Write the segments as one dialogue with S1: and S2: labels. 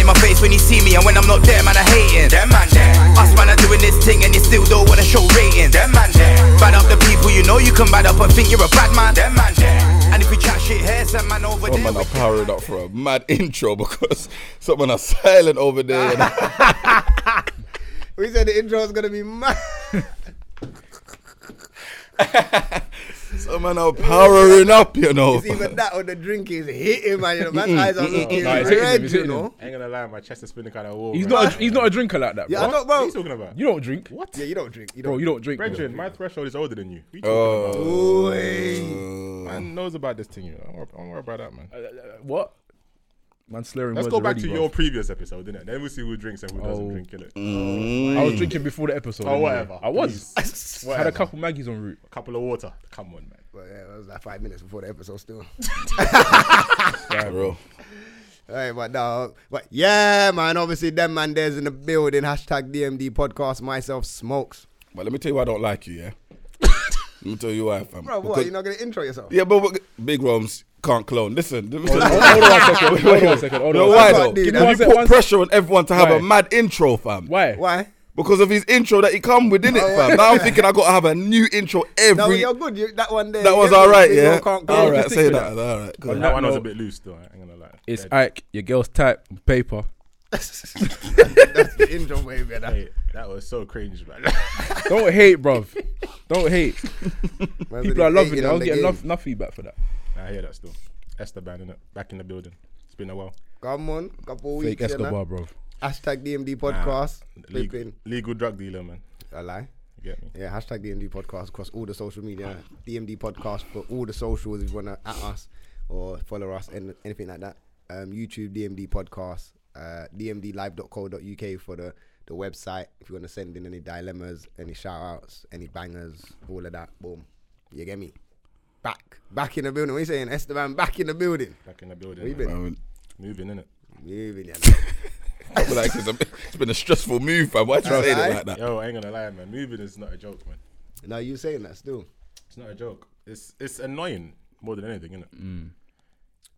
S1: in my face when he see me, and when I'm not there, man, I hating.
S2: Them man there.
S1: Us man are doing this thing, and you still don't wanna show rating.
S2: Them man there.
S1: Bad up the people you know you can bad up and think you're a bad man.
S2: Them man there.
S1: And if we chat shit here, some man over
S3: Oh
S1: there.
S3: man, I
S1: with-
S3: powered up for a mad intro because someone are silent over there. And
S4: We said the intro is gonna be mad.
S3: someone are powering up, you know.
S4: It's even that or the drink is hitting, man. You know, man's
S3: Mm-mm.
S4: eyes are
S3: Mm-mm.
S4: looking
S5: No, it's hitting him,
S4: red,
S5: it's
S4: you
S5: hitting
S4: know.
S5: I
S6: ain't gonna lie, my chest is spinning kind of warm.
S5: He's
S6: man.
S5: not. A, he's not a drinker like that.
S4: Yeah,
S5: bro.
S4: I know,
S6: What are
S4: bro.
S6: you talking about?
S5: You don't drink. What?
S4: Yeah, you don't drink. You don't.
S5: Bro, you don't drink.
S6: Brethren, my threshold is older than you. What you talking about?
S3: Oh,
S6: Man knows about this thing, you know. Don't worry, don't worry about that, man.
S5: Uh, What? Man, slurring
S6: Let's
S5: words
S6: go back
S5: already,
S6: to
S5: bro.
S6: your previous episode, innit? Then we'll see who drinks and who doesn't
S5: Oh.
S6: drink, innit?
S5: I was drinking before the episode.
S6: Oh,
S5: anyway.
S6: whatever.
S5: I was. I had
S6: Whatever.
S5: a couple Maggie's en route.
S6: A couple of water. Come on, man.
S4: But yeah, that was like five minutes before the episode still.
S3: bro.
S4: Alright, but now, but yeah, man. Obviously, them man there's in the building. Hashtag DMD podcast. Myself smokes.
S3: But let me tell you why I don't like you, yeah? let me tell you why, fam.
S4: Bro, what?
S3: Because-
S4: You're not gonna intro yourself?
S3: Yeah, but what- Big Roms can't clone. Listen, let me tell
S5: Hold
S3: you-
S5: on hold on one second. Hold on one second. Hold
S3: You
S5: on
S3: know
S5: one
S3: why
S5: second.
S3: though?
S4: Give me
S3: Because
S5: one
S3: you
S5: sec-
S3: put
S5: one sec-
S3: pressure on everyone to have
S5: Why?
S3: a mad intro, fam.
S5: Why?
S4: Why?
S3: Because of his intro that he come with, innit,
S4: Oh,
S3: fam? Now I'm thinking I gotta have a new intro
S4: No,
S3: every.
S4: you're good. You, that one there.
S3: that
S4: you
S3: was
S4: get
S3: all right,
S4: me, you
S3: yeah.
S4: can't go.
S3: All right, say
S5: with
S3: that. All right,
S5: On
S3: good.
S6: That
S5: that
S6: one was a
S5: note,
S6: bit loose, though. I ain't gonna lie.
S5: It's
S6: Dead.
S5: Ike. Your girl's type on paper.
S4: That's the intro, baby. That
S6: Hey, that was so cringe, man.
S5: Don't hate, bruv. Don't hate.
S4: man's
S5: People
S4: really
S5: are loving
S4: hating
S5: it. I
S4: on
S5: was
S4: the
S5: getting
S4: game.
S5: enough, enough feedback for that.
S6: I hear that still. Esteban, innit? Back in the building. It's been a while.
S4: Come on, couple
S5: Fake
S4: weeks. you know.
S5: Escobar, bruv.
S4: Hashtag DMD podcast.
S6: Legal,
S4: Flipping.
S6: legal drug dealer, man.
S4: A lie.
S6: You get me?
S4: Yeah, hashtag DMD podcast across all the social media. DMD podcast for all the socials if you wanna at us or follow us and anything like that. Um, YouTube DMD podcast, uh, dmdlive.co.uk for the the website. If you wanna send in any dilemmas, any shout outs, any bangers, all of that, boom. You get me? Back, back in the building. What you saying, Esteban? Back in the building.
S6: Back in the building.
S4: Where you
S6: man.
S4: been?
S3: Um,
S6: Moving, innit?
S4: Moving, yeah.
S3: I feel like it's, a, it's been a stressful move, fam. Why'd you say it
S4: right.
S3: like that?
S6: Yo, I ain't gonna lie, man. Moving is not a joke, man.
S4: No, you saying that still?
S6: It's not a joke. It's it's annoying more than anything, innit?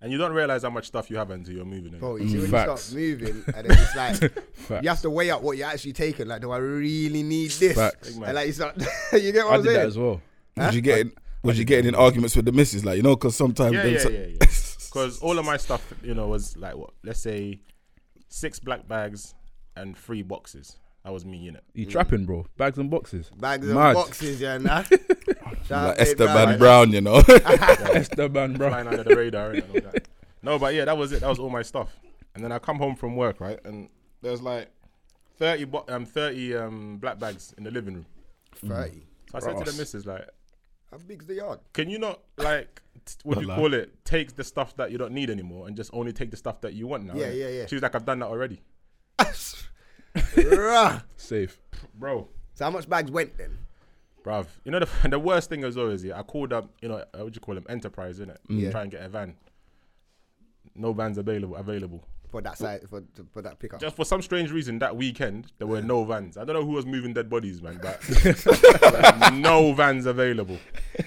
S6: And you don't realize how much stuff you have until you're moving. innit?
S4: Bro, you see when
S5: Mm. Facts.
S4: you start moving, and then it's like you have
S5: Facts.
S4: to weigh up what you're actually taking. Like, do I really need this?
S5: Facts.
S4: And like you start, you get what
S5: I
S4: am
S5: did
S4: saying?
S5: that as well.
S3: Was you getting? Was you getting in arguments with the missus? Like you know, because sometimes
S6: Yeah,
S3: them
S6: yeah,
S3: so-
S6: yeah, yeah. Because all of my stuff, you know, was like what? Let's say six black bags and three boxes. That was me, innit?
S5: You trapping, bro. Bags and boxes.
S4: Bags and
S5: Mad.
S4: boxes, yeah, nah. Shout out
S3: like
S4: Big
S3: Esteban
S4: Brother.
S3: Brown, you know.
S5: Esteban, bro.
S6: Flying under the radar innit, and all that. No, but yeah, that was it. That was all my stuff. And then I come home from work, right? And there's like thirty, bo- um, thirty um, black bags in the living room.
S4: Thirty.
S6: So I said to the missus, like,
S4: How big's the yard?
S6: Can you not like t- what do you call it? Take the stuff that you don't need anymore and just only take the stuff that you want now.
S4: Yeah,
S6: innit?
S4: yeah, yeah.
S6: She was like, I've done that already,
S4: Rah.
S5: Safe.
S6: bro.
S4: so how much bags went then?
S6: Bruv, you know the, the worst thing as always. Yeah, I called up, you know, uh, what do you call them? Enterprise, innit?
S4: Yeah.
S6: Try and get a van. No vans available. Available.
S4: For that side, for for that pickup.
S6: Just for some strange reason, that weekend there were no vans. I don't know who was moving dead bodies, man, but no vans available.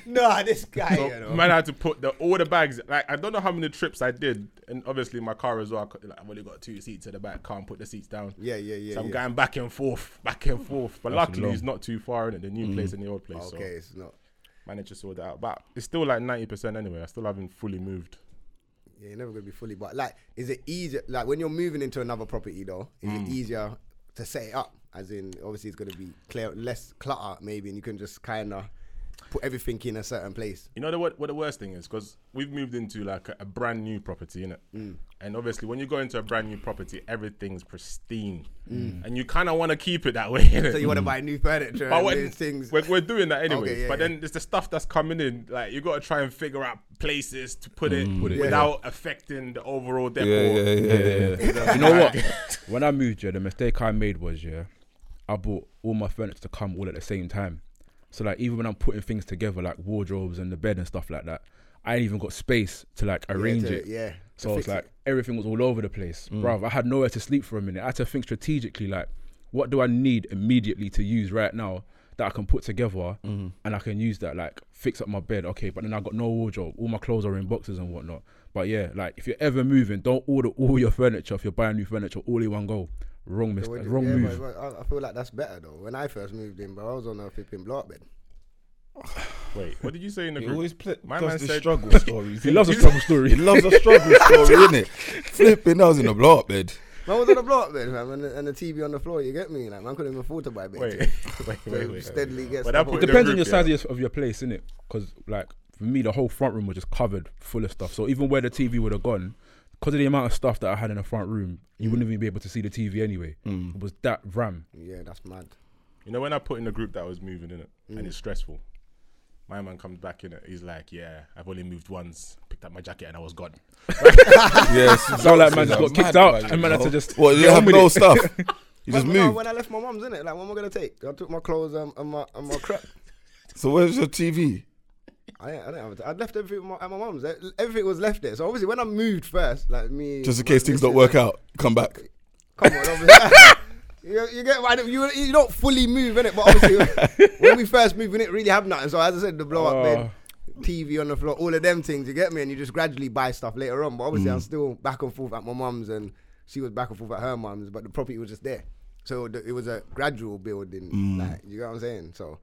S4: nah, this guy,
S6: So
S4: you know.
S6: man, I had to put the all the bags. Like I don't know how many trips I did, and obviously my car as well. I cou- Like, I've only got two seats at the back. Can't put the seats down.
S4: Yeah, yeah, yeah,
S6: So I'm
S4: yeah.
S6: going back and forth, back and forth. But luckily, it's not too far in it. The new place and the old place.
S4: okay,
S6: So
S4: it's not.
S6: managed to sort that out. But it's still like ninety percent anyway. I still haven't fully moved.
S4: Yeah, you're never gonna be fully. But like, is it easier? Like when you're moving into another property, though, is
S6: Mm.
S4: it easier to set it up? As in, obviously, it's gonna be clear, less clutter, maybe, and you can just kind of put everything in a certain place.
S6: You know the, what, what the worst thing is? Because we've moved into like a, a brand new property, innit?
S4: Mm.
S6: And obviously, when you go into a brand new property, everything's pristine.
S4: Mm.
S6: And you kind of want to keep it that way, innit?
S4: So you want to buy new furniture
S6: Mm. But
S4: and
S6: when-
S4: these things.
S6: We're, we're doing that anyway.
S4: Okay, yeah,
S6: but
S4: yeah.
S6: then there's the stuff that's coming in. Like you got to try and figure out places to put it
S5: Mm. Put it, yeah.
S6: without affecting the overall decor.
S3: yeah, yeah, yeah, yeah.
S5: you know what? When I moved, yeah, the mistake I made was, yeah, I bought all my furniture to come all at the same time. So like, even when I'm putting things together, like wardrobes and the bed and stuff like that, I ain't even got space to like arrange
S4: to-
S5: it.
S4: yeah, to
S5: So
S4: fix
S5: it's like everything was all over the place,
S3: Mm.
S5: bruv. I had nowhere to sleep for a minute. I had to think strategically, like, what do I need immediately to use right now that I can put together
S3: Mm-hmm.
S5: and I can use that, like fix up my bed, okay, but then I got no wardrobe. All my clothes are in boxes and whatnot. But yeah, like if you're ever moving, don't order all your furniture if you're buying new furniture all in one go. Wrong
S4: So
S5: mistake,
S4: what do-
S5: wrong
S4: yeah,
S5: move.
S4: but- but I- I feel like that's better though. When I first moved in, but I was on a flipping block bed.
S6: Wait, what did you say in the
S3: He
S6: group?
S3: always play,
S6: My
S3: does
S6: man
S3: the
S6: said-
S3: struggle stories.
S5: He loves a struggle story.
S3: He loves a struggle story, innit? Flipping, I was in a blow up bed.
S4: Man was on a block bed, man, and, the- and the TV on the floor. You get me? Like man couldn't even afford to buy a bed.
S6: Wait,
S4: So
S6: wait, wait, wait, wait.
S4: steadily gets.
S6: But that
S4: stuff
S6: put
S4: on
S5: It
S6: the
S4: it.
S5: depends on
S6: group,
S5: your
S6: yeah.
S5: size of- of your place, innit? Because like for me, the whole front room was just covered full of stuff. So even where the TV would have gone, because of the amount of stuff that I had in the front room, you wouldn't even be able to see the TV anyway. It was that RAM.
S4: Yeah, that's mad.
S6: You know when I put in the group that I was moving in it,
S4: Mm.
S6: and it's stressful. My man comes back in it. He's like, "Yeah, I've only moved once. Picked up my jacket and I was gone."
S3: Yes.
S5: So like man just
S3: I'm
S5: got kicked
S3: mad about
S5: out
S3: you,
S5: and man had
S3: bro.
S5: to just
S3: Well, you
S5: get on
S3: have
S5: with
S3: no
S5: it.
S3: stuff. You
S4: But
S3: just
S4: when I,
S3: moved.
S4: when I left my mum's in it, like what am I gonna take? I took my clothes um, and my and my crap.
S3: So where's your TV?
S4: I, didn't- I didn't have. it. I left everything at my, at my mum's. Everything was left there. So obviously, when I moved first, like me,
S3: Just in
S4: my
S3: case things don't work
S4: missus,
S3: out, come back.
S4: Come on, obviously. You, you get why don't- you you don't fully move in it, but obviously when we first moved, we didn't really have nothing. So as I said, the blow up
S5: Oh.
S4: bed, TV on the floor, all of them things. You get me, and you just gradually buy stuff later on. But obviously,
S3: Mm.
S4: I'm still back and forth at my mum's, and she was back and forth at her mum's. But the property was just there, so the, it was a gradual building.
S3: Mm.
S4: Like you get what I'm saying? So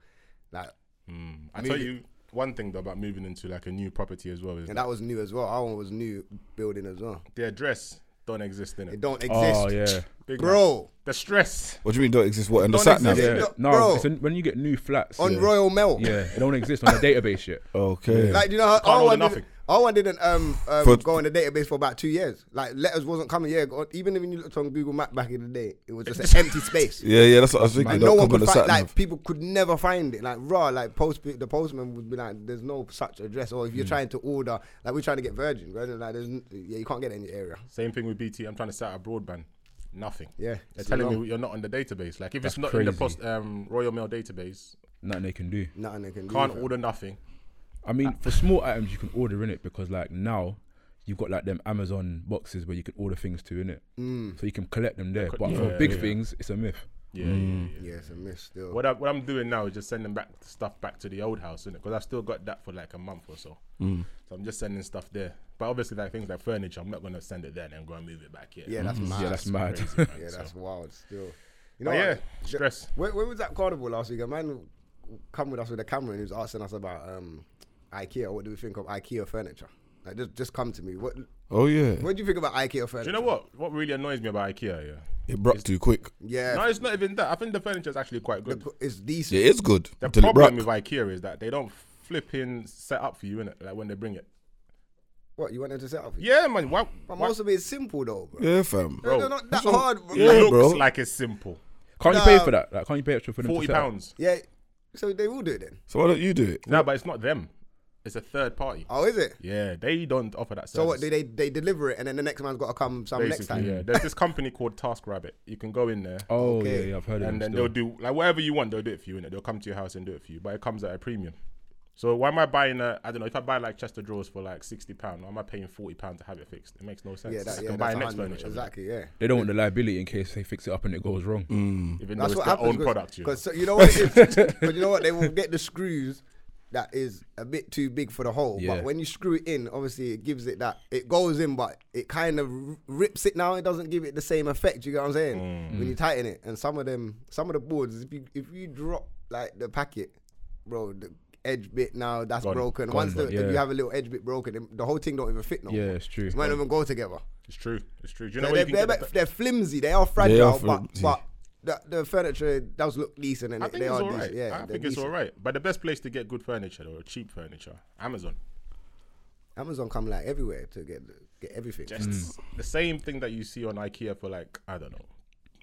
S4: like,
S6: Mm. I tell you one thing though about moving into like a new property as well is
S4: and that was new as well. Our one was new building as well.
S6: the address don't exist in
S4: It
S6: it.
S4: don't exist,
S5: Oh yeah.
S6: Big
S4: bro.
S6: man. the stress.
S3: What do you mean don't exist? What and the
S6: Don't
S3: sat nav?
S4: exist.
S5: Yeah,
S4: Look, bro.
S5: no. It's in, when you get new flats,
S4: On
S5: yeah,
S4: Royal Mail,
S5: yeah, it don't exist on the database yet.
S3: Oh. Okay.
S4: Like, do you know, how
S6: order
S4: our one,
S6: nothing.
S4: didn't, our one didn't um, um
S3: For-
S4: go on the database for about two years. Like, letters wasn't coming. Yeah, go- even when you looked on Google Map back in the day, it was just an empty space.
S3: yeah, yeah, that's what I was thinking.
S4: And
S3: Don't
S4: no one
S3: come on
S4: could
S3: the
S4: find,
S3: sat
S4: like
S3: nav.
S4: people could never find it. Like raw, like post the postman would be like, "There's no such address." Or if
S5: Hmm.
S4: you're trying to order, like we're trying to get Virgin, Virgin, like there's, n- yeah, you can't get it in your area.
S6: Same thing with BT. I'm trying to set up broadband. Nothing.
S4: Yeah,
S6: They're
S4: it's
S6: telling
S4: long.
S6: me you're not on the database. Like if
S5: That's
S6: it's not in the
S5: crazy.
S6: post, um, Royal Mail database,
S5: Nothing they can do.
S4: Nothing they can do.
S6: can't
S4: fam.
S6: order nothing.
S5: I mean, for small items, you can order in it because like now you've got like them Amazon boxes where you can order things to in it,
S4: Mm.
S5: so you can collect them there. But for
S6: yeah,
S5: big
S6: yeah.
S5: things, it's a myth.
S6: Yeah, yeah, yeah.
S4: Yeah, it's a miss still.
S6: What, I, what I'm doing now is just sending back stuff back to the old house, innit? Because I've still got that for like a month or so.
S4: Mm.
S6: So I'm just sending stuff there. But obviously, like things like furniture, I'm not gonna send it there and then go and move it back here.
S4: Yeah, that's mad.
S5: Mm. Yeah, that's mad.
S6: Crazy, man.
S4: Yeah,
S6: So-
S4: that's wild still. You
S6: But
S4: what?
S6: yeah,
S4: The-
S6: stress.
S4: When, when was that carnival last week? A man come with us with a camera and he was asking us about um, IKEA. What do we think of IKEA furniture? Like, just just come to me. What
S3: Oh yeah.
S4: what do you think about IKEA
S6: Do
S4: furniture?
S6: you know what? What really annoys me about IKEA, yeah.
S3: It broke too quick.
S4: Yeah,
S6: No, it's not even that. I think the furniture is actually quite good.
S4: the- it's decent.
S3: It is good.
S6: The
S3: until it
S6: problem
S3: broke.
S6: with IKEA is that they don't flipping set up for you, innit? Like when they bring it.
S4: What you want them to set up? for you?
S6: Yeah, man. Why,
S4: but
S6: why-
S4: most of it is simple though, bro.
S3: Yeah, fam.
S4: They're- they're not that
S3: So-
S4: hard, bro.
S3: Yeah,
S6: it looks
S3: bro.
S6: like it's simple.
S5: Can't you pay
S4: Nah.
S5: for that? Like, can't you pay extra for them? to
S6: Forty
S5: set up?
S6: pounds.
S4: Yeah, so they will do it then.
S3: So why don't you do it?
S6: No, but it's not them. It's a third party.
S4: Oh, is it?
S6: Yeah, they don't offer that service.
S4: So what? Do they they deliver it and then the next man's got to come some next
S6: Basically,
S4: time?
S6: yeah. There's this company called TaskRabbit. You can go in there.
S5: Oh
S4: Okay.
S5: yeah, yeah, I've heard of
S6: and
S5: them.
S6: then
S5: still.
S6: they'll do like whatever you want. They'll do it for you, and they'll come to your house and do it for you. But it comes at a premium. So why am I buying a? I don't know. If I buy like chest of drawers for like sixty pound, why am I paying forty pound to have it fixed? It makes no sense.
S4: Yeah, that,
S6: I
S4: yeah
S6: can buy
S4: that's
S6: next
S4: 100,
S6: furniture.
S4: Exactly, yeah.
S5: They don't want the liability in case they fix it up and it goes wrong.
S6: Mm. Even
S4: That's what
S6: though it's their
S4: happens
S6: own product, you know.
S4: Because so, you know what it is. Because you know what they will get the screws that is a bit too big for the hole.
S5: Yeah.
S4: But when you screw it in, obviously it gives it that it goes in, but it kind of r- rips it now. It doesn't give it the same effect. You get what I'm saying?
S6: Mm.
S4: When you tighten it, and some of them, some of the boards, if you if you drop like the packet, bro, the edge bit now that's
S6: Gone.
S4: broken.
S5: Gone,
S4: Once the,
S5: bro.
S4: if
S5: Yeah.
S4: you have a little edge bit broken, then the whole thing don't even fit no
S5: Yeah,
S4: more.
S5: it's true.
S4: It might not even go together.
S6: It's true. It's true. Do you know
S4: They're,
S6: where
S4: they're,
S6: you can
S4: they're,
S6: get the-
S4: they're flimsy. They are fragile,
S3: flimsy.
S4: but but the, the furniture does look decent and
S6: I
S4: it-
S6: think
S4: they
S6: it's
S4: are
S6: all
S4: decent.
S6: right.
S4: Yeah,
S6: I
S4: they're
S6: think it's
S4: decent.
S6: all right. But the best place to get good furniture or cheap furniture, Amazon.
S4: Amazon come like everywhere to get get everything.
S6: Just
S5: Mm.
S6: the same thing that you see on IKEA for like I don't know,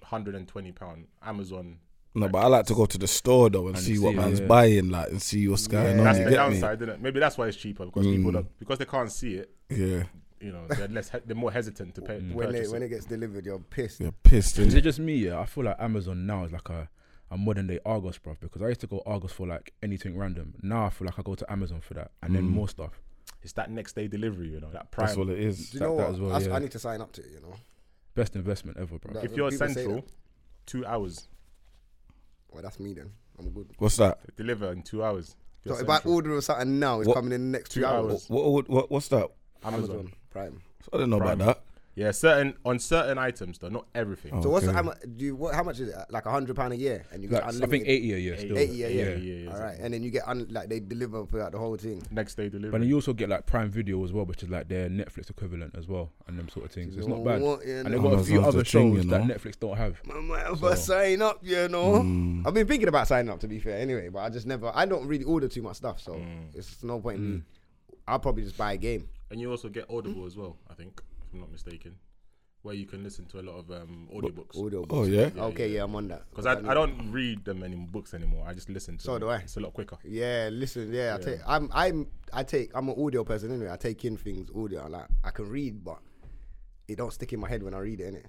S6: hundred and twenty pound. Amazon.
S3: No, but I like to go to the store though and, see, what
S5: see,
S3: man's
S5: yeah.
S3: buying, like, and see what's going on.
S6: That's
S3: you
S6: the
S3: get
S6: downside, isn't it? Maybe that's why it's cheaper because people
S4: Mm.
S6: don't, because they can't see it.
S3: me? Yeah,
S6: you know, they're less, he- they're more hesitant to pay. To
S4: Mm. when
S6: purchase
S4: it when
S6: it.
S4: it gets delivered, you're pissed.
S3: you're pissed.
S5: Is
S3: innit?
S5: it just me? Yeah, I feel like Amazon now is like a, a modern day Argos, bruv. Because I used to go Argos for like anything random. Now I feel like I go to Amazon for that and
S6: Mm.
S5: then more stuff.
S6: it's that next day delivery, you know, that prime.
S3: That's what it is.
S4: Do you
S5: that-
S4: know
S5: that
S4: what?
S5: as well,
S4: That's-
S5: yeah.
S4: I need to sign up to it. You know,
S5: Best investment ever, bro.
S4: That-
S6: if you're
S4: people say
S6: central,
S4: that.
S6: two hours.
S4: well that's me then. I'm good.
S3: What's that?
S6: They deliver in two hours.
S4: So
S6: Your
S4: if I
S6: central.
S4: order something now, it's
S3: What-
S4: coming in the next
S6: Two
S4: two hours.
S6: hours.
S3: What, what, what- what's that?
S6: Amazon.
S4: Amazon Prime.
S3: I didn't know
S6: Prime.
S3: about that.
S6: Yeah, certain on certain items though, not everything.
S4: So what's
S3: Okay.
S4: how much? Do you, what, how much is it? Like a hundred pound a year, and you get
S5: Like, I
S4: unlimited.
S5: think 80 a year still.
S4: Eighty a year.
S6: yeah, yeah,
S4: All right, and then you get un, like they deliver throughout the whole thing.
S6: Next day delivery.
S5: But then you also get like Prime Video as well, which is like their Netflix equivalent as well, and them sort of things. It's not bad.
S4: What, you
S5: And they've
S4: know?
S5: got a few
S3: Amazon's
S5: other
S3: the thing,
S5: shows
S3: you
S5: that
S3: know.
S5: Netflix don't have.
S4: I might have to sign up, you know.
S3: Mm.
S4: I've been thinking about signing up to be fair, anyway, but I just never. I don't really order too much stuff, so
S3: Mm.
S4: it's no point. in me. I'll probably just buy a game.
S6: and you also get
S4: Mm.
S6: Audible as well, I think, if I'm not mistaken, where you can listen to a lot of um, audiobooks.
S4: Audio.
S3: Oh, yeah?
S4: Okay, yeah, I'm on that.
S6: Because I, I don't read them any books anymore. I just listen to
S4: So
S6: them.
S4: do I.
S6: It's a lot quicker.
S4: Yeah, listen, yeah, I take, I'm, I'm, I take, I'm an audio person anyway. I take in things audio. Like I can read, but it don't stick in my head when I read it. Innit?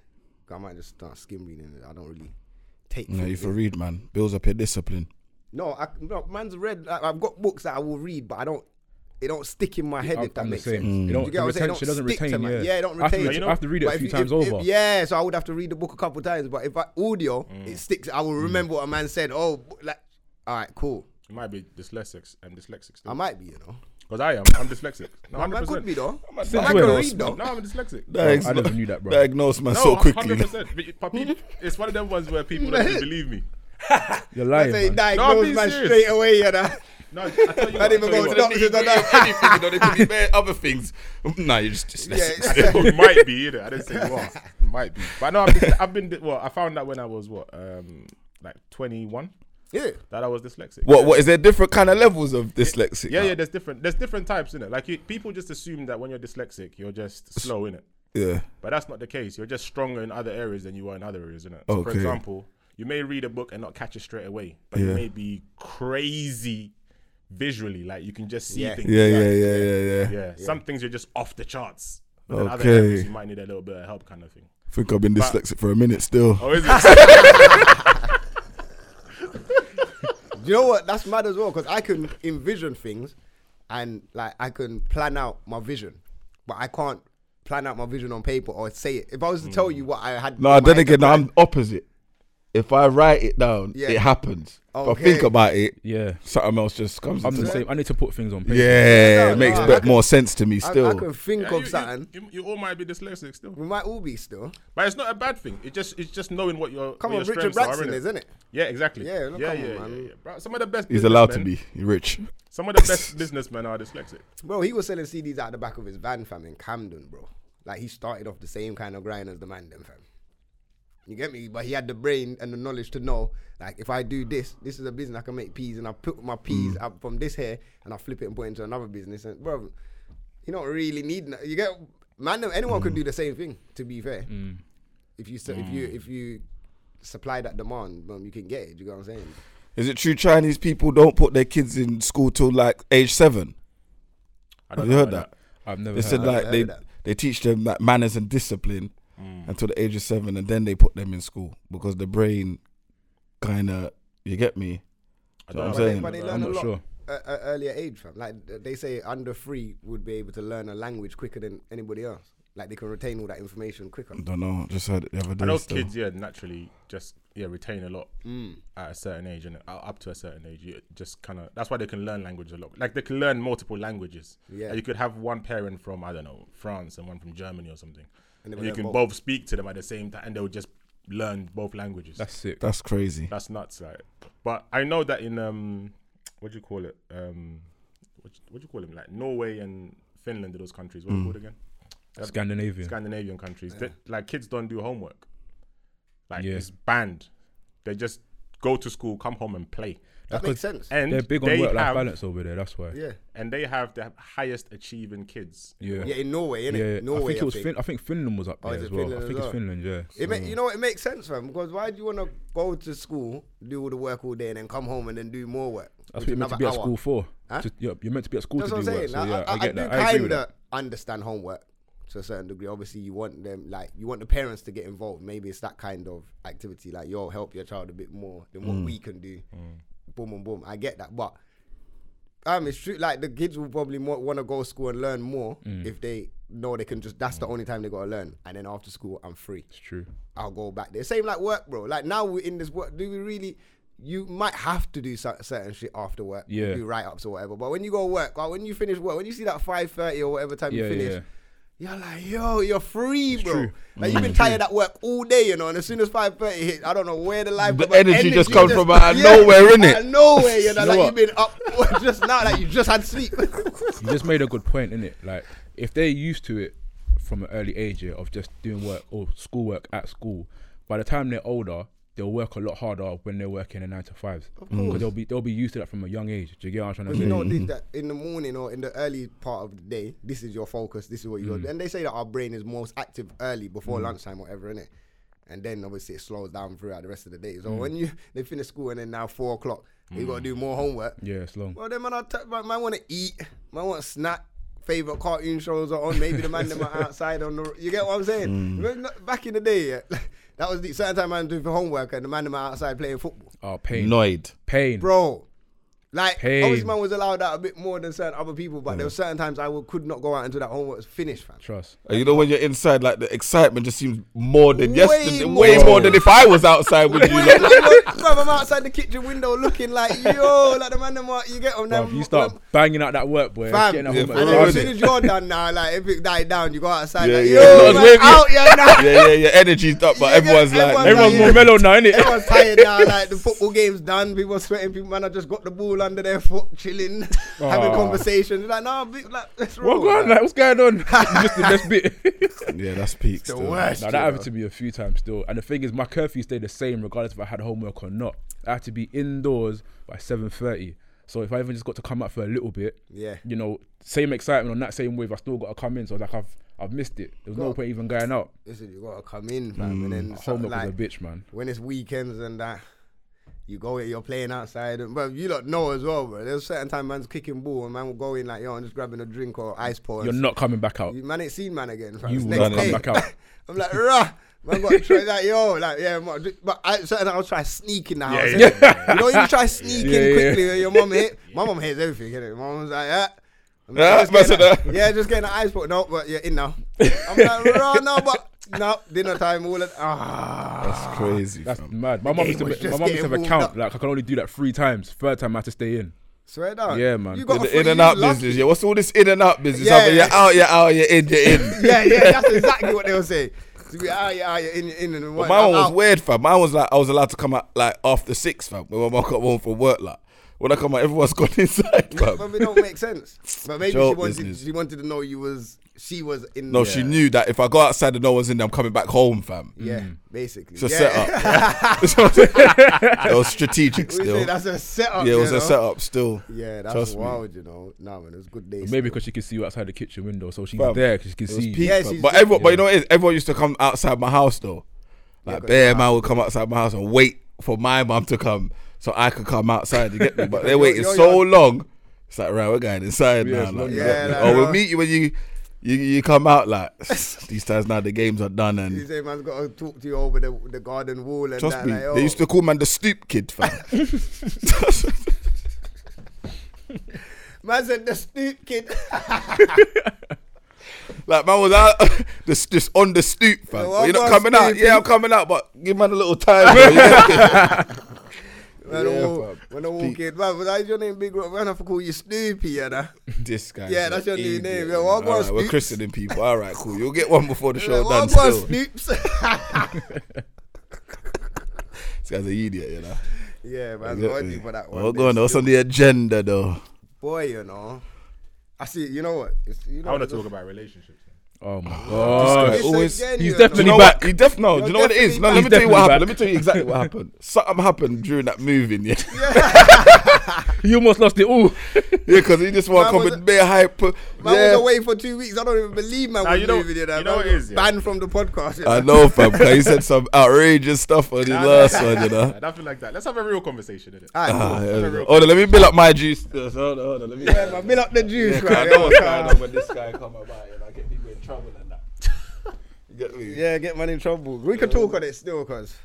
S4: 'Cause I might just start skim reading it. I don't really take.
S3: No,
S4: things
S3: you for
S4: in.
S3: read, man. Builds up your discipline.
S4: no, I, no, man's read. Like, I've got books that I will read, but I don't. It don't stick in my head.
S5: I'm,
S4: if that
S5: I'm the
S4: makes
S5: same.
S4: sense.
S5: You don't,
S4: You get what I'm
S5: the
S4: saying? It
S5: retention doesn't
S4: don't stick to
S5: retain.
S4: my-
S5: Yeah.
S4: yeah, it don't
S5: I have to
S4: retain.
S5: read- I have to read it
S4: But
S5: a
S4: if
S5: few
S4: you-
S5: times
S4: if- if-
S5: over.
S4: yeah, so I would have to read the book a couple times. But if I audio,
S6: Mm.
S4: it sticks. I will
S5: Mm.
S4: remember what a man said. Oh, like, all right, cool.
S6: You might be dyslexic and dyslexic
S4: I
S6: still.
S4: might be, you know.
S6: Because I am. I'm dyslexic. No,
S4: I
S6: 100%.
S4: could be though. I
S3: Since
S4: might
S5: when?
S4: can read though.
S6: No, I'm dyslexic.
S3: Diag-
S5: I never knew that, bro.
S3: Diagnose man
S6: No,
S3: so quickly.
S6: 100%. But it- but people- it's one of them ones where people don't even believe me.
S5: You're lying.
S4: Say
S5: man.
S6: No, I'm
S4: diagnose
S6: being
S4: man
S6: serious.
S4: straight away, you know.
S6: No, I tell you what, I
S4: even
S6: tell you
S4: go
S6: what.
S4: to doctors, I know.
S3: Anything, you know, there could be bare other things. Nah, you're just dyslexic.
S4: Yeah,
S6: it might be either. I didn't say what. might be. But no, I've been, I've been well. I found out when I was what, um, like twenty one,
S4: yeah.
S6: that I was dyslexic.
S3: What? What is there different kind of levels of dyslexia?
S6: Yeah, yeah. There's different. There's different types in it. Like you, people just assume that when you're dyslexic, you're just slow in it,
S3: yeah.
S6: but that's not the case. You're just stronger in other areas than you are in other areas in it. So for
S3: Okay.
S6: example, you may read a book and not catch it straight away, but you
S3: Yeah.
S6: may be crazy visually. Like you can just see
S4: Yeah.
S6: things.
S3: Yeah,
S6: like-
S3: yeah, yeah, yeah, yeah.
S6: yeah. Some things you're just off the charts. But then other
S3: Okay.
S6: areas you might need a little bit of help, kind of thing.
S3: I think I've been dyslexic for a minute still.
S6: Oh, is it?
S4: You know what? That's mad as well because I can envision things, and like I can plan out my vision, but I can't plan out my vision on paper or say it. If I was to tell you what I had,
S3: No,
S4: in my
S3: then
S4: head
S3: again,
S4: to plan-
S3: I'm opposite. If I write it down,
S4: Yeah.
S3: it happens. If I
S4: Okay.
S3: think about it,
S5: Yeah.
S3: something else just comes.
S5: I'm the
S3: into my-
S5: same. I need to put things on paper.
S3: Yeah,
S4: No,
S3: it makes
S4: no, I
S3: bit
S4: can-
S3: more sense to me
S4: I-
S3: still.
S4: I, can think
S6: Yeah,
S4: of
S6: you-
S4: something.
S6: You, you, you all might be dyslexic still,
S4: we might all be still.
S6: but it's not a bad thing. It just it's just knowing what your
S4: Come
S6: what
S4: on,
S6: your
S4: Richard
S6: strengths are,
S4: Branson
S6: innit?
S4: is, isn't it?
S6: Yeah, exactly.
S4: Yeah, no,
S6: yeah,
S4: come
S6: yeah,
S4: on,
S6: yeah,
S4: man.
S6: yeah. Bro, some of the best
S3: He's allowed to
S6: businessmen-
S3: be He's rich.
S6: Some of the best businessmen are dyslexic.
S4: Bro, he was selling CDs out the back of his van, fam, in Camden, bro. Like he started off the same kind of grind as the man, then, fam. You get me? But he had the brain and the knowledge to know, like, if I do this, this is a business I can make peas, and I put my peas up from this here, and I flip it and put it into another business. And bro, you don't really need. no- You get man. no- Anyone could do the same thing. To be fair, if you s if you if you supply that demand, boom, you can get it. You know what I'm saying?
S3: Is it true Chinese people don't put their kids in school till like age seven?
S6: I
S3: Have
S6: don't
S3: you
S6: know
S3: heard
S6: about
S3: that?
S5: I've never.
S3: They said
S5: heard that.
S3: like they
S4: heard that.
S3: they teach them like manners and discipline
S6: Mm.
S3: until the age of seven, and then they put them in school because the brain kind of you get me.
S6: I
S3: what I'm
S6: don't
S4: But they,
S3: saying?
S4: but they
S6: I'm
S4: learn a
S5: not
S4: lot
S5: sure.
S4: at at earlier age, fam. Like th- they say, under three would be able to learn a language quicker than anybody else. Like they can retain all that information quicker.
S3: I don't know. Just heard it the other day.
S6: I know
S3: still.
S6: kids, yeah, naturally just yeah retain a lot
S4: Mm.
S6: at a certain age and up to a certain age. You just kind of that's why they can learn language a lot. Like they can learn multiple languages.
S4: Yeah.
S6: Like, you could have one parent from I don't know France and one from Germany or something,
S4: And
S6: and,
S4: they will
S6: you
S4: learn
S6: can
S4: both.
S6: both. speak to them at the same time, and they'll just learn both languages.
S5: That's sick.
S3: That's crazy.
S6: That's nuts, like. But I know that in um, what do you call it? Um, what do- what do you call them? Like Norway and Finland, those countries. What are they
S5: Mm.
S6: called again?
S5: Scandinavian.
S6: Scandinavian countries. That like kids don't do homework. Like
S5: Yeah.
S6: it's banned. They just go to school, come home and play.
S4: That makes sense.
S6: And
S5: They're big on
S6: they
S5: work-life
S6: have-
S5: balance over there. That's why.
S4: yeah,
S6: And they have the highest achieving kids.
S5: Yeah.
S4: yeah, in Norway, innit?
S5: Yeah, yeah.
S4: Norway.
S5: I think it was. Mm. Fin- I think Finland was up
S4: Oh,
S5: there
S4: is
S5: as
S4: it
S5: well.
S4: Finland
S5: I
S4: as
S5: think it's
S4: well?
S5: Finland. Yeah.
S4: It ma- you know, it makes sense, fam. Because why do you want to go to school, do all the work all day, and then come home and then do more work? which
S5: That's what you're
S4: is
S5: meant to
S4: another
S5: be at
S4: hour?
S5: school for.
S4: Huh?
S5: To- you're, you're meant to be at school
S4: That's
S5: to
S4: what
S5: do
S4: I'm saying.
S5: work. So,
S4: I,
S5: yeah, I,
S4: I, I
S5: get
S4: do
S5: that. I agree
S4: kind
S5: with that.
S4: of understand homework to a certain degree. Obviously, you want them like you want the parents to get involved. Maybe it's that kind of activity. Like, yo, help your child a bit more than
S5: Mm.
S4: what we can do. Boom, boom, boom. I get that, but um, it's true. Like the kids will probably more, want to go to school and learn more
S5: Mm.
S4: if they know they can just. That's the only time they gotta learn. And then after school, I'm free.
S5: It's true.
S4: I'll go back there. Same like work, bro. Like now we're in this work. Do we really? you might have to do cer- certain shit after work.
S5: Yeah.
S4: Do write ups or whatever. But when you go to work, like when you finish work, when you see that five thirty or whatever time
S5: Yeah,
S4: you finish,
S5: yeah.
S4: you're like, yo, you're free, bro.
S5: true.
S4: Like
S3: Mm.
S4: you've been tired at work all day, you know, and as soon as five thirty hit, I don't know where the life
S3: The
S4: but
S3: energy just comes from out of nowhere, innit?
S4: Out of nowhere, you know,
S3: You know
S4: like
S3: what?
S4: you've been up just now, like you just had sleep.
S5: you just made a good point, innit? Like, if they're used to it from an early age yeah, of just doing work or schoolwork at school, by the time they're older, they'll work a lot harder when they're working in nine to fives. Because they'll be they'll be used to that from a young age. Do you get what I'm trying to
S4: But
S5: say?
S4: you know did that in the morning or in the early part of the day, this is your focus, this is what you got. And they say that our brain is most active early before lunchtime, whatever, innit? And then obviously it slows down throughout the rest of the day. So when you they finish school and then now four o'clock, you gotta do more homework.
S5: Yeah, it's long.
S4: Well, then man, I t- man, man want to eat. Man want to snack. Favorite cartoon shows are on. Maybe the man them are outside on the. You get what I'm saying? Remember Back in the day, yeah, that was the certain time man doing for homework and the man them are outside playing football,
S5: Oh, pain.
S3: Annoyed.
S5: Pain.
S4: bro. Like
S5: Pain.
S4: obviously man was allowed out a bit more than certain other people, but
S5: Mm.
S4: there were certain times I would, could not go out until that homework was finished, fam.
S5: Trust.
S3: And Uh, you know when you're inside, like the excitement just seems more than
S4: Way
S3: yesterday,
S4: more.
S3: way more than if I was outside with you.
S4: Bro,
S3: Like,
S4: I'm outside the kitchen window looking like yo, like the man them are. You get them?
S5: Bruv,
S4: them-
S5: you start
S4: them-
S5: banging out that work, boy.
S4: Fam,
S5: getting that
S4: yeah,
S5: homework
S3: bro,
S4: and
S5: done,
S4: then as
S3: innit?
S4: soon as you're done now, like if it died down, you go outside
S3: Yeah,
S4: like,
S3: yeah.
S4: yo,
S3: No, it's
S4: man,
S3: wavy.
S4: out here now.
S3: yeah, yeah, yeah. Energy's up, but
S4: You get-
S3: everyone's like,
S4: everyone's
S5: Everyone's
S4: like,
S5: more
S4: yeah.
S5: mellow now, innit?
S4: Everyone's tired now. Like the football game's done. People sweating. People, man, I just got the ball under their foot, chilling, having
S5: Aw.
S4: conversations. Like, nah, big, like, let's roll.
S5: What's going on?
S4: like.
S5: Like, what's going on? It's just the best bit.
S3: yeah, that's peak.
S4: the
S3: still.
S4: worst.
S5: Now
S4: you
S5: that
S4: know.
S5: happened to me a few times still, and the thing is, my curfew stayed the same regardless if I had homework or not. I had to be indoors by seven thirty. So if I even just got to come out for a little bit,
S4: Yeah.
S5: you know, same excitement on that same wave, I still got to come in. So like I've I've missed it. There's no
S4: Got-
S5: point even going out.
S4: Listen, you gotta come in, fam, and then something
S5: Homework
S4: like
S5: Mm, was a bitch, man.
S4: when it's weekends and that. You go in, you're playing outside, and bro, you lot know as well, bro. There's certain time man's kicking ball, and man will go in like, yo, I'm just grabbing a drink or ice pour. and
S5: You're not coming back out.
S4: You man ain't seen man again. Fam.
S5: You
S4: It's
S5: will
S4: next
S3: not come
S4: day.
S5: back out.
S4: I'm like, rah. Man got try like yo, like yeah, man, ju- but I certain I'll try sneak in the house.
S6: yeah.
S4: innit? You know, you try sneaking
S5: Yeah, yeah.
S4: quickly. and Your mom hit. My mom hates everything. Innit? My mom's like, yeah. I'm
S3: Yeah,
S4: just getting
S3: that's
S4: a-
S3: it.
S4: yeah, just getting an ice pot. No, but you're in now. I'm like, rah, no, but no, dinner time. All at ah.
S3: That's crazy.
S5: That's
S3: fam.
S5: mad. My mum used to
S4: game was
S5: be- my
S4: just
S5: mum used to have
S4: getting
S5: a
S4: warmed
S5: count.
S4: up.
S5: Like I can only do that three times. Third time I had to stay in.
S4: Swear down.
S5: Yeah, man.
S4: You
S3: Yeah,
S4: got a
S3: the
S4: free-
S3: in and
S4: you
S3: out
S4: lucky.
S3: business. Yeah, what's all this in and out business?
S4: Yeah.
S3: Yeah. You're out, you're out, you're in, you're in.
S4: Yeah, yeah, that's exactly what they were saying. To be ah, yeah, ah, yeah, in, in, and
S3: But
S4: what-
S3: my
S4: I'm
S3: one was
S4: out.
S3: weird, fam. Mine was like I was allowed to come out like after six, fam. When I got home from work, like when I come out, everyone's gone inside,
S4: But
S3: fam.
S4: it don't make sense. But maybe she
S3: Joke
S4: wanted
S3: business.
S4: she wanted to know you was she was in.
S3: No, she knew that if I go outside and no one's in there, I'm coming back home, fam.
S4: Yeah, basically.
S3: It's a
S4: yeah.
S3: setup. That's what I'm saying. it was strategic
S4: We
S3: still.
S4: say that's a setup.
S3: yeah, it
S4: you
S3: was
S4: know?
S3: a setup still.
S4: Yeah, that's
S3: Trust me.
S4: wild. You know, nah, man, it was good days.
S5: Maybe because she could see you outside the kitchen window, so she's
S3: Fam,
S5: there 'cause she can
S3: It was
S5: see. you.
S3: peak,
S4: Yeah,
S3: fam.
S4: she's-
S3: but everyone, but you know what it is? Everyone used to come outside my house though. Like bare man would come outside my house and wait for my mum to come so I could come outside. You get me? But they
S4: You're-
S3: waited
S4: you're
S3: so
S4: young.
S3: long. It's like right, we're going inside
S5: Yeah,
S3: now.
S5: it's
S3: Like,
S5: long,
S3: you
S4: yeah.
S3: get me?
S4: Yeah,
S3: or
S4: like,
S3: we'll
S4: uh,
S3: meet you when you you you come out. Like these times now, the games are done and.
S4: You say man's got to talk to you over the, the garden wall and
S3: Trust
S4: that.
S3: me,
S4: like, oh.
S3: they used to call man the stoop kid, fam.
S4: Man said the snoop kid.
S3: like man was out, just, just on the stoop, fam.
S4: Yeah,
S3: Well, you're
S4: I'm
S3: not
S4: not
S3: coming out.
S4: stooping.
S3: Yeah, I'm coming out, but give man a little time. bro. You get me?
S4: When
S3: Yeah,
S4: I walk,
S3: fam.
S4: when I walk
S3: Peak.
S4: in, man, was that your name, Big Rock? Man, I have to call you Snoopy, you know.
S3: this guy.
S4: Yeah, that's your new name, yo. Well,
S3: All
S4: I'm going
S3: right, we're
S4: Snoops.
S3: christening people. All right, cool. You'll get one before the show
S4: Like,
S3: done.
S4: what was
S3: Still,
S4: Snoops?
S3: this guy's an idiot, you know.
S4: yeah, man,
S3: Exactly.
S4: what do you for that one?
S3: Well,
S4: They
S3: go on. What's
S4: still-
S3: on the agenda, though?
S4: boy, you know. I see. You know what? It's, you know
S6: I want
S4: what,
S6: to talk about relationships.
S5: Oh my
S3: guy
S5: god.
S4: It's
S3: always-
S4: again,
S5: He's
S4: you
S3: Do
S5: definitely
S3: you know
S5: back.
S3: What? You def- no, do you know what it is?
S4: definitely
S3: No,
S4: back.
S3: let me tell you what happened. Let
S5: He's definitely back.
S3: me tell you exactly what happened. Something happened during that moving, yeah.
S5: You almost lost it all.
S3: Yeah, because he just
S4: Man
S3: walked up
S4: was-
S3: with bare hype.
S4: Man was
S3: Yeah.
S4: away for two weeks. I don't even believe man
S6: Nah,
S4: was
S6: you know-
S4: moving. You know,
S6: you know
S4: man
S6: what it
S4: was
S6: is, yeah?
S4: banned from the podcast. you
S3: I
S4: know.
S3: know, fam, 'cause he said some outrageous stuff on his last one, you know.
S6: I don't feel like that. Let's have a real conversation, innit?
S4: Alright, cool.
S3: Ah, yeah, yeah. Hold on, let me build up my juice. Hold on, hold on, let me.
S4: Yeah, man, Fill up the juice,
S3: I
S4: man.
S3: know what's
S4: Yeah,
S3: going
S4: man.
S3: on when this guy come about and I get people in trouble and that. You get me?
S4: Yeah, get man in trouble. We can talk on it still, cause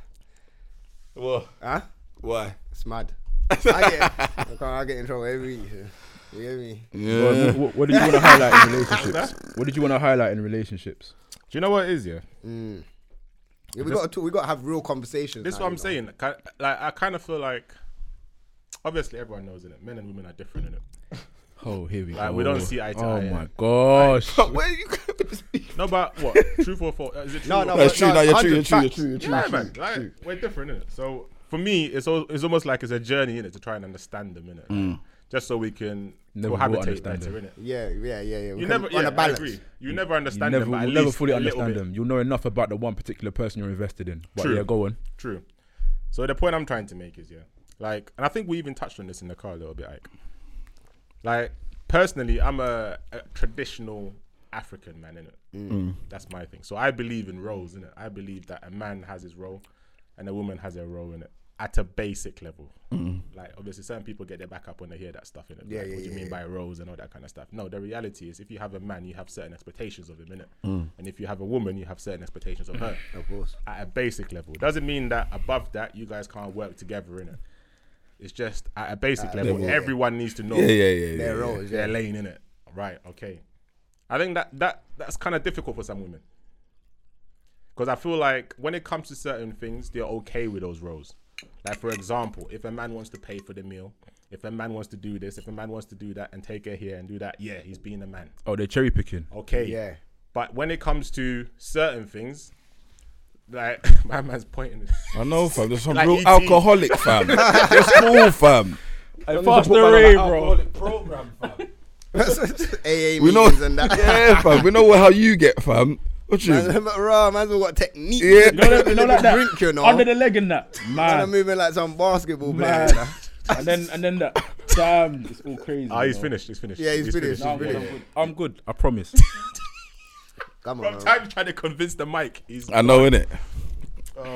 S3: Well,
S4: huh?
S3: why?
S4: It's mad. I get, I can't- I get in trouble every week. yeah. You get me?
S5: What, what, what did you want to highlight in relationships? What did you want to highlight in relationships?
S6: Do you know what it is, yeah?
S4: Yeah, we got to we got to have real conversations.
S6: This is
S4: now,
S6: what I'm
S4: you know.
S6: saying. ki- Like I kind of feel like, obviously everyone knows in it. Men and women are different in it.
S5: Oh, here we
S6: Like,
S5: go.
S6: we don't see eye to
S5: oh
S6: eye,
S5: my
S6: yeah.
S5: gosh.
S3: Where you?
S6: No, but what? truth or false? Is it true?
S4: No,
S6: or
S4: no,
S3: That's
S6: false?
S3: true. No, you're true. You're
S4: 100
S3: true. You're
S4: facts.
S3: true. You're true.
S6: Yeah,
S3: true,
S6: man.
S3: true.
S6: Like we're different in it. So for me, it's al- it's almost like it's a journey in it to try and understand them in it, just so we can
S5: Never will
S6: cohabitate
S5: understand
S6: better
S5: them.
S6: in it.
S4: Yeah, yeah, yeah, yeah.
S6: You never,
S4: on
S6: yeah,
S4: a
S6: I
S4: balance.
S6: agree. You never
S5: You
S6: understand
S5: never,
S6: them. but at
S5: you'll never
S6: least
S5: fully
S6: a little
S5: understand
S6: bit.
S5: them. You'll know enough about the one particular person you're invested in. But
S6: True.
S5: yeah, go on.
S6: True. So the point I'm trying to make is yeah, like, and I think we even touched on this in the car a little bit, like, like personally, I'm a, a traditional African man in it.
S4: Mm.
S3: Mm.
S6: That's my thing. So I believe in roles in it. I believe that a man has his role, and a woman has their role in it at a basic level.
S3: Mm.
S6: Like obviously, certain people get their back up when they hear that stuff in it.
S4: Yeah,
S6: like,
S4: yeah,
S6: what do you
S4: yeah,
S6: mean
S4: yeah.
S6: by roles and all that kind of stuff? No, the reality is, if you have a man, you have certain expectations of him in it,
S3: Mm.
S6: and if you have a woman, you have certain expectations of her
S4: Of course.
S6: at a basic level. Doesn't mean that above that you guys can't work together in it. It's just at a basic level,
S4: level, yeah.
S6: everyone needs to know
S3: Yeah, yeah, yeah. yeah.
S4: Their roles.
S6: Oh, their
S4: Yeah.
S6: lane in it. Right, okay. I think that that that's kind of difficult for some women. Because I feel like when it comes to certain things, they're okay with those roles. Like for example, if a man wants to pay for the meal, if a man wants to do this, if a man wants to do that and take her here and do that, yeah, he's being a man.
S5: Oh, they're cherry picking.
S6: Okay.
S4: Yeah.
S6: But when it comes to certain things, like my man's pointing.
S3: I know, fam. There's some
S6: Like E
S3: real
S6: ET.
S3: alcoholic, fam. It's cool, fam.
S5: Fast the ray, bro.
S4: AA
S3: We know.
S4: meetings and that.
S3: Yeah, fam. We know what- how you get, fam. What you?
S4: Man, raw, man's all got technique.
S3: Yeah.
S5: You know, that- you know like that.
S4: Drink, you know.
S5: Under the leg and that.
S4: Man, I'm
S5: Man.
S4: moving like some basketball player.
S5: man. and then and then that. Damn, it's all crazy.
S6: Ah, he's
S5: bro.
S6: finished. He's finished.
S4: Yeah, he's finished,
S5: No, I'm
S4: he's
S5: good. I'm
S4: finished.
S5: good. I'm good. I promise.
S4: Come on,
S6: From
S4: man.
S6: time trying to convince the mic, he's.
S3: I know, innit?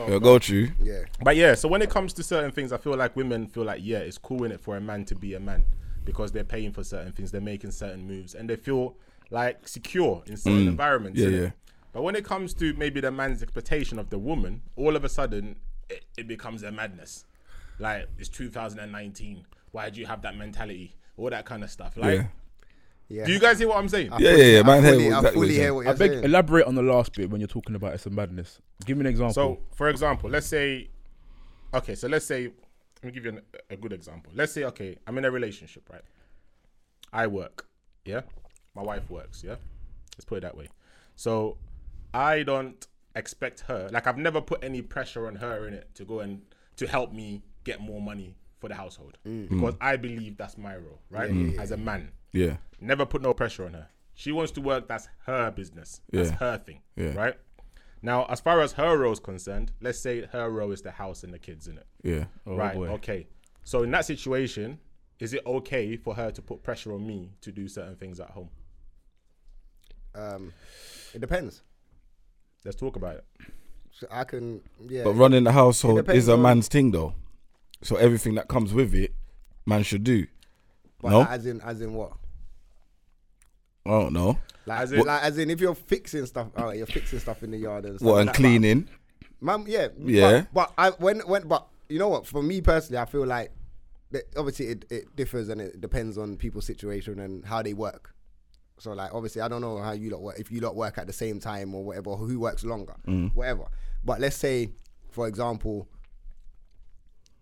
S3: Your go to.
S4: Yeah.
S6: But yeah, so when it comes to certain things, I feel like women feel like yeah, it's cool in it for a man to be a man because they're paying for certain things, they're making certain moves, and they feel like secure in certain environments.
S3: Mm. Yeah,
S6: innit?
S3: yeah.
S6: But when it comes to maybe the man's expectation of the woman, all of a sudden it, it becomes a madness. Like it's 2019. Why do you have that mentality? All that kind of stuff. Like,
S3: Yeah.
S4: Yeah.
S6: do you guys hear what I'm saying?
S3: Yeah, yeah, yeah.
S4: I
S3: Man, hey,
S4: fully, I
S3: exactly.
S4: fully
S3: what you're
S4: hear
S3: saying.
S4: what
S5: I
S4: you're
S5: beg,
S4: saying.
S5: elaborate on the last bit when you're talking about it's a madness. Give me an example.
S6: So, for example, let's say, okay, so let's say, let me give you an, a good example. Let's say, okay, I'm in a relationship, right? I work, yeah? My wife works, yeah? Let's put it that way. So, I don't expect her, like, I've never put any pressure on her in it to go and to help me get more money for the household because I believe that's my role, right? As a man,
S3: Yeah.
S6: Never put no pressure on her. She wants to work, that's her business. That's
S3: Yeah.
S6: her thing.
S3: Yeah.
S6: Right? Now, as far as her role is concerned, let's say her role is the house and the kids in it.
S3: Yeah.
S5: oh,
S6: right.
S5: boy.
S6: Okay. So in that situation, is it okay for her to put pressure on me to do certain things at home?
S4: Um, it depends.
S6: Let's talk about it.
S4: So I can, yeah.
S3: But running the household
S4: depends
S3: is a
S4: on-
S3: man's thing, though. So everything that comes with it, man should do.
S4: but
S3: no.
S4: like, as in, as in what?
S3: I don't know.
S4: Like,
S6: As
S4: as
S6: in-
S4: in, like, as in, if you're fixing stuff, all right, you're fixing stuff in the yard and stuff.
S3: What
S4: like
S3: and
S4: that,
S3: cleaning?
S4: but- man, yeah,
S3: Yeah.
S4: But, but I when when but you know what? For me personally, I feel like that obviously it, it differs and it depends on people's situation and how they work. So like obviously I don't know how you lot work if you lot work at the same time or whatever or who works longer, whatever. But let's say, for example,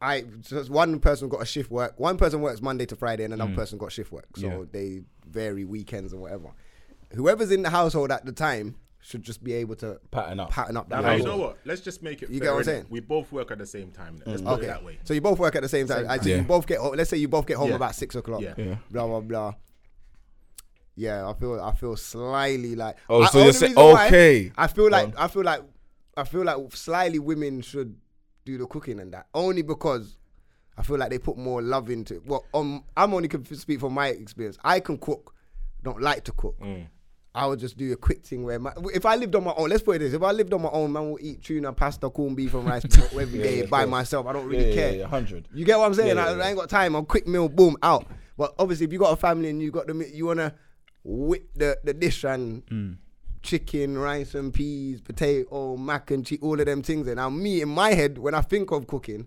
S4: I just one person got a shift work. One person works Monday to Friday, and another person got shift work. So
S5: Yeah.
S4: they vary weekends and whatever. Whoever's in the household at the time should just be able to
S3: Pattern up.
S4: Pattern up. that
S6: Now, you know
S4: household.
S6: what? Let's just make it.
S4: You
S6: fair,
S4: get what I'm
S6: innit?
S4: saying?
S6: We both work at the same time. innit? Let's put
S4: Okay.
S6: it that way.
S4: So you both work at the same time.
S6: Same
S4: I- so
S3: time.
S4: You both get. ho- Let's say you both get home
S6: Yeah.
S4: about six o'clock.
S6: Yeah.
S3: Yeah.
S4: Blah blah blah. Yeah, I feel. I feel slightly like.
S3: Oh,
S4: I-
S3: so you're
S4: only
S3: say-
S4: reason why
S3: okay.
S4: I feel like. I feel like. I feel like slightly women should do the cooking and that only because. I feel like they put more love into it. Well, um, I'm only can speak from my experience. I can cook, don't like to cook.
S3: Mm.
S4: I would just do a quick thing where my, if I lived on my own, let's put it this: if I lived on my own, man, will eat tuna, pasta, corned beef, and rice every day
S3: yeah, of
S4: by
S3: course.
S4: myself. I don't really care.
S3: hundred.
S4: You get what I'm saying?
S3: Yeah, yeah,
S4: I, I ain't got time. I'm quick meal, boom, out. But obviously, if you got a family and you got the, mi- you wanna whip the, the dish and
S3: Mm.
S4: chicken, rice and peas, potato, mac and cheese, all of them things. And now me in my head, when I think of cooking,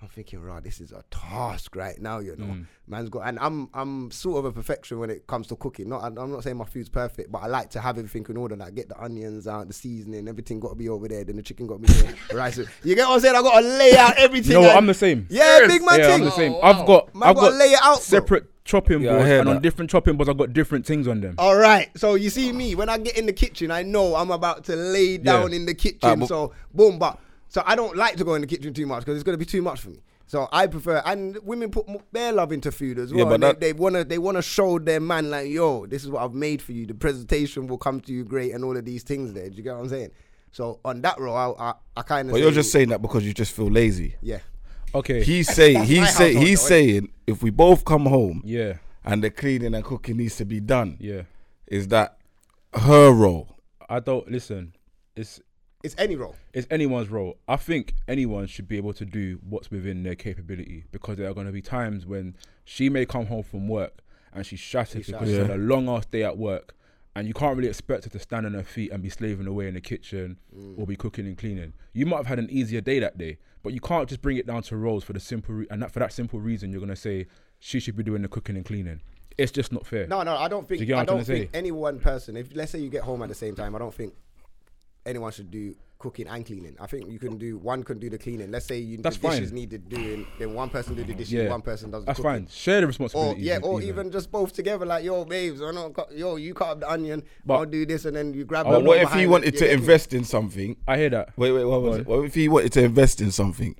S4: I'm thinking, right, this is a task right now, you know.
S5: Mm.
S4: Man's got, and I'm I'm sort of a perfection when it comes to cooking. Not, I'm not saying my food's perfect, but I like to have everything in order. Like get the onions out, the seasoning, everything got to be over there. Then the chicken got to be there. rice. You get what I'm saying? I got to lay out everything.
S5: No,
S4: and-
S5: I'm the same.
S4: Yeah, big man
S5: yeah,
S4: thing.
S5: I'm the same.
S2: Oh, wow.
S5: I've got,
S4: Man
S5: I've
S4: gotta
S5: got
S4: lay it out, bro.
S5: separate chopping
S3: Yeah, I
S5: boards,
S3: hear
S5: and on
S3: that.
S5: different chopping boards, I've got different things on them.
S4: All right. So you see me when I get in the kitchen, I know I'm about to lay down in the kitchen.
S3: but-
S4: so boom, but so I don't like to go in the kitchen too much because it's gonna be too much for me. So I prefer, and women put mo- their love into food as well.
S3: Yeah, but
S4: and they-
S3: that-
S4: they wanna they wanna show their man like, yo, this is what I've made for you. The presentation will come to you great, and all of these things. There, do you get what I'm saying? So on that row, I I, I kind of.
S3: But you're just saying that because you just feel lazy.
S4: Yeah.
S5: Okay.
S3: He's saying he's
S4: household,
S3: say he's
S4: though, innit?
S3: saying if we both come home
S5: yeah,
S3: and the cleaning and cooking needs to be done,
S5: yeah.
S3: is that her role?
S5: I don't listen. It's
S4: It's any role.
S5: it's anyone's role. I think anyone should be able to do what's within their capability because there are going to be times when she may come home from work and she's shattered because she's had a long ass day at work and you can't really expect her to stand on her feet and be slaving away in the kitchen
S4: Mm.
S5: or be cooking and cleaning. You might have had an easier day that day, but you can't just bring it down to roles for the simple re- and that for that simple reason you're going to say she should be doing the cooking and cleaning. It's just not fair.
S4: No, no, I don't think.
S5: you get what
S4: I
S5: I'm trying
S4: don't
S5: to
S4: think
S5: say?
S4: any one person. If let's say you get home at the same time, I don't think anyone should do cooking and cleaning. I think you can do one can do the cleaning. Let's say you
S5: That's
S4: the dishes
S5: fine.
S4: needed doing, then one person do the dishes,
S5: yeah,
S4: one person does. The
S5: That's
S4: cooking.
S5: fine. Share the
S4: Or
S5: responsibility.
S4: yeah, or even just both together, like yo, babes, I don't, cut- yo, you cut up the onion,
S5: But- Oh,
S4: I'll do this, and then you grab.
S3: But
S4: the
S3: what
S4: one
S3: if he
S4: behind
S3: wanted
S4: it, you
S3: to
S4: get me?
S3: invest in something?
S5: I hear that.
S3: Wait, wait, what was
S5: on.
S3: it? What if he wanted to invest in something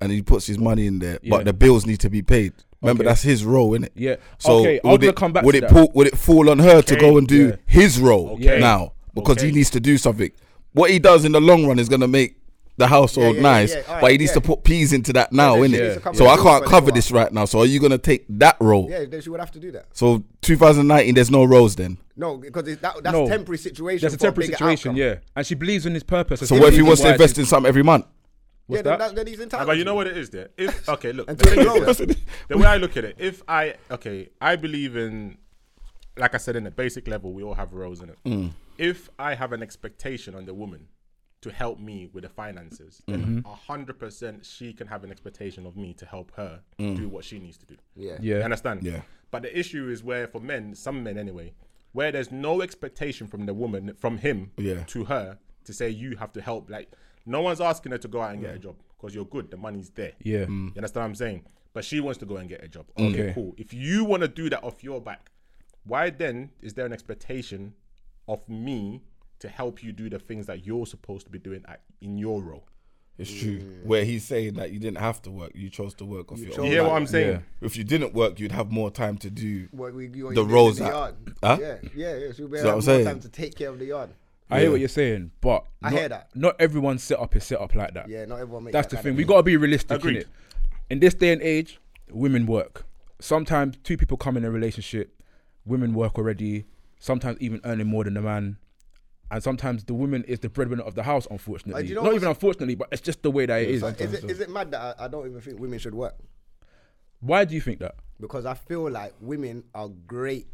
S3: and he puts his money in there,
S5: Yeah.
S3: but the bills need to be paid? Remember,
S5: Okay.
S3: that's his role, innit?
S5: Yeah.
S3: So
S5: Okay, I'm
S3: would
S5: gonna
S3: it,
S5: come back
S3: would
S5: to
S3: it
S5: that.
S3: pull- would it fall on her to
S6: Okay.
S3: go and do
S5: Yeah.
S3: his role
S5: Okay.
S3: now because he
S6: Okay.
S3: needs to do something? What he does in the long run is gonna make the household
S4: yeah, yeah,
S3: nice,
S4: yeah, alright,
S3: but he needs to
S4: yeah.
S3: put peas into that now,
S4: then she needs
S3: innit?
S4: to cover
S3: So
S4: the
S3: I
S4: bills
S3: can't
S4: for a
S3: cover
S4: little
S3: this right now. So are you gonna take that role?
S4: Yeah, then she would have to do that.
S3: So 2019, there's no roles then.
S4: No, because it's that, that's
S5: No.
S4: temporary situation.
S5: There's a
S4: for
S5: temporary
S4: bigger
S5: situation,
S4: outcome.
S5: yeah. And she believes in his purpose.
S3: So what if he
S5: reason
S3: wants to
S5: why
S3: invest in
S5: she's-
S3: something every month?
S4: Yeah,
S5: What's
S4: then,
S5: that?
S4: that, then he's entitled.
S6: But you
S4: to
S6: know
S4: it.
S6: what it is there. If okay, look,
S4: Until
S6: the, thing
S4: it
S6: is
S4: grows.
S6: that- the way I look at it, if I okay, I believe in, like I said, in the basic level, we all have roles in it. If I have an expectation on the woman to help me with the finances, then a hundred percent she can have an expectation of me to help her do what she needs to do.
S4: Yeah.
S6: You
S5: Yeah.
S6: understand?
S3: Yeah.
S6: But the issue is where for men, some men anyway, where there's no expectation from the woman, from him
S3: Yeah.
S6: to her to say you have to help. Like no one's asking her to go out and get a job because you're good. The money's there.
S5: Yeah.
S6: You understand what I'm saying? But she wants to go and get a job. Okay,
S5: Okay.
S6: cool. If you want to do that off your back, why then is there an expectation of me to help you do the things that you're supposed to be doing at, in your role?
S3: It's true. Where he's saying that you didn't have to work, you chose to work off your
S6: You
S3: own.
S6: hear
S3: back.
S6: what I'm saying?
S5: Yeah.
S3: If you didn't work, you'd have more time to do.
S4: What we, you-
S3: The
S4: you-
S3: roles
S4: the
S3: that-
S4: yard.
S3: Huh?
S4: Yeah, yeah, yeah. She'll be
S3: See what
S4: able
S3: I'm
S4: to have more
S3: saying?
S4: time to take care of the yard.
S5: I hear what you're saying, but
S4: I
S5: not,
S4: hear that.
S5: Not everyone's setup is set up like that.
S4: Yeah, not everyone makes
S5: That's
S4: that
S5: the
S4: kind
S5: thing.
S4: of
S5: We gotta be realistic in
S6: Agreed.
S5: it. In this day and age, women work. Sometimes two people come in a relationship, women work already. Sometimes even earning more than the man, and sometimes the woman is the breadwinner of the house. Unfortunately,
S4: Uh, you know
S5: not
S4: what's-
S5: even unfortunately, but it's just the way that it is.
S4: So is it is it mad that I, I don't even think women should work?
S5: Why do you think that?
S4: Because I feel like women are great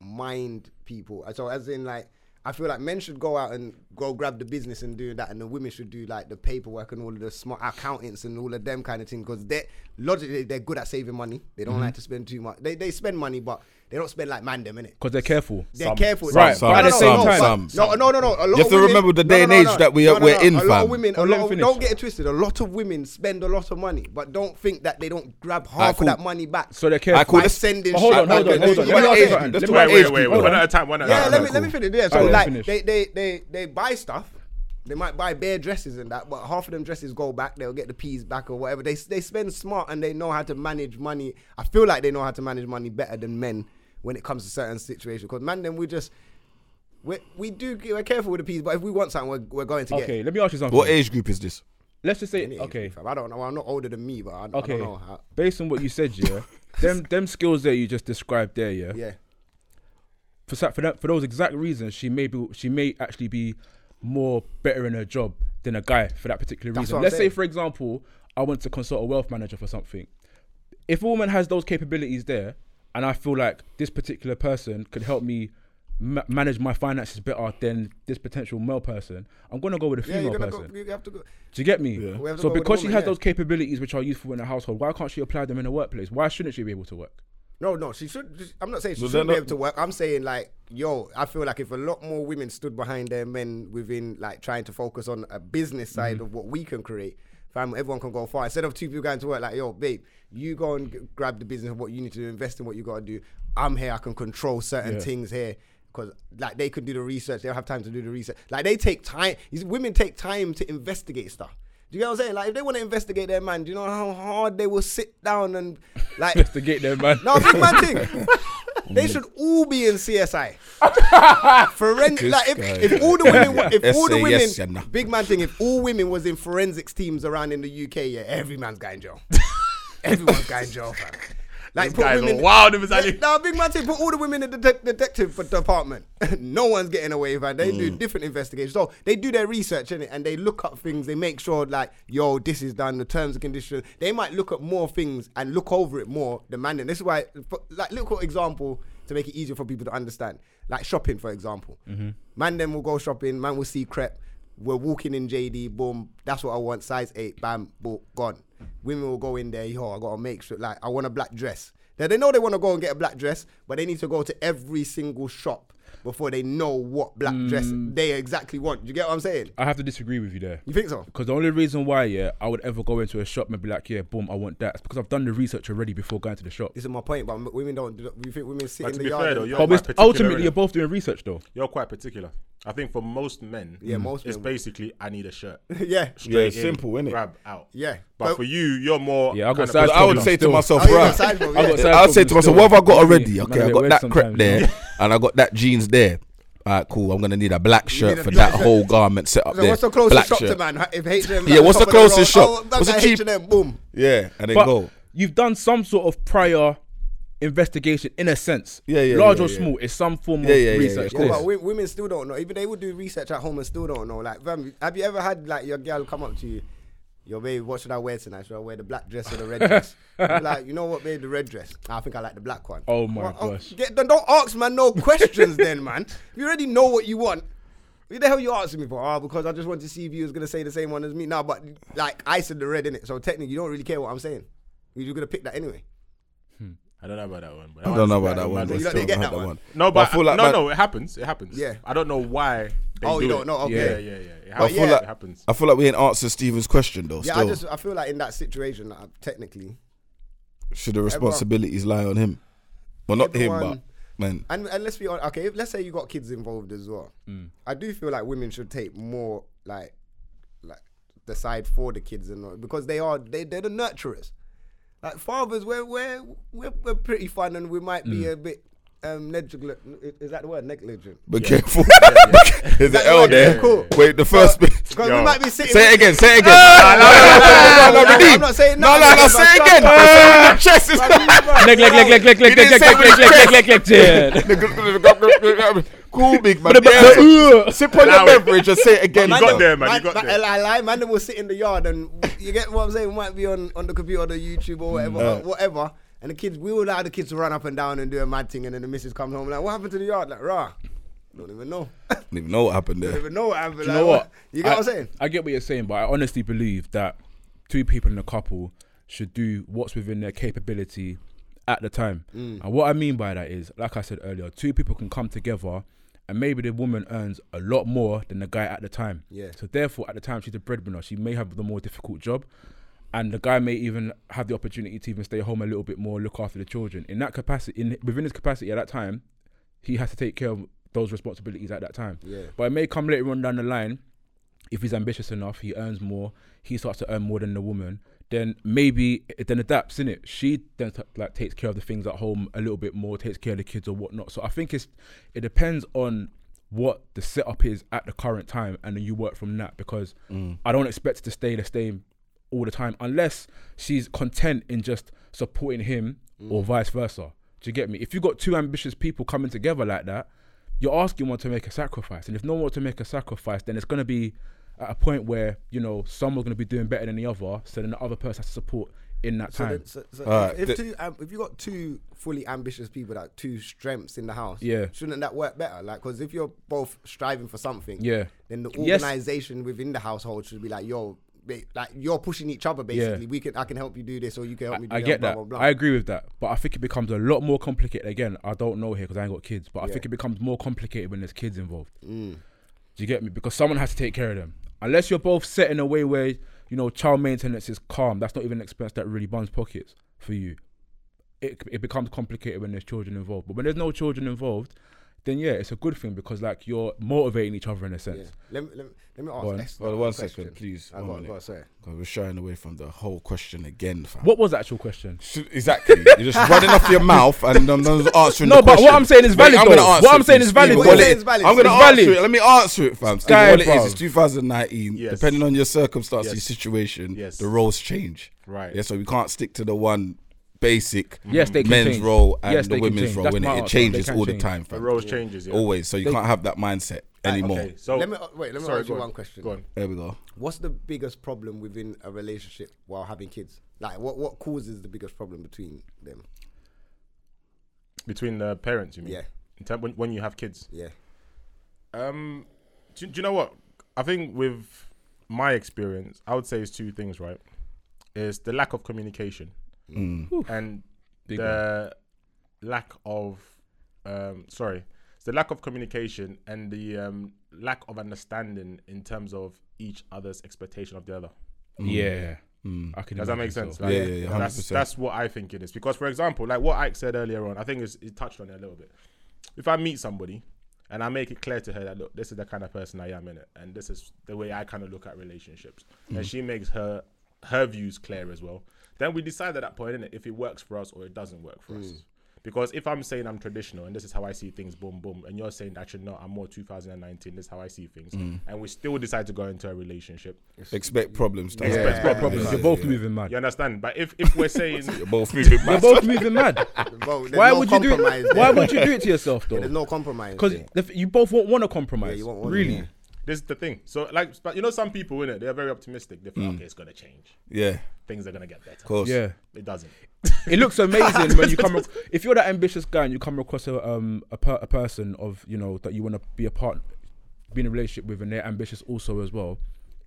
S4: mind people. So as in like I feel like men should go out and go grab the business and do that, and the women should do like the paperwork and all of the smart accountants and all of them kind of thing. Because they logically they're good at saving money. They
S3: Mm-hmm.
S4: don't like to spend too much. They they spend money, but they don't spend like man them in it.
S5: Because they're careful.
S4: They're careful.
S5: Right,
S4: Some-
S5: but at the same
S4: no,
S5: time-
S4: but-
S3: some-
S4: no, no, no, no. A
S3: have
S4: lot of
S3: to
S4: women-
S3: remember the
S4: no,
S3: day
S4: no,
S3: and
S4: no,
S3: age
S4: no.
S3: that we
S4: No,
S3: are-
S4: no,
S3: we're
S4: no.
S3: in,
S4: A lot
S3: fam.
S4: of women, a
S5: Oh, let
S4: lot
S5: me
S4: of,
S5: finish.
S4: don't get it twisted. A lot of women spend a lot of money, but don't think that they don't grab half
S3: cool.
S4: of that money back.
S5: So they're careful.
S3: I call
S4: by
S3: it-
S4: sending.
S5: But hold
S4: shit
S5: on, hold
S4: back.
S5: on, hold
S4: You
S5: on. Let me
S4: know what I'm saying?
S5: ask
S3: Let's
S5: you-
S3: talk
S5: let me
S3: about
S5: ask
S6: Wait,
S5: you
S6: wait,
S3: age
S6: wait,
S3: people.
S6: One at a time. One at a
S4: Yeah,
S6: time.
S4: let me let me finish. Yeah, so
S5: Alright,
S4: like
S5: finish.
S4: they they they they they buy stuff. They might buy bare dresses and that, but half of them dresses go back. They'll get the peas back or whatever. They they spend smart and they know how to manage money. I feel like they know how to manage money better than men when it comes to certain situations. Because man, then we just we we do we're careful with the peas, but if we want something, we're, we're going to get.
S5: Okay,
S4: it.
S5: let me ask you something.
S3: What age group is this?
S5: Let's just say
S4: Innit?
S5: okay.
S4: Fam, I don't know. I'm not older than me, but I, I
S5: Okay.
S4: don't know. How,
S5: Based on what you said, yeah, them them skills that you just described there, yeah.
S4: yeah,
S5: For sa- for that for those exact reasons, she may be she may actually be more better in her job than a guy for that particular
S4: That's what
S5: reason.
S4: I'm
S5: Let's say,
S4: saying.
S5: for example, I want to consult a wealth manager for something. If a woman has those capabilities there, and I feel like this particular person could help me ma- manage my finances better than this potential male person, I'm gonna go with a
S4: Yeah,
S5: female
S4: you're gonna
S5: person.
S4: go. You have to go.
S5: Do you get me?
S4: We have to
S5: So
S4: go with
S5: because
S4: the
S5: she
S4: woman,
S5: has
S4: yeah.
S5: those capabilities which are useful in the household, why can't she apply them in the workplace? Why shouldn't she be able to work?
S4: No, no, she should. I'm not saying she
S3: No,
S4: shouldn't
S3: they're
S4: be
S3: not-
S4: able to work. I'm saying like, yo, I feel like if a lot more women stood behind their men within like trying to focus on a business side
S3: Mm-hmm.
S4: of what we can create, fam, everyone can go far. Instead of two people going to work, like, yo, babe, you go and g- grab the business of what you need to do, invest in what you got to do. I'm here. I can control certain things here. Because like they can do the research, they'll have time to do the research. Like they take time. These women take time to investigate stuff. Do you get what I'm saying? Like if they want to investigate their man, do you know how hard they will sit down and like
S5: To get there, man.
S4: no, big man thing. They should all be in CSI. Forensic. Like if, if all the women, were- if all the
S3: Say
S4: women,
S3: yes, Jenna.
S4: big man thing. If all women was in forensics teams around in the UK, yeah, every man's guy in jail. Everyone's guy in jail, fam. Like put
S6: Guys are
S4: women.
S6: wild if it's
S4: Yeah,
S6: Ali.
S4: Nah, big man thing. Put all the women in the detec- detective department. no one's getting away, man. They
S6: Mm.
S4: do different investigations. So they do their research in it, and they look up things. They make sure, like, yo, this is done. The terms and conditions. They might look at more things and look over it more. than man, and this is why, for, like, look for example to make it easier for people to understand. Like shopping, for example.
S6: Mm-hmm.
S4: Man, then will go shopping. Man will see crep. We're walking in JD, boom, that's what I want, size 8, bam, boom, gone. Women will go in there, yo, I gotta make sure, like, I want a black dress. Now they know they want to go and get a black dress, but they need to go to every single shop before they know what black
S3: Mm.
S4: dress they exactly want. Do you get what I'm saying?
S5: I have to disagree with you there.
S4: You think so?
S5: Because the only reason why, yeah, I would ever go into a shop and be like, yeah, boom, I want that. It's because I've done the research already before going to the shop.
S4: This is my point, but m- women don't. do- You think women sit
S6: But
S4: in
S6: to
S4: the
S6: be
S4: yard?
S6: fair
S4: and-
S6: though, you're
S5: But
S6: quite
S5: we're-
S6: particular.
S5: ultimately,
S6: innit?
S5: you're both doing research though.
S6: You're quite particular. I think for most men,
S4: Yeah, most
S6: it's
S4: men.
S6: basically I need a shirt.
S4: yeah,
S3: Yeah,
S6: Straight in,
S3: simple, innit?
S6: Grab out.
S4: Yeah.
S6: But
S4: But-
S6: for you, you're more.
S5: Yeah, I got
S6: kind of-
S5: size
S3: I would
S5: problem
S3: say
S5: still.
S3: to myself,
S4: Oh, you got
S3: bruh.
S4: size problem,
S5: I've
S4: yeah.
S5: got size
S3: I'll say
S5: problems
S3: to myself,
S5: still.
S3: what have I got already?
S5: Yeah,
S3: Okay,
S5: man,
S3: I
S5: it
S3: got
S5: works
S3: that crap
S5: sometimes,
S3: there,
S5: yeah.
S3: and I got that jeans there. All right, cool. I'm gonna need a black shirt
S4: need a
S3: for
S4: black
S3: that
S4: shirt.
S3: whole garment set up
S4: So
S3: there.
S4: what's the closest
S3: black
S4: shop to
S3: shirt.
S4: man? If H&M,
S3: Yeah, what's the closest shop?
S4: That's
S3: What's the
S4: like
S3: cheap-
S4: H&M, boom.
S3: Yeah, and then
S5: But
S3: go.
S5: you've done some sort of prior investigation in a sense.
S3: Yeah, yeah,
S5: Large
S3: yeah,
S5: or
S3: yeah.
S5: small, it's some form
S3: Yeah,
S5: of
S3: yeah, yeah,
S5: research.
S3: yeah.
S4: Yeah,
S5: This.
S4: but wo- women still don't know. Even they would do research at home and still don't know. Like, fam, have you ever had like your girl come up to you, yo, babe, what should I wear tonight? Should I wear the black dress or the red dress? You'd be like, you know what, babe, the red dress. I think I like the black one.
S5: Oh my
S4: oh,
S5: gosh.
S4: get- then don't ask man no questions, then man. If you already know what you want. What the hell you asking me for? Ah, because I just want to see if you was gonna say the same one as me. Now, but like I said the red in it, so technically you don't really care what I'm saying. You're gonna pick that anyway.
S6: I don't know about that one. But
S3: I don't know about that
S6: mad
S3: one.
S4: You
S3: but
S4: don't
S3: still
S4: get
S3: not
S4: that
S3: had
S4: one.
S6: No,
S3: I
S6: but,
S3: feel like
S6: no,
S3: man-
S6: no, it happens. It happens.
S4: Yeah.
S6: I don't know why. They
S4: Oh,
S6: do
S4: you don't
S6: it.
S4: know? Okay.
S6: Yeah, yeah, yeah. It
S3: I
S6: happens.
S3: feel
S4: yeah,
S3: like
S6: it happens.
S3: I feel like we ain't answered Steven's question though.
S4: Yeah,
S3: still,
S4: I just I feel like in that situation, like, technically,
S3: should the responsibilities lie on him? Well, not him,
S4: Everyone-
S3: but man.
S4: And, and let's be honest, okay, if, let's say you got kids involved as well.
S3: Mm.
S4: I do feel like women should take more like like the side for the kids and all, because they are they they're the nurturers. Like fathers, we're we're we're, we're pretty fun and we might
S3: Mm.
S4: be a bit um negligent. Is that the word negligent?
S3: Be careful. There's an
S4: Like,
S3: L
S4: like,
S3: there.
S4: yeah, cool.
S3: Wait, the first bit.
S4: Because we
S6: Yo.
S4: might be sitting.
S3: Say it again. Say it again. No,
S4: no,
S3: no, no,
S4: no,
S3: no,
S4: no,
S3: redeem.
S4: I'm not saying
S3: no, no,
S4: nothing,
S3: no.
S4: I'm
S3: Say
S4: not
S3: it again.
S4: trying to-
S3: It's in my chest, it's
S5: Leg, leg, leg, leg, leg, leg, leg,
S3: didn't
S5: leg,
S3: say
S5: leg, leg, leg, leg, leg, leg,
S3: cool, big man.
S5: But the-
S3: Yeah,
S5: the-
S3: sip on your
S6: Allow it.
S3: beverage and say it again.
S6: You
S4: Man,
S6: got
S3: though.
S6: there, man. You
S4: Man,
S6: got
S4: man,
S6: there.
S4: I lie, man, then we'll sit in the yard and you get what I'm saying. We might be on, on the computer, on the YouTube, or whatever, or whatever. And the kids, we will allow the kids to run up and down and do a mad thing. And then the missus comes home like, "What happened to the yard?" Like, rah, don't even know,
S3: I don't even know what happened
S4: don't
S3: there.
S4: even know what happened.
S5: You
S4: like,
S5: know what?
S4: You get
S5: I,
S4: what I'm saying?
S5: I get what you're saying, but I honestly believe that two people in a couple should do what's within their capability at the time.
S4: Mm.
S5: And what I mean by that is, like I said earlier, two people can come together and maybe the woman earns a lot more than the guy at the time.
S4: Yeah.
S5: So therefore at the time she's a breadwinner. She may have the more difficult job. And the guy may even have the opportunity to even stay home a little bit more, look after the children. In that capacity, in within his capacity at that time, he has to take care of those responsibilities at that time.
S4: Yeah.
S5: But it may come later on down the line, if he's ambitious enough, he earns more, he starts to earn more than the woman, then maybe it then adapts, in it. She then t- like takes care of the things at home a little bit more, takes care of the kids or whatnot. So I think it's it depends on what the setup is at the current time and then you work from that because I don't expect to stay the same all the time unless she's content in just supporting him or vice versa. Do you get me? If you got two ambitious people coming together like that, you're asking one to make a sacrifice. And if no one wants to make a sacrifice, then it's going to be at a point where, you know, someone's going to be doing better than the other. So then the other person has to support in that
S4: So,
S5: time.
S4: then, so, so
S3: Alright,
S4: if, if
S3: the-
S4: two, um, if you got two fully ambitious people, like two strengths in the house,
S5: Yeah.
S4: shouldn't that work better? Like, because if you're both striving for something,
S5: Yeah.
S4: then the
S5: Yes.
S4: organization within the household should be like, yo, ba- like you're pushing each other basically. We can, I can help you do this, or you can help me. do
S5: I get
S4: blah,
S5: that.
S4: Blah, blah.
S5: I agree with that. But I think it becomes a lot more complicated. Again, I don't know here because I ain't got kids, but I think it becomes more complicated when there's kids involved.
S4: Mm.
S5: Do you get me? Because someone has to take care of them. Unless you're both set in a way where, you know, child maintenance is calm. That's not even an expense that really burns pockets for you. It, it becomes complicated when there's children involved. But when there's no children involved, then yeah, it's a good thing because like you're motivating each other in a sense.
S4: Yeah. Let, me, let, me, let me
S5: Go on.
S4: ask. Esther
S3: Well,
S4: a
S3: one
S4: question.
S3: second, please.
S4: I
S3: one
S4: got,
S3: minute.
S4: got, sorry.
S3: 'Cause We're shying away from the whole question again, fam.
S5: What was the actual question?
S3: Should- Exactly. You're just running off your mouth and then then answering.
S5: No,
S3: the
S5: but what
S3: question.
S5: I'm saying is
S3: Wait,
S5: valid,
S3: I'm gonna
S5: though.
S3: answer
S5: What I'm
S3: it,
S5: saying is
S3: Steve.
S5: valid,
S3: What
S4: though.
S3: it
S4: It's
S3: is-
S4: valid,
S3: I'm gonna
S5: it's
S3: answer
S5: valid.
S3: it. Let me answer it, fam. Steve,
S5: Sky,
S3: what it is
S5: bruv.
S3: is 2019.
S6: Yes.
S3: Depending on your circumstance,
S6: Yes.
S3: your situation,
S6: Yes.
S3: the roles change.
S6: Right.
S3: Yeah, so we can't stick to the one basic.
S5: Mm. Yes, they can
S3: men's
S5: change.
S3: role and
S5: Yes,
S3: the
S5: they can
S3: women's
S5: change.
S3: role.
S5: That's
S3: innit?
S5: my
S3: it
S5: answer.
S3: changes
S5: They can
S3: all the
S5: change.
S3: time,
S6: The
S3: fam.
S6: roles changes, yeah.
S3: Always. So you can't have that mindset anymore.
S6: Okay, so
S4: Let me uh, wait. Let me
S6: Sorry,
S4: ask you
S6: go on.
S4: one question.
S6: Go on.
S3: There we go.
S4: What's the biggest problem within a relationship while having kids? Like, what, what causes the biggest problem between them?
S6: Between the parents, you mean?
S4: Yeah.
S6: In term, when, when you have kids.
S4: Yeah.
S6: Um, do, do you know what? I think with my experience, I would say it's two things, right? Is the lack of communication and
S5: Big
S6: the lack of, um, sorry, it's the lack of communication and the um, lack of understanding in terms of each other's expectation of the other.
S5: Yeah. I can
S6: Mm. Does that
S5: imagine
S6: make
S5: so.
S6: sense?
S3: Yeah, yeah, yeah,
S6: That's,
S3: 100%.
S6: that's what I think it is. Because, for example, like what Ike said earlier on, I think it's, it touched on it a little bit. If I meet somebody and I make it clear to her that, look, this is the kind of person I am in it, and this is the way I kind of look at relationships,
S3: Mm.
S6: and she makes her her views clear as well, then we decide at that point, innit, if it works for us or it doesn't work for
S3: Mm.
S6: us. Because if I'm saying I'm traditional and this is how I see things, boom, boom, and you're saying actually no, I'm more 2019, this is how I see things,
S3: Mm.
S6: and we still decide to go into a relationship,
S3: Expect problems. to
S6: Expect
S3: happen.
S5: Got problems. You're both moving mad.
S6: you understand? But if if we're saying
S3: You're both moving
S5: You're
S3: back.
S5: both moving mad.
S4: Well, there's
S5: Why
S4: no
S5: would you do?
S4: compromise
S5: It?
S4: there.
S5: Why would you do it to yourself though?
S4: There's no compromise.
S5: Because
S4: there.
S5: you both won't want to compromise.
S4: you won't wanna,
S5: really,
S4: yeah.
S6: This is the thing. So like, but you know, some people in it, they're very optimistic. They
S5: Mm.
S6: think, okay, it's gonna change.
S3: Yeah, of
S6: Things are gonna get better.
S3: course.
S5: yeah.
S6: It doesn't.
S5: It looks amazing when you come. ac- If you're that ambitious guy and you come across a um a, per, a person of you know that you want to be a part, be in a relationship with, and they're ambitious also as well,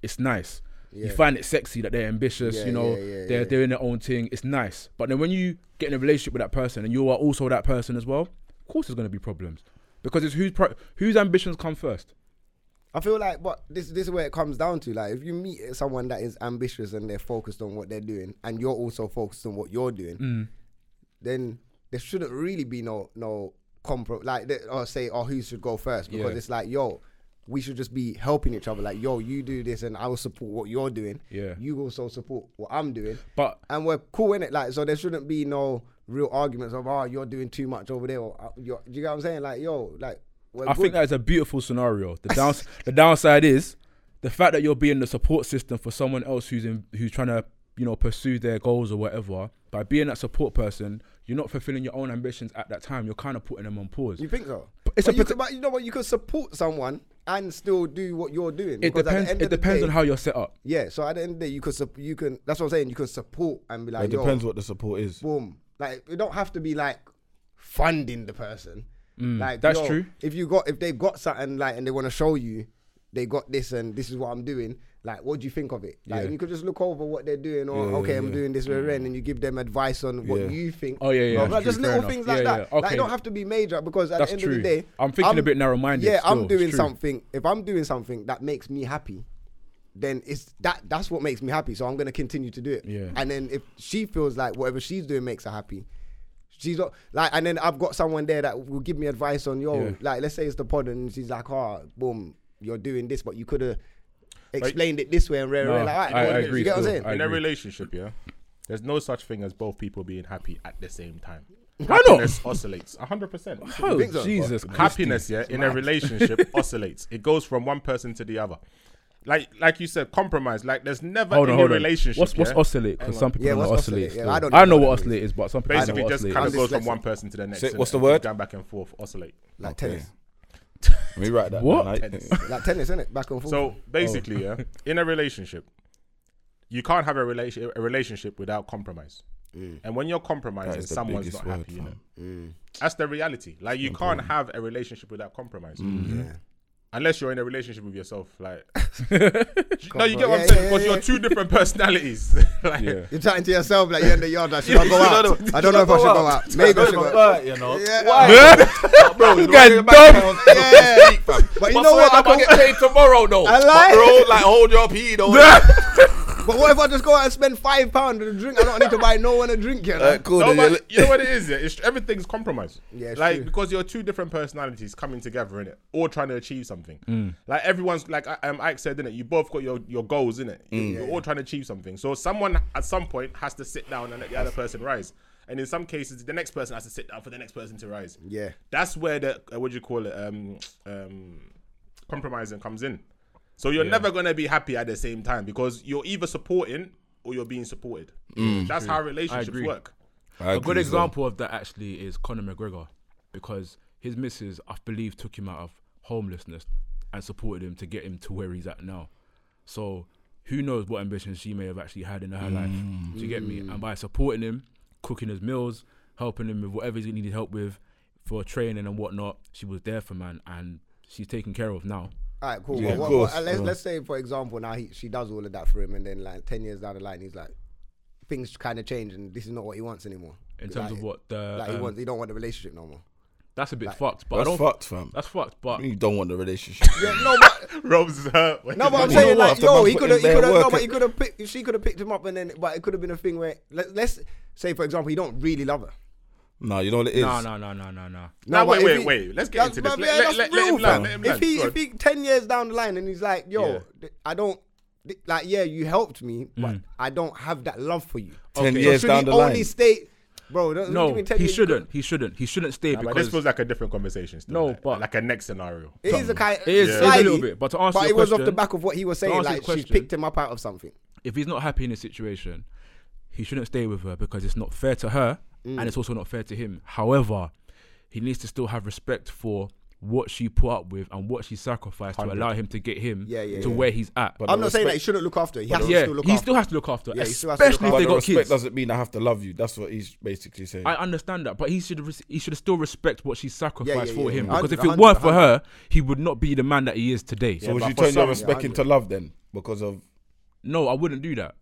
S5: it's nice. You
S4: Yeah.
S5: find it sexy that they're ambitious.
S4: Yeah,
S5: you know,
S4: yeah, yeah,
S5: they're
S4: yeah.
S5: they're in their own thing. It's nice. But then when you get in a relationship with that person and you are also that person as well, of course there's gonna be problems because it's whose pri- whose ambitions come first.
S4: I feel like, but this this is where it comes down to. Like, if you meet someone that is ambitious and they're focused on what they're doing, and you're also focused on what you're doing,
S5: Mm.
S4: then there shouldn't really be no no compro. Like, they- or say, oh, who should go first? Because
S5: Yeah.
S4: it's like, yo, we should just be helping each other. Like, yo, you do this, and I will support what you're doing.
S5: Yeah.
S4: you also support what I'm doing.
S5: But
S4: and we're cool in it. Like, so there shouldn't be no real arguments of, oh, you're doing too much over there. Or, uh, you're, do you get what I'm saying? Like, yo, like, we're
S5: I think
S4: good.
S5: that is a beautiful scenario. The downs, the downside is the fact that you're being the support system for someone else who's in, who's trying to you know pursue their goals or whatever. By being that support person, you're not fulfilling your own ambitions at that time. You're kind of putting them on pause.
S4: You think so?
S5: But it's
S4: But
S5: a
S4: you,
S5: parti-
S4: could, but you know what? You could support someone and still do what you're doing.
S5: it
S4: because at the
S5: depends.
S4: end
S5: It
S4: of the
S5: depends
S4: day-
S5: on how you're set up.
S4: Yeah. So at the end of the day, you could sup- you can. That's what I'm saying. You can support and be like,
S3: It
S4: yo,
S3: depends what the support is.
S4: boom. Like you don't have to be like funding the person. like
S5: Mm, that's
S4: yo,
S5: true.
S4: If you got if they got something like and they want to show you, they got this and this is what I'm doing. Like, what do you think of it? Like,
S5: Yeah.
S4: you could just look over what they're doing, or okay, I'm doing this, and and you give them advice on what
S3: Yeah.
S4: you think.
S5: Oh, yeah, yeah,
S4: No,
S5: that's
S4: like,
S5: true,
S4: just
S5: fair
S4: little
S5: enough.
S4: things like
S5: Yeah,
S4: that.
S5: yeah,
S4: Like,
S5: okay.
S4: it don't have to be major because at
S5: That's
S4: the end
S5: true.
S4: of the day,
S5: I'm thinking a bit narrow-minded
S4: Yeah,
S5: still,
S4: I'm
S5: it's
S4: doing
S5: true.
S4: something. If I'm doing something that makes me happy, then it's that that's what makes me happy. So I'm gonna continue to do it.
S5: Yeah.
S4: And then if she feels like whatever she's doing makes her happy, she's not like. And then I've got someone there that will give me advice on yo,
S5: Yeah.
S4: like let's say it's the pod, and she's like, oh, boom, you're doing this, but you could have explained it this way and rare.
S5: No,
S4: like, all right,
S5: I-
S4: cool,
S5: I
S4: you
S5: agree
S4: get what I'm
S5: still.
S4: saying?
S5: I
S6: in a
S5: agree.
S6: relationship, yeah, there's no such thing as both people being happy at the same time.
S5: Why not?
S6: Happiness oscillates. 100%.
S5: Oh
S4: think so?
S5: Jesus! Christy.
S6: Happiness, yeah, in a relationship oscillates. It goes from one person to the other. Like, like you said, compromise. Like, there's never
S5: Hold on,
S6: any
S5: hold on.
S6: relationship.
S5: What's what's
S6: yeah,
S5: oscillate? Because some people
S4: Yeah,
S5: don't know
S4: what's
S5: oscillate.
S4: oscillate? Yeah,
S5: still.
S4: I
S5: I
S4: don't
S5: don't
S4: know
S5: know,
S4: what
S5: what
S4: that
S5: oscillate is, but some people don't
S6: Basically,
S5: know
S6: just
S5: oscillate.
S6: kind of
S5: is.
S4: I'm
S6: goes from
S4: dyslexic.
S6: one person to the next.
S3: Say-
S6: innit?
S3: what's the
S6: It's
S3: word?
S6: Going back and forth, oscillate.
S4: Like tennis,
S3: Let me write that.
S5: What?
S3: down. I-
S4: like tennis, isn't it? Back and forth.
S6: So basically, yeah, in a relationship, you can't have a relationship a relationship without compromise. And when you're compromising,
S3: is the
S6: someone's
S3: biggest
S6: not
S3: word,
S6: happy. You know?
S3: fam.
S6: That's the reality. Like you can't have a relationship without compromise.
S3: Mm-hmm.
S4: Yeah.
S6: Unless you're in a relationship with yourself, like no, you get what
S4: Yeah,
S6: I'm saying
S4: yeah,
S6: because
S4: yeah,
S6: you're two different personalities. like,
S5: Yeah.
S4: You're chatting to yourself like you're in the yard. Like, should I go out? I don't know if I should go out. Maybe I should go out.
S3: you know.
S4: Yeah.
S3: Why? bro, you
S5: guy
S3: know,
S5: dumb.
S4: Yeah.
S3: But
S4: But you know what?
S3: I'm gonna get paid tomorrow though.
S4: I lie.
S3: But bro, like hold your pee though.
S4: But what if I just go out and spend five pounds on a drink? I don't need to buy no one a drink, you know?
S3: Alright, cool.
S6: No,
S3: then
S6: but
S3: you-
S6: you know what it is? Yeah? It's, everything's compromised.
S4: Yeah, it's
S6: like
S4: true.
S6: because you're two different personalities coming together in it, all trying to achieve something. Like everyone's like I- um, Ike said in it, you both got your your goals in it.
S4: Mm.
S6: You're all trying to achieve something. So someone at some point has to sit down and let the other person rise. And in some cases, the next person has to sit down for the next person to rise.
S4: Yeah.
S6: that's where the uh, what do you call it? Um, um, compromising comes in. So you're never gonna be happy at the same time because you're either supporting or you're being supported. That's how relationships
S5: agree.
S6: work.
S3: I
S5: A good
S3: agree as well.
S5: example of that actually is Conor McGregor, because his missus, I believe, took him out of homelessness and supported him to get him to where he's at now. So who knows what ambitions she may have actually had in her life? Do you get me? And by supporting him, cooking his meals, helping him with whatever he needed help with for training and whatnot, she was there for man, and she's taken care of now.
S4: All right, cool.
S3: Yeah,
S4: Well,
S3: of
S4: well,
S3: course.
S4: well, let's,
S3: Yeah.
S4: let's say, for example, now he, she does all of that for him, and then like 10 years down the line, he's like, things kind of change, and this is not what he wants anymore.
S5: In terms
S4: Like,
S5: of what the
S4: Like, he,
S5: um,
S4: wants, he don't want the relationship no more.
S5: that's a bit fucked, but I
S3: That's
S5: don't.
S3: fucked, fam.
S5: That's fucked, but
S3: You don't want the relationship.
S4: Yeah, no, but,
S6: Rob's
S4: no,
S6: hurt.
S4: but
S3: You
S4: I'm
S3: know
S4: saying,
S3: what,
S4: like,
S3: after
S4: yo,
S3: man
S4: he
S3: put
S4: could have,
S3: in
S4: he
S3: bare
S4: could have, no,
S3: work
S4: but
S3: and-
S4: he could have picked, she could have picked him up, and then, but it could have been a thing where, let, let's say, for example, he don't really love her.
S3: No, you know what it is.
S5: no, no, no, no, no, no.
S6: Now,
S4: but
S6: wait,
S4: if
S6: wait,
S4: he-
S6: wait. Let's get
S4: That's-
S6: into this.
S4: but
S6: Let,
S4: yeah, that's
S6: let, let,
S4: real,
S6: let him land.
S4: fam.
S6: Let him
S4: If
S6: land.
S4: he,
S6: Go
S4: if he, ten years down the line, and he's like, "Yo,
S6: Yeah.
S4: th- I don't, th- like, yeah, you helped me, but
S6: Mm.
S4: I don't have that love for you."
S3: Ten
S5: Okay.
S3: years
S4: should
S3: down
S4: he
S3: the
S4: only
S3: line.
S4: stay, bro? Don't,
S5: No,
S4: give me 10
S5: he
S4: years.
S5: shouldn't. He shouldn't. He shouldn't stay
S6: on. Nah, but
S5: because
S6: this feels like a different conversation. Still,
S5: No,
S6: like,
S5: but-
S6: like a next scenario.
S4: It is a kind.
S5: It is- it is a
S4: slightly,
S5: little bit, but to answer
S4: but
S5: your
S4: it was off the
S5: question-
S4: back of what he was saying.
S5: answer
S4: Like
S5: your
S4: she
S5: question-
S4: picked him up out of something.
S5: if he's not happy in his situation, he shouldn't stay with her because it's not fair to her
S4: Mm.
S5: and it's also not fair to him. However, he needs to still have respect for what she put up with and what she sacrificed to allow him to get him
S4: Yeah, yeah,
S5: to
S4: yeah.
S5: where he's at.
S4: I'm not saying that he shouldn't look after. her. He has to
S5: yeah,
S4: still look
S5: he
S4: after.
S5: still has to look after, her,
S4: Yeah, he still has to look after
S5: especially if
S3: But
S5: they
S3: the
S5: got
S3: respect
S5: kids.
S3: doesn't mean I have to love you. That's what he's basically saying.
S5: I understand that, but he should res- he should have still respect what she sacrificed
S4: yeah,
S5: for
S4: yeah,
S5: him
S4: yeah.
S5: because if it
S4: 100,
S5: weren't for her, he would not be the man that he is today.
S3: so would
S6: but
S3: you
S6: for
S3: turn your
S6: some-
S3: respect into love then? Because of
S5: no, I wouldn't do that.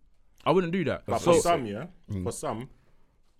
S5: I wouldn't do that.
S6: But
S5: so,
S6: for some, yeah, for some,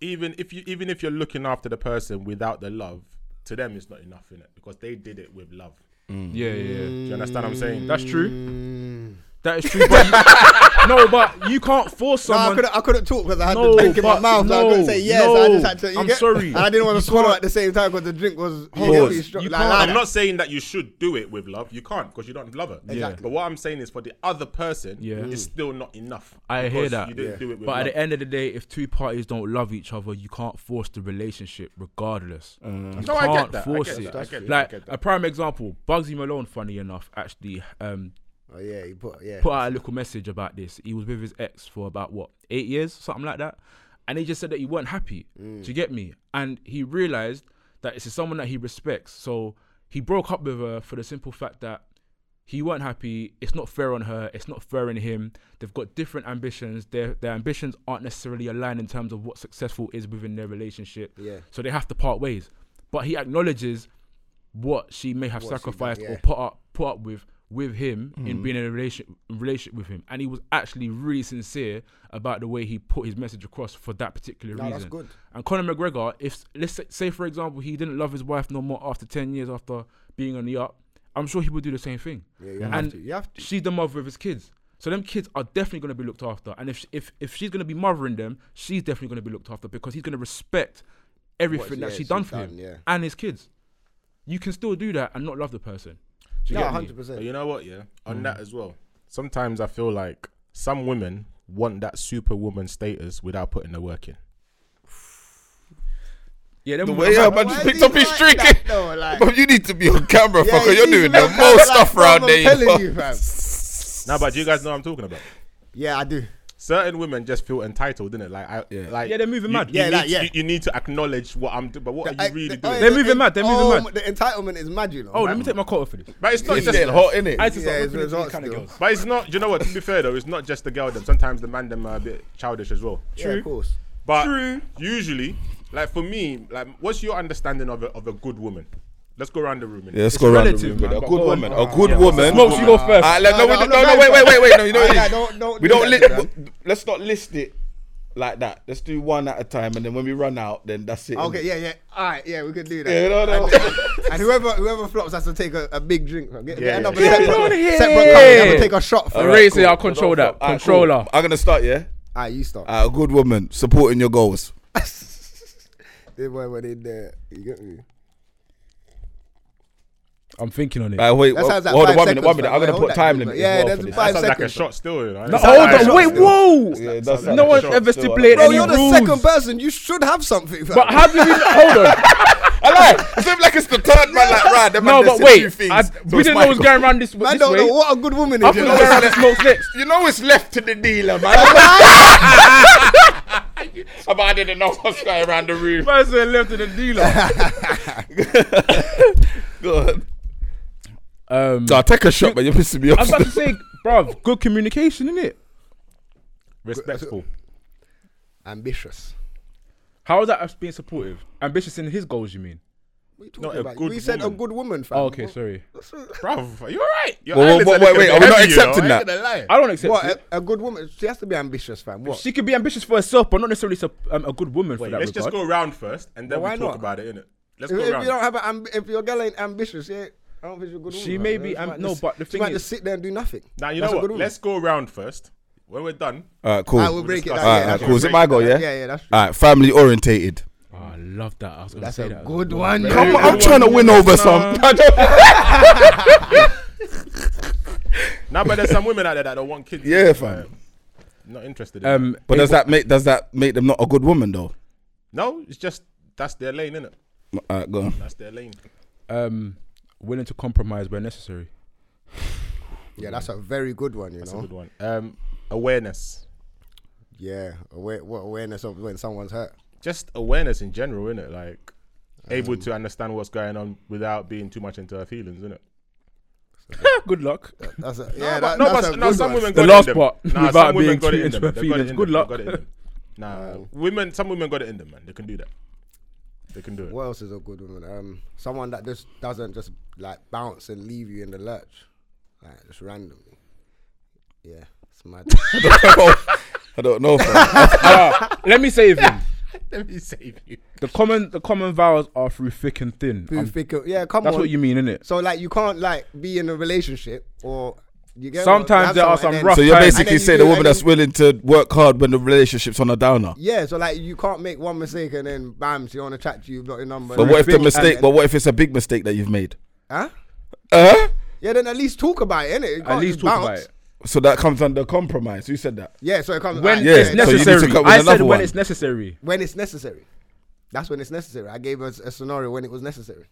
S6: even if you even if you're looking after the person without the love, to them it's not enough in it because they did it with love.
S5: yeah, yeah, yeah.
S6: Do you understand what I'm saying?
S5: That's
S4: Mm.
S5: true. That is true. But you- no, but you can't force
S4: No, I
S5: someone.
S4: couldn't. I couldn't talk because I had
S5: No,
S4: the drink in my
S5: but
S4: mouth. so I couldn't
S5: no,
S4: say yes. I just
S5: no.
S4: had to. you
S5: I'm
S4: get-
S5: sorry.
S4: And I didn't want
S5: You
S4: to swallow
S5: can't-
S4: at the same time because the drink was. you
S3: Pause.
S4: get me, stro-
S5: You
S4: like,
S5: can't-
S4: like
S6: I'm
S4: that.
S6: not saying that you should do it with love. You can't because you don't love her.
S4: Exactly.
S6: But what I'm saying is, for the other person,
S5: Yeah.
S6: it's still not enough.
S5: I hear
S6: because
S5: that.
S6: You didn't
S4: Yeah.
S6: do it with
S5: but at
S6: love.
S5: the end of the day, if two parties don't love each other, you can't force the relationship, regardless. You
S6: No, I get
S5: can't
S6: that, I
S5: force
S6: get
S5: it.
S6: that, I get that, I
S5: like
S6: get that.
S5: a prime example, Bugsy Malone. Funny enough, actually um,
S4: Oh yeah, he put yeah.
S5: put out a little message about this. He was with his ex for about what eight years, something like that, and he just said that he weren't happy. Do you get me? And he realized that it's someone that he respects, so he broke up with her for the simple fact that he weren't happy. It's not fair on her. It's not fair on him. They've got different ambitions. Their their ambitions aren't necessarily aligned in terms of what successful is within their relationship.
S4: Yeah.
S5: So they have to part ways. But he acknowledges what she may have sacrificed
S4: yeah. Mm.
S5: or put up put up with with him in being in a relation relationship with him, and he was actually really sincere about the way he put his message across for that particular
S4: No,
S5: reason.
S4: that's good.
S5: And Conor McGregor, if let's say- say for example he didn't love his wife no more after ten years after being on the up, I'm sure he would do the same thing.
S4: Yeah, you have
S5: and
S4: to, you have to.
S5: she's the mother of his kids. So them kids are definitely going to be looked after, and if if if she's going to be mothering them, she's definitely going to be looked after because he's going to respect everything that
S4: yeah,
S5: she's done
S4: she's
S5: for
S4: done,
S5: him
S4: yeah.
S5: and his kids. You can still do that and not love the person. Do you
S4: No,
S5: get me?
S4: hundred
S6: But
S4: percent.
S6: you know what, yeah? On that as well. Sometimes I feel like some women want that superwoman status without putting the work in.
S5: Yeah, them
S3: the
S5: women-
S3: way your man just
S4: Why
S3: picked
S4: is
S3: up
S4: he
S3: his
S4: like
S3: drink.
S4: that though, like-
S3: But you need to be on camera,
S4: Yeah,
S3: fucker.
S4: you
S3: You're
S4: need to
S3: doing
S4: make
S3: the
S4: that
S3: most
S4: like
S3: stuff
S4: fam,
S3: around
S4: I'm
S3: there. you
S4: telling
S3: know.
S4: you, fam.
S6: Now, but do you guys know what I'm talking about?
S4: Yeah, I do.
S6: certain women just feel entitled, didn't it? Like, I,
S3: Yeah.
S6: like
S5: Yeah, they're moving
S6: you-
S5: mad.
S6: You
S4: Yeah,
S6: need,
S4: like, yeah.
S6: You, you need to acknowledge what I'm doing, but what are
S4: I-
S6: you really
S4: the-
S6: doing?
S4: oh,
S5: They're
S4: the-
S5: moving mad, they're moving
S4: oh,
S5: mad.
S4: The entitlement is mad, you know.
S5: Oh, let me take my coat off for this.
S6: but it's not
S3: It's
S6: just
S3: getting hot, innit?
S5: I had to
S4: Yeah, it's
S5: start looking at these
S4: results
S5: kind of
S4: still.
S5: girls.
S6: But it's not. Do you know what? To be fair though, it's not just the girl. Them sometimes the man them are a bit childish as well.
S4: yeah, of course.
S6: But
S5: True.
S6: usually, like for me, like what's your understanding of a, of a good woman? Let's go around the room. innit?
S3: Yeah, let's
S5: It's
S3: go around the
S5: relative,
S3: room.
S5: man,
S3: with A
S5: but
S3: good
S5: go on.
S3: woman. A good
S6: Yeah.
S3: woman.
S5: Smokes, you go first.
S3: Ah, let- no,
S4: No,
S3: we-
S4: no,
S3: no, no,
S4: I'm not
S3: wait,
S4: going
S3: wait, wait, wait. No, you know
S4: Ah, nah,
S3: what
S4: don't-
S3: it
S4: don't
S3: is? We
S4: do
S3: don't.
S4: that,
S3: li-
S4: man.
S3: w- Let's not list it like that. Let's do one at a time, and then when we run out, then that's it.
S4: Okay, yeah, yeah. All right, yeah, we could do that.
S3: Yeah, no, no.
S4: And, and whoever whoever flops has to take a, a big drink. man. Get,
S6: Yeah,
S4: yeah, end
S6: yeah.
S4: up in
S6: Get
S4: a separate,
S5: on here.
S4: separate cup. They have to take a shot for
S5: All
S4: it.
S5: right, Raise it, I'll control that.
S3: Alright, cool.
S5: Controller.
S3: I'm gonna start. Yeah,
S4: All right, you stop.
S3: Ah, a good woman supporting your goals.
S4: They boy went in there. You get me?
S5: I'm thinking on it.
S3: Ah, wait,
S4: That
S3: wait,
S4: sounds like
S3: hold on
S4: five
S3: one minute,
S4: seconds,
S3: one minute.
S4: man.
S3: I'm gonna
S4: Hold
S3: put
S4: that,
S3: time
S4: man.
S3: limit.
S4: Yeah,
S3: as well
S4: there's
S3: for this.
S6: That
S4: five
S6: sounds like a
S4: seconds,
S6: shot still. You know?
S5: No,
S6: That sounds
S5: hold
S6: like a
S5: on,
S6: shot
S5: wait,
S6: still.
S5: whoa!
S3: Yeah, that's
S5: No
S3: like
S5: one's
S3: a shot
S5: ever
S3: still.
S5: stipulated
S4: Bro,
S5: any
S4: you're
S5: rules.
S4: the second person. You should have something. fam.
S5: But how do you? Hold on.
S3: I lie. It seems like it's the third man like right. the man
S5: No,
S3: that
S5: but
S3: said
S5: wait.
S3: two things.
S5: I,
S3: So
S5: we
S3: it's
S5: didn't know it was
S3: Michael.
S5: going around this,
S4: Man,
S5: this
S4: don't
S5: way.
S4: know what a good woman
S5: I
S4: is.
S5: thought
S4: you
S5: it
S4: know?
S5: was going around the smokes next.
S3: You know it's left to the dealer, man. but I didn't know what's going around the room.
S5: Person left to the dealer.
S3: Good.
S5: Um,
S3: Nah, take a shot, man. You're pissing me
S5: I was
S3: off.
S5: about to say, bruv, good communication, innit?
S6: Respectful.
S4: Ambitious.
S5: How is that us being supportive? Ambitious in his goals, you mean?
S4: What are you
S6: Not
S4: talking
S6: a
S4: about?
S6: good
S4: We said a
S6: woman.
S4: good woman, fam.
S5: Oh, okay, sorry.
S6: Bruv, are you alright? Your
S3: Well, well,
S6: eyelids are
S3: wait, wait,
S6: looking a
S3: are
S6: bit
S3: we not
S6: heavy, you know?
S3: accepting
S6: I ain't
S3: that?
S6: gonna lie.
S5: I don't accept
S4: What? eh?
S5: it.
S4: A, a good woman. She has to be ambitious, fam. What?
S5: She could be ambitious for herself, but not necessarily sup- um, a good woman for
S6: Wait,
S5: that
S6: let's just
S5: regard.
S6: go round first and then
S4: Well,
S6: we
S4: why
S6: talk
S4: not?
S6: about it, innit? Let's
S4: If,
S6: go
S4: if you don't
S6: round.
S4: have an amb- if your girl ain't ambitious, yeah, I don't think she's a good woman.
S5: She
S4: fam.
S5: may
S4: Yeah,
S5: be
S4: she
S5: am-
S4: might
S5: no,
S4: just-
S5: but the
S4: she
S5: thing
S4: might
S5: is-
S4: just sit there and do nothing.
S6: Now you
S4: That's
S6: know
S4: a good
S6: what?
S4: woman.
S6: Let's go round first. When we're done,
S3: All right, cool.
S4: I will
S3: All
S4: break it.
S6: discuss
S4: down.
S6: it.
S4: Yeah,
S3: right, all right,
S4: that's
S3: cool. Is it
S4: true.
S3: my goal, yeah?
S4: Yeah, yeah, that's true.
S3: All right, family orientated.
S5: Oh, I love that. I was gonna
S4: That's
S5: say
S4: a
S5: that.
S4: good one.
S3: Come on,
S4: yeah.
S3: I'm trying to win over some.
S6: now, but there's some women out there that don't want kids.
S3: yeah, fam.
S6: Not interested. In
S5: Um,
S3: But
S5: it-
S3: does that make does that make them not a good woman though?
S6: No, it's just that's their lane, innit?
S3: All right, go on.
S6: That's their lane.
S5: um, willing to compromise where necessary?
S4: Yeah, that's a very good one. You
S6: That's a
S4: know.
S6: good one. Um, awareness,
S4: Yeah. Aware, what awareness of when someone's hurt?
S6: just awareness in general, innit? Like able
S3: Um,
S6: to understand what's going on without being too much into her feelings, innit?
S5: Ah, good luck.
S4: That's a, yeah.
S6: But-
S4: that,
S6: no,
S4: that's
S6: but
S4: a
S6: no,
S4: Uh, good
S6: some
S4: one.
S6: women
S5: The
S6: got
S5: last
S6: it in them.
S5: part,
S6: Nah,
S5: without
S6: some women
S5: being
S6: got
S5: too
S6: it in
S5: into
S6: them.
S5: her
S6: They've got it in
S5: feelings.
S6: them.
S5: Good
S6: They've
S5: luck.
S6: got it in them. Nah, women. Some women got it in them, man. They can do that. They can do it.
S4: What else is a good woman? Um, someone that just doesn't just like bounce and leave you in the lurch, like just randomly. Yeah, it's mad.
S3: I don't know. Fam.
S5: Ah, let me save him.
S6: Let me save you.
S5: The common the common vows are through thick and thin.
S4: Who
S5: I'm-
S4: think of- yeah, come
S5: that's
S4: on.
S5: what you mean, innit?
S4: So like, you can't like be in a relationship or you get.
S5: Sometimes
S4: you have
S5: there are
S4: someone and
S5: some rough
S3: So
S5: Fine.
S3: you're
S5: And then
S3: basically
S4: you
S3: saying
S4: do-
S3: the woman
S4: and
S3: that's
S4: then-
S3: willing to work hard when the relationship's on a downer.
S4: Yeah, so like you can't make one mistake and then bam, she on a chat to you, block your number.
S3: But
S4: and
S3: what if the
S4: everything.
S3: mistake?
S4: And-
S3: But what if it's a big mistake that you've made?
S4: Huh?
S3: Uh?
S4: Yeah, then at least talk about it, innit? You
S5: At
S4: can't
S5: least
S4: just
S5: talk about
S4: bounce.
S5: it.
S3: So that comes under compromise. Who said that?
S4: Yeah, so it comes
S5: When
S4: alright,
S3: Yeah,
S5: it's
S4: Ah, yeah,
S3: so you need to
S5: necessary.
S3: come with
S5: I said
S3: another
S5: when
S3: one.
S5: it's necessary.
S4: when it's necessary. That's when it's necessary. I gave us a scenario when it was necessary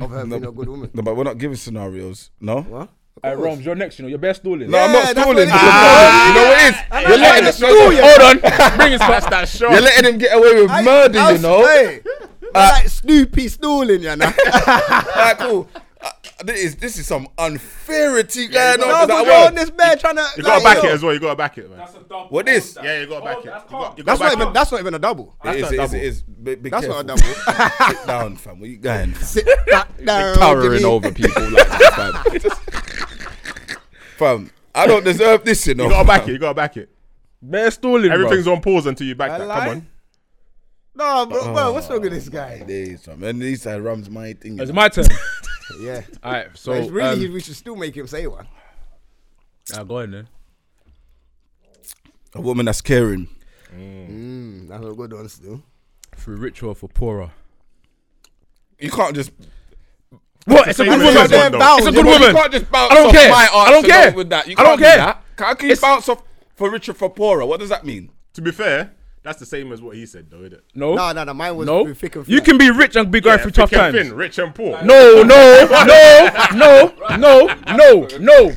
S4: of her being a good woman.
S3: No, but we're not giving scenarios. No.
S4: What?
S5: Uh, Roms, you're next. You know, your best stalling.
S3: No, I'm not
S4: Yeah, that's
S3: stalling.
S4: what it
S3: because
S4: is. Ah,
S3: you know what it is? You're letting,
S5: Let's
S3: him,
S5: do it. Hold on. Bring his past that shot.
S3: you're letting him get away with murder, you know?
S4: Hey, like Snoopy stalling, you know.
S3: Like, cool. Uh, this, is, this is some unfairity going
S4: no,
S3: on.
S4: but
S3: That
S4: we're on
S3: word.
S4: this bear trying to.
S6: You gotta
S4: like,
S6: back
S4: yo,
S6: it as well. You gotta back it, man.
S3: What is?
S6: Yeah, you gotta back it. You got- you
S4: That's not
S6: gotta back
S4: even.
S6: it.
S4: That's not even a double.
S3: It is,
S6: not
S3: it is,
S6: double.
S3: it is. Be, be
S4: That's
S3: careful.
S4: not a double.
S3: Sit down, fam. Where you going? fam?
S4: Sit back down,
S3: Towering
S4: Jimmy.
S3: over people like this, fam. Just- fam, I don't deserve this, you know.
S6: You gotta back it. You gotta back it.
S5: Bare stalling.
S6: Everything's on pause until you back that.
S4: lie?
S6: Come on.
S4: No, bro,
S5: Oh.
S4: bro, what's wrong with this guy?
S3: Days, fam. And these are Rams my thing. you
S5: It's
S3: know.
S5: my turn.
S4: Yeah,
S5: All right, so
S4: but it's really
S5: um,
S4: we should still make him say one.
S5: ah, go on then.
S3: A woman that's caring.
S4: Mm, that's a good one still.
S5: Through ritual for poorer.
S3: You can't just
S5: What? It's a
S6: same
S5: good
S6: with
S5: woman.
S6: this one, though.
S5: It's a
S3: Yeah,
S5: good
S3: but
S5: woman.
S3: You can't just bounce
S5: I don't
S3: off
S5: care.
S3: my
S5: I don't
S3: answer
S5: care.
S3: With that. You
S5: I
S3: can't
S5: don't
S3: do
S5: care.
S3: that. How can you
S5: It's-
S3: bounce off for richer for poorer? What does that mean?
S6: To be fair, That's the same as what he said, though, isn't it?
S5: No,
S4: No, no, no. Mine was
S5: no.
S4: through thick and
S5: You
S4: thin.
S5: can be rich and be going through
S6: Yeah,
S5: tough
S6: thick and
S5: times.
S6: thin, rich and poor.
S5: No, no, no, no, no, no, no,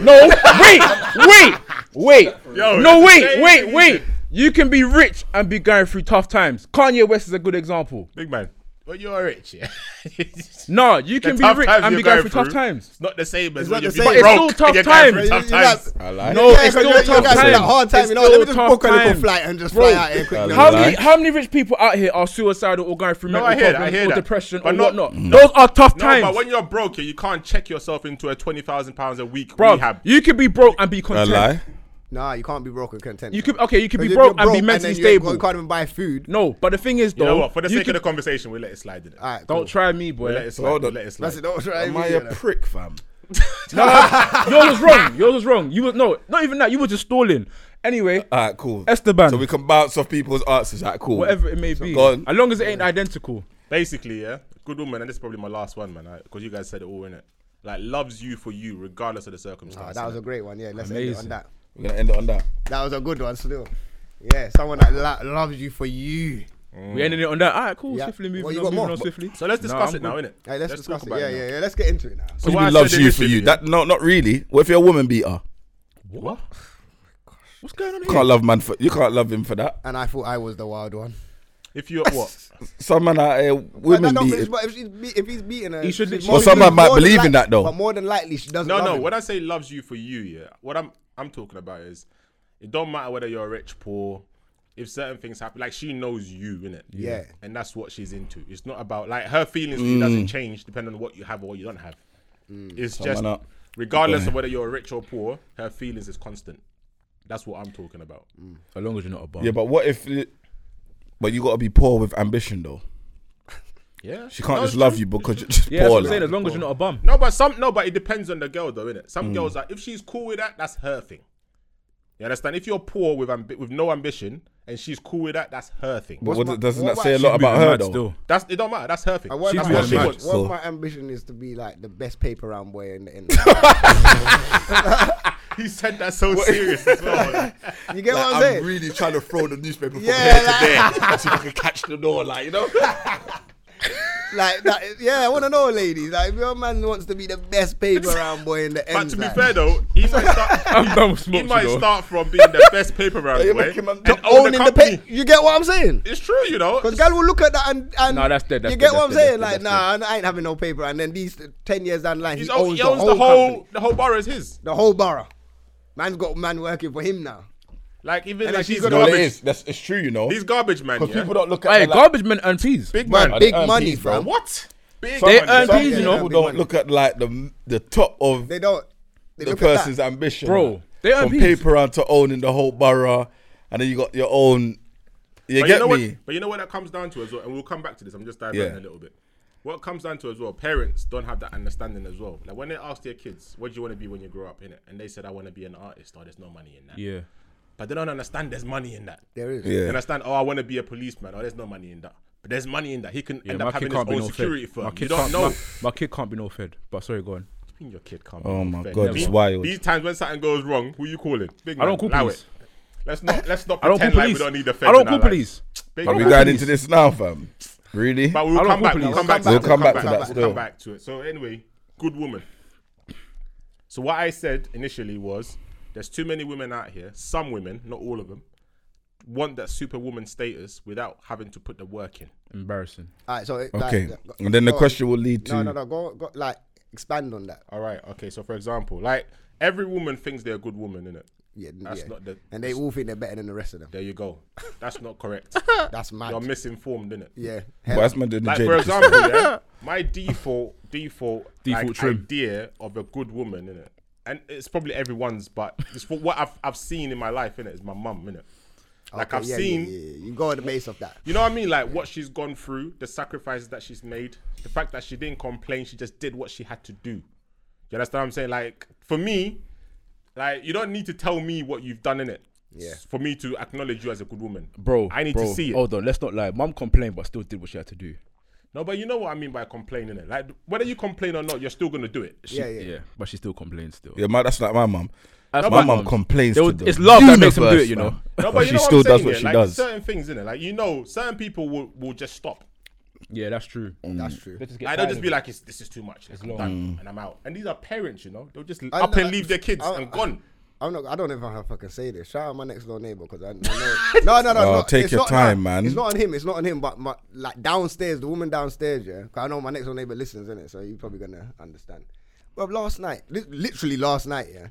S5: no. Wait, wait, wait. no,
S6: Yo, it's the
S5: wait,
S6: same
S5: wait,
S6: thing,
S5: wait.
S6: isn't
S5: You can be rich and be going through tough times. Kanye West is a good example.
S6: Big man. But you're rich, yeah.
S5: No, you can be
S6: tough
S5: rich
S6: times
S5: and be
S6: you're
S5: going
S6: going
S5: through
S6: through.
S5: tough times.
S6: It's not the same
S4: It's
S6: as
S4: not
S6: when you're
S4: the same. But
S6: broke
S4: it's
S5: still tough
S6: and you're going
S5: times.
S6: through tough
S4: You- you
S6: times.
S4: got-
S3: I like.
S4: Yeah,
S5: No, it's
S4: 'cause
S5: still
S4: you- you
S5: tough
S4: guys had that
S5: times.
S4: hard time,
S5: It's
S4: you know, let me
S5: still
S4: just
S5: tough
S4: book a little
S5: times.
S4: flight and just
S5: Bro,
S4: fly out here quick,
S3: I
S4: no.
S3: Like-
S5: How many how many rich people out here are suicidal or going through mental
S6: I hear that, I
S5: problems
S6: hear
S5: or
S6: that.
S5: depression
S6: But
S5: or
S6: not-
S5: whatnot? Those are tough
S6: No,
S5: times.
S6: but when you're broke, yeah, you can't check yourself into a twenty thousand pounds a week
S5: Bro,
S6: rehab.
S5: you can be broke and be
S3: I
S5: content.
S3: lie.
S4: Nah, you can't be broke and content.
S5: You could okay, you could
S4: Because
S5: be
S4: if
S5: broke,
S4: you're
S5: and be
S4: broke
S5: mentally
S4: then you ain't-
S5: stable.
S4: You can't even buy food.
S5: No, but the thing is though,
S6: you know what? For the
S5: you
S6: sake
S5: can-
S6: of the conversation, we let it slide. innit?
S4: All right,
S5: don't
S4: cool.
S5: try me, boy.
S6: We let it slide.
S3: Hold
S6: we
S3: on.
S6: let it slide.
S4: That's it. Don't try.
S3: Am
S4: me,
S3: I
S4: you
S3: a
S4: know.
S3: prick, fam?
S5: No, yours was wrong. Yours was wrong. You was no, not even that. You were just stalling. Anyway,
S3: All right, cool.
S5: Esteban.
S3: So we can bounce off people's answers. All right, cool.
S5: whatever it may be,
S3: go on.
S5: as long as it ain't identical.
S6: Basically, yeah, good woman, and this is probably my last one, man, because you guys said it all in it. Like loves you for you, regardless of the
S4: Ah,
S6: circumstances.
S4: that was a great one. Yeah, let's end it on
S5: Amazing.
S4: that.
S3: We're gonna end it on that.
S4: That was a good one still. Yeah, someone that lo- loves you for you.
S6: Mm.
S5: We ended it on that. All right, cool.
S4: Yeah.
S5: Swiftly
S4: Well,
S5: moving
S4: you
S5: on,
S4: got
S5: moving
S4: more?
S5: on swiftly.
S6: so let's
S5: Nah,
S6: discuss
S5: I'm
S6: it now,
S5: good.
S6: innit?
S4: Hey, let's, discuss it. Yeah,
S6: now.
S4: yeah, yeah. Let's get into it now.
S6: So
S3: What do
S6: why
S3: you
S6: I
S3: mean loves
S6: said
S3: you for
S6: initially,
S3: you?
S6: yeah,
S3: That no, not really. What if you're a woman beater?
S5: What? What's going on
S3: You
S5: here?
S3: can't love man for you can't love him for that.
S4: And I thought I was the wild one.
S6: If you're what?
S3: Some man out here
S4: But that
S3: women
S4: don't-
S3: beating.
S4: But if, she's be- if he's beating her,
S5: He should
S4: she's
S5: literally-
S4: more
S5: Or
S4: than-
S3: someone might
S4: more than
S3: believe in
S4: like-
S3: that, though.
S4: But more than likely, she doesn't.
S6: No,
S4: love
S6: no.
S4: him.
S6: When I say loves you for you, yeah, what I'm I'm talking about is it don't matter whether you're rich, poor. If certain things happen, like she knows you, innit?
S4: Yeah.
S6: And that's what she's into. It's not about like her feelings for you doesn't
S3: Mm.
S6: change depending on what you have or what you don't have. It's just
S3: man up.
S6: regardless
S3: Okay.
S6: of whether you're rich or poor, her feelings is constant. That's what I'm talking about.
S5: As long as you're not a bum.
S3: Yeah, but what if? it- But you gotta be poor with ambition, though.
S6: Yeah.
S3: She can't
S6: No,
S3: just
S6: it's
S3: love
S6: true.
S3: you because you're just
S5: yeah. That's
S3: poor.
S5: what I'm saying.
S3: like.
S5: As long as you're not a bum.
S6: No, but some no, but it depends on the girl though, innit?
S4: Mm.
S6: Some girls are if she's cool with that, that's her thing. You understand? If you're poor with ambi- with no ambition and she's cool with that, that's her thing.
S3: But
S4: my-
S3: what, doesn't
S4: what
S3: that say a
S4: about-
S3: lot about
S5: Moving
S3: her
S5: mad
S3: though?
S5: still.
S6: That's it don't matter, that's her thing.
S4: And what,
S6: that's
S4: my,
S3: be
S6: what
S3: a
S6: she
S3: match.
S6: wants.
S4: what
S3: so-
S4: my ambition is to be like the best paper round boy in the end.
S6: He said that so serious as well.
S4: you get what I'm
S3: Like,
S4: saying?
S3: really trying to throw the newspaper from
S4: Yeah,
S3: there to see if I can catch the door, like you know.
S4: like that, yeah, I want to know, ladies. Like, if your man wants to be the best paper round boy in the end.
S6: But to be fair though, he might start
S5: I'm done with
S6: he
S5: smoke.
S6: might
S5: you know.
S6: start from being the best paper round
S3: you're
S6: boy
S3: making man-
S6: and own
S3: to
S4: owning the
S6: company.
S4: paper. You get what I'm saying?
S6: It's true, you know.
S4: Because girl will look at that and, and
S5: Nah, that's dead, that's
S4: you
S5: dead,
S4: get what I'm
S5: that's dead,
S4: saying?
S5: that's
S4: Like,
S5: dead, that's
S4: nah, I ain't having no paper. And then these ten years down the line,
S6: He's
S4: he
S6: own-
S4: owns,
S6: he owns
S4: the whole, company,
S6: the whole borough is his.
S4: the whole borough. Man's got man working for him now.
S6: Like even
S4: And
S6: like
S4: if she's
S6: these
S4: got
S3: No, it
S6: garbage,
S3: is. That's it's true, you know.
S6: these garbage man.
S3: Because
S6: Yeah.
S3: people don't look at
S5: Hey,
S3: her like,
S5: garbage men earn teas.
S6: Big
S4: Man,
S6: man.
S3: they
S4: big
S3: earn
S4: money,
S3: peas,
S4: fam.
S3: bro.
S6: What? Big
S5: They
S6: man.
S5: earn
S3: some
S5: peas, you
S4: know.
S3: people
S4: Big
S3: don't
S4: money.
S3: look at like the the top of
S4: They don't. They
S3: the
S4: look at
S3: person's
S4: that.
S3: ambition,
S5: Bro,
S3: man.
S5: they earn
S3: from
S5: peas.
S3: paper round to owning the whole borough, and then you got your own. You
S6: But
S3: get
S6: you know
S3: me?
S6: What, but you know what that comes down to as well, and we'll come back to this. I'm just diving
S3: Yeah.
S6: a little bit. What it comes down to as well, parents don't have that understanding as well. Like when they ask their kids, "What do you want to be when you grow up?" in it, and they said, "I want to be an artist." Or there's no money in that.
S5: Yeah.
S6: But they don't understand there's money in that.
S4: There is.
S6: They
S3: Yeah.
S6: understand. Oh, I want to be a policeman. Oh, there's no money in that. But there's money in that. He can
S5: Yeah,
S6: end
S5: my kid
S6: up having
S5: can't be
S6: his
S5: no
S6: own security
S5: fed. My
S6: firm. You
S5: kid
S6: don't
S5: can't.
S6: know.
S5: My, my kid can't be no fed. But sorry, go on.
S6: mean your kid can't.
S3: Oh
S6: be
S3: my
S6: fed.
S3: God,
S6: Never.
S3: it's wild.
S6: These times when something goes wrong, who you calling? Big
S5: I don't
S6: man,
S5: call
S6: allow
S5: police.
S6: it. Let's not let's not
S5: I don't call
S6: pretend like we
S5: police.
S6: don't need the feds.
S5: I don't
S6: in our
S5: call
S6: life.
S5: police.
S6: Big
S3: Are we
S6: man.
S3: going into this now, fam? Really?
S6: But we'll
S5: I don't
S6: come
S5: call
S6: back. We'll
S5: police.
S6: come back. to
S3: We'll
S6: that,
S3: come back to that
S6: We'll
S3: still.
S6: come back to it. So anyway, good woman. So what I said initially was, there's too many women out here. Some women, not all of them, want that superwoman status without having to put the work in.
S5: Embarrassing.
S4: All right, so it- like,
S3: okay,
S4: go-
S3: and then the
S4: go on.
S3: question will lead to
S4: No, no, no. Go, go, like expand on that.
S6: All right. Okay. So for example, like every woman thinks they're a good woman, innit?
S4: Yeah,
S6: That's
S4: yeah.
S6: not the.
S4: and they all think they're better than the rest of them.
S6: There you go. That's not correct.
S4: That's mad.
S6: You're misinformed, innit?
S4: yeah.
S3: Well, that's my doing the
S6: Like
S3: Jada
S6: for
S3: Kiss
S6: example, yeah, my default default
S5: Default
S6: like,
S5: trim.
S6: idea of a good woman, innit? And it's probably everyone's, but it's for what I've I've seen in my life, innit, is my mum, innit? Like
S4: Okay,
S6: I've
S4: yeah, yeah,
S6: seen
S4: yeah, yeah. You go on the base of that.
S6: you know what I mean? Like what she's gone through, the sacrifices that she's made, the fact that she didn't complain, she just did what she had to do. You understand what I'm saying? Like for me, like you don't need to tell me what you've done in it.
S4: Yeah.
S6: For me to acknowledge you as a good woman.
S5: Bro,
S6: I need
S5: bro, Oh,
S6: to see it.
S5: Hold on, let's not lie. Mum complained, but still did what she had to do.
S6: No, but you know what I mean by complaining it. Like whether you complain or not, you're still gonna do it.
S4: Yeah, yeah.
S5: Yeah, but she still complains. Still,
S3: Yeah, man, that's like my mum.
S5: That's
S3: my
S5: mum.
S3: mum complains.
S5: They
S3: To
S5: would-
S3: the
S5: it's love that makes them do
S3: universe,
S5: it, you know.
S3: fam.
S6: No,
S3: But
S6: but you
S3: she
S6: know
S3: still
S6: what I'm
S3: does
S6: saying,
S3: what
S6: yeah?
S3: she
S6: like,
S3: does.
S6: Certain things in it, like you know, certain people will, will just stop.
S5: Yeah, that's true.
S4: That's true.
S5: They just get
S6: Like,
S5: tired
S6: they'll
S5: of
S6: just be
S5: it.
S6: like, it's, "This is too much. Like, I'm
S5: long.
S6: done,
S3: Mm.
S6: and I'm out." And these are parents, you know. They'll just up
S4: know,
S6: and leave their kids
S4: I-
S6: and gone.
S4: I'm not. I don't even know how to fucking say this. Shout out my next door neighbor because I, I know. No, no, no.
S3: Oh,
S4: no
S3: take
S4: it's
S3: your
S4: not,
S3: time,
S4: no,
S3: man.
S4: It's not on him. It's not on him. But my, like downstairs, the woman downstairs, yeah. 'cause I know my next door neighbor listens, innit? So you're probably gonna understand. But last night, li- literally last night, yeah.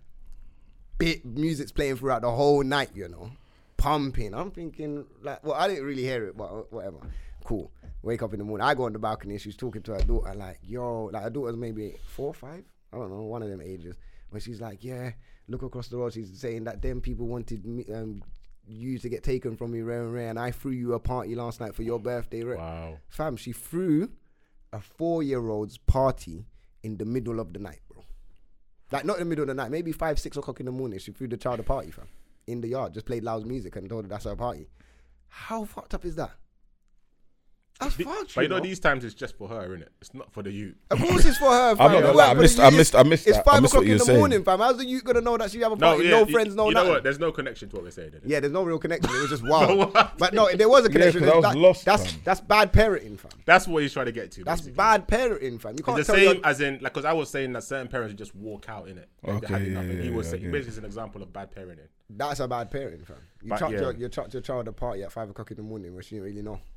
S4: Bit music's playing throughout the whole night, you know, pumping. I'm thinking like, well, I didn't really hear it, but uh, whatever. Cool. Wake up in the morning. I go on the balcony. and She's talking to her daughter, like, yo, like her daughter's maybe four, five. I don't know, one of them ages. But she's like, yeah, look across the road. She's saying that them people wanted me, um, you to get taken from me, Ray and Ray, and I threw you a party last night for your birthday, Ray.
S5: Wow.
S4: Fam, she threw a four-year-old's party in the middle of the night, bro. Like not in the middle of the night, maybe five, six o'clock in the morning. She threw the child a party, fam, in the yard. Just played loud music and told her that's her party. How fucked up is that? That's
S6: The-
S4: fucked.
S6: but you know,
S4: know?
S6: these times it's just for her, is it? It's not for the youth.
S4: Of course, it's for her. Fam.
S3: not gonna
S4: It
S3: lie, I
S4: worked for the
S3: missed- I
S4: youth.
S3: missed- I missed
S4: It's
S3: that. I
S4: five
S3: missed what
S4: o'clock
S3: you
S4: in the
S3: were saying.
S4: morning, fam. How's the youth gonna know that she have a
S6: No,
S4: party?
S6: yeah,
S4: No,
S6: you-
S4: friends, no
S6: You know
S4: nothing.
S6: what? There's no connection to what we're saying. innit?
S4: Yeah, there's no real connection. It was just wild.
S6: what?
S4: but no, there was a connection.
S3: 'cause I was
S4: That-
S3: lost,
S4: that's
S3: fam.
S4: that's bad parenting, fam.
S6: That's what he's trying to get to.
S4: That's
S6: basically.
S4: bad parenting, fam. You can't
S6: It's
S4: tell
S6: the same
S4: your
S6: as in, like, because I was saying that certain parents just walk out in it.
S3: Okay, yeah, yeah,
S6: he was
S3: yeah,
S6: saying,
S3: yeah.
S6: basically, it's an example of bad parenting.
S4: that's a bad parenting, fam. You
S6: But
S4: chucked
S6: yeah.
S4: your you chucked your child a party at five o'clock in the morning when she didn't really know.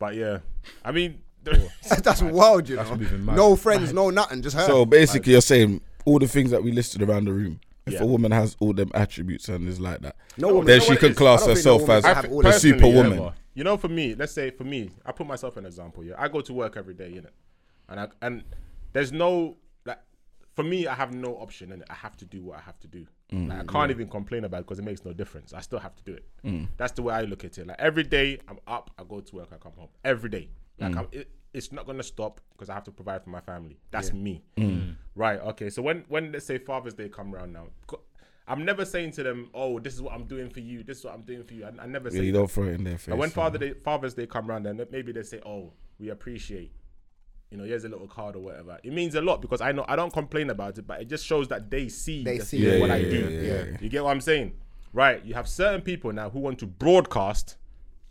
S6: But yeah, I mean,
S4: that's wild, you know.
S5: moving mad.
S4: No friends, no nothing, just her.
S3: So basically, you're saying all the things that we listed around the room. If
S6: Yeah.
S3: a woman has all them attributes and is like that,
S4: No woman-
S3: then
S4: no
S3: she
S6: one
S3: can
S6: is.
S3: class
S4: I don't think
S3: herself
S4: no
S3: as
S4: woman
S6: I
S4: have
S6: f-
S4: all
S3: the
S4: that.
S6: personally,
S3: superwoman.
S5: ever.
S6: You know, for me, let's say for me, I put myself in an example. Yeah, I go to work every day, you know, and I and there's no like for me, I have no option in it. I have to do what I have to do. Like, I can't even complain about it because it makes no difference. I still have to do it. That's the way I look at it. Like every day, I'm up, I go to work, I come home every day. Like I'm, it, it's not gonna stop because I have to provide for my family. That's me. Right. Okay. So when when let's say Father's Day come around now. co- I'm never saying to them, "Oh, this is what I'm doing for you. This is what I'm doing for you." I, I never say
S3: Yeah, you
S6: that.
S3: don't throw it in their face.
S6: But when
S3: fam.
S6: Father Day, Father's Day come round, then maybe they say, "Oh, we appreciate." You know, here's a little card or whatever. It means a lot because I know I don't complain about it, but it just shows that they see,
S4: They
S6: the-
S4: see Yeah,
S6: what
S3: yeah,
S6: I
S3: yeah,
S6: do.
S3: yeah, yeah.
S6: You get what I'm saying, right? You have certain people now who want to broadcast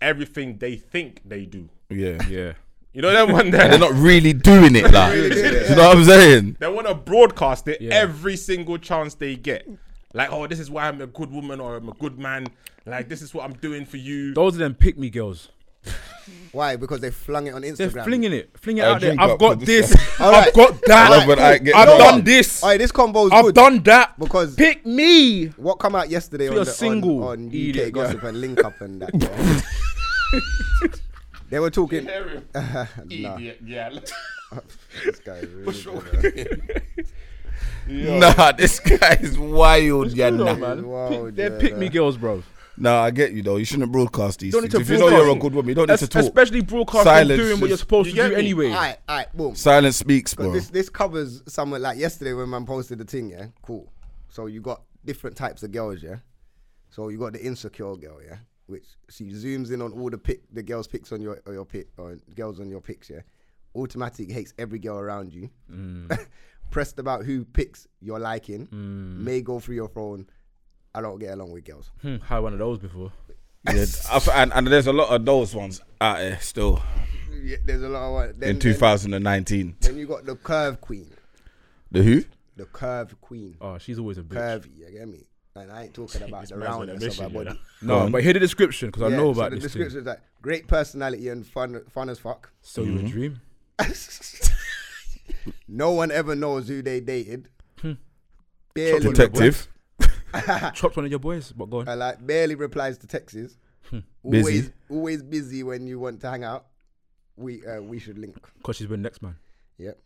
S6: everything they think they do.
S3: yeah,
S5: Yeah.
S6: You know that one there.
S3: they're not really doing it, like you know what I'm saying.
S6: They want to broadcast it
S5: Yeah.
S6: every single chance they get. Like, oh, this is why I'm a good woman or I'm a good man. Like, this is what I'm doing for you.
S5: Those are them pick me girls.
S4: Why? Because they flung it on Instagram.
S5: They're flinging it, flinging it
S3: I'll
S5: out there.
S3: drink
S5: I've
S3: up
S5: got
S3: for this
S5: this.
S4: All right.
S5: I've got
S3: I love
S5: that.
S3: when I get
S5: I've
S3: that
S5: done
S3: one.
S5: this.
S4: Alright, this combo's
S5: I've
S4: good.
S5: done that.
S4: Because-
S5: pick me.
S4: What come out yesterday on,
S5: you're
S4: the,
S5: single,
S4: on, on UK
S5: idiot, yeah.
S4: gossip and link up and that? yeah? they were talking. Nah,
S6: Yeah.
S4: this guy is really good, man.
S3: Nah, this guy is wild, yeah.
S5: Come on,
S3: Nah.
S5: man.
S4: Wow,
S5: Pick- they're
S4: yeah,
S5: pick me
S4: nah.
S5: girls, bro.
S3: nah, I get you though. You shouldn't broadcast these
S5: You don't need
S3: things.
S5: to
S3: If you know you're a
S5: broadcast.
S3: good woman, you don't need
S5: Es-
S3: to talk.
S5: Especially broadcasting
S3: Silence
S5: doing what you're
S3: is-
S5: supposed
S6: You
S5: to
S6: get
S5: do
S6: me?
S5: anyway.
S4: All right, all right, boom.
S3: Silence speaks,
S4: Because
S3: bro.
S4: this this covers someone like yesterday when man posted the thing, yeah, cool. So you got different types of girls, yeah. So you got the insecure girl, yeah, which she zooms in on all the pic, the girls' pics on your or your pic or girls on your pics, yeah. Automatic hates every girl around you. Pressed about who picks you're liking, may go through your phone. I don't get along with girls.
S5: Hmm, had one of those before.
S3: Yeah, I- and, and there's a lot of those ones out there still
S4: Yeah, there's a lot of one. Then,
S3: in
S4: then,
S3: 2019.
S4: then you got the curve queen,
S3: The who?
S4: the curve queen,
S5: Oh, she's always a bitch.
S4: curvy. You get me? And I ain't talking about the
S6: might as well
S4: roundness of
S6: admit
S4: her
S6: it, you
S4: body.
S6: know.
S3: Go
S5: No,
S3: on.
S5: but hear the description because I
S4: Yeah,
S5: know
S4: so
S5: about
S4: the
S5: this.
S4: description
S5: Thing.
S4: is like great personality and fun, fun as fuck.
S5: So you a dream?
S4: no one ever knows who they dated. barely
S3: Detective.
S5: Chopped one of your boys, but go on.
S4: repli- uh, like barely replies to texts. always,
S3: Busy.
S4: always busy when you want to hang out. We uh, we should link.
S5: Because she's been next man.
S4: Yep.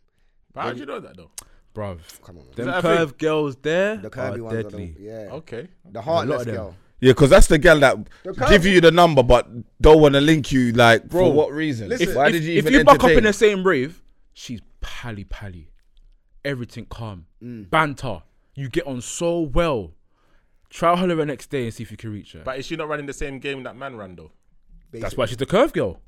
S6: How do you know that though?
S5: Bruv.
S4: Come on, man.
S5: Them
S6: that a thing?
S5: curved girls there
S4: The
S5: are
S4: curvy ones, are
S5: deadly.
S4: the, yeah.
S6: Okay.
S4: The heartless
S5: them.
S4: girl.
S3: Yeah, because that's the girl that
S4: can't
S3: give
S4: be-
S3: you the number but don't want to link you. Like,
S5: Bro,
S3: for what reason?
S4: listen,
S3: Why
S5: if,
S3: did you
S5: if
S3: even
S5: you buck up
S3: entertain?
S5: in the same rave, she's pally pally, everything calm,
S4: Mm.
S5: banter. You get on so well. Try her the next day and see if you can reach her.
S6: But is she not running the same game that man ran though?
S5: That's why she's the curve girl,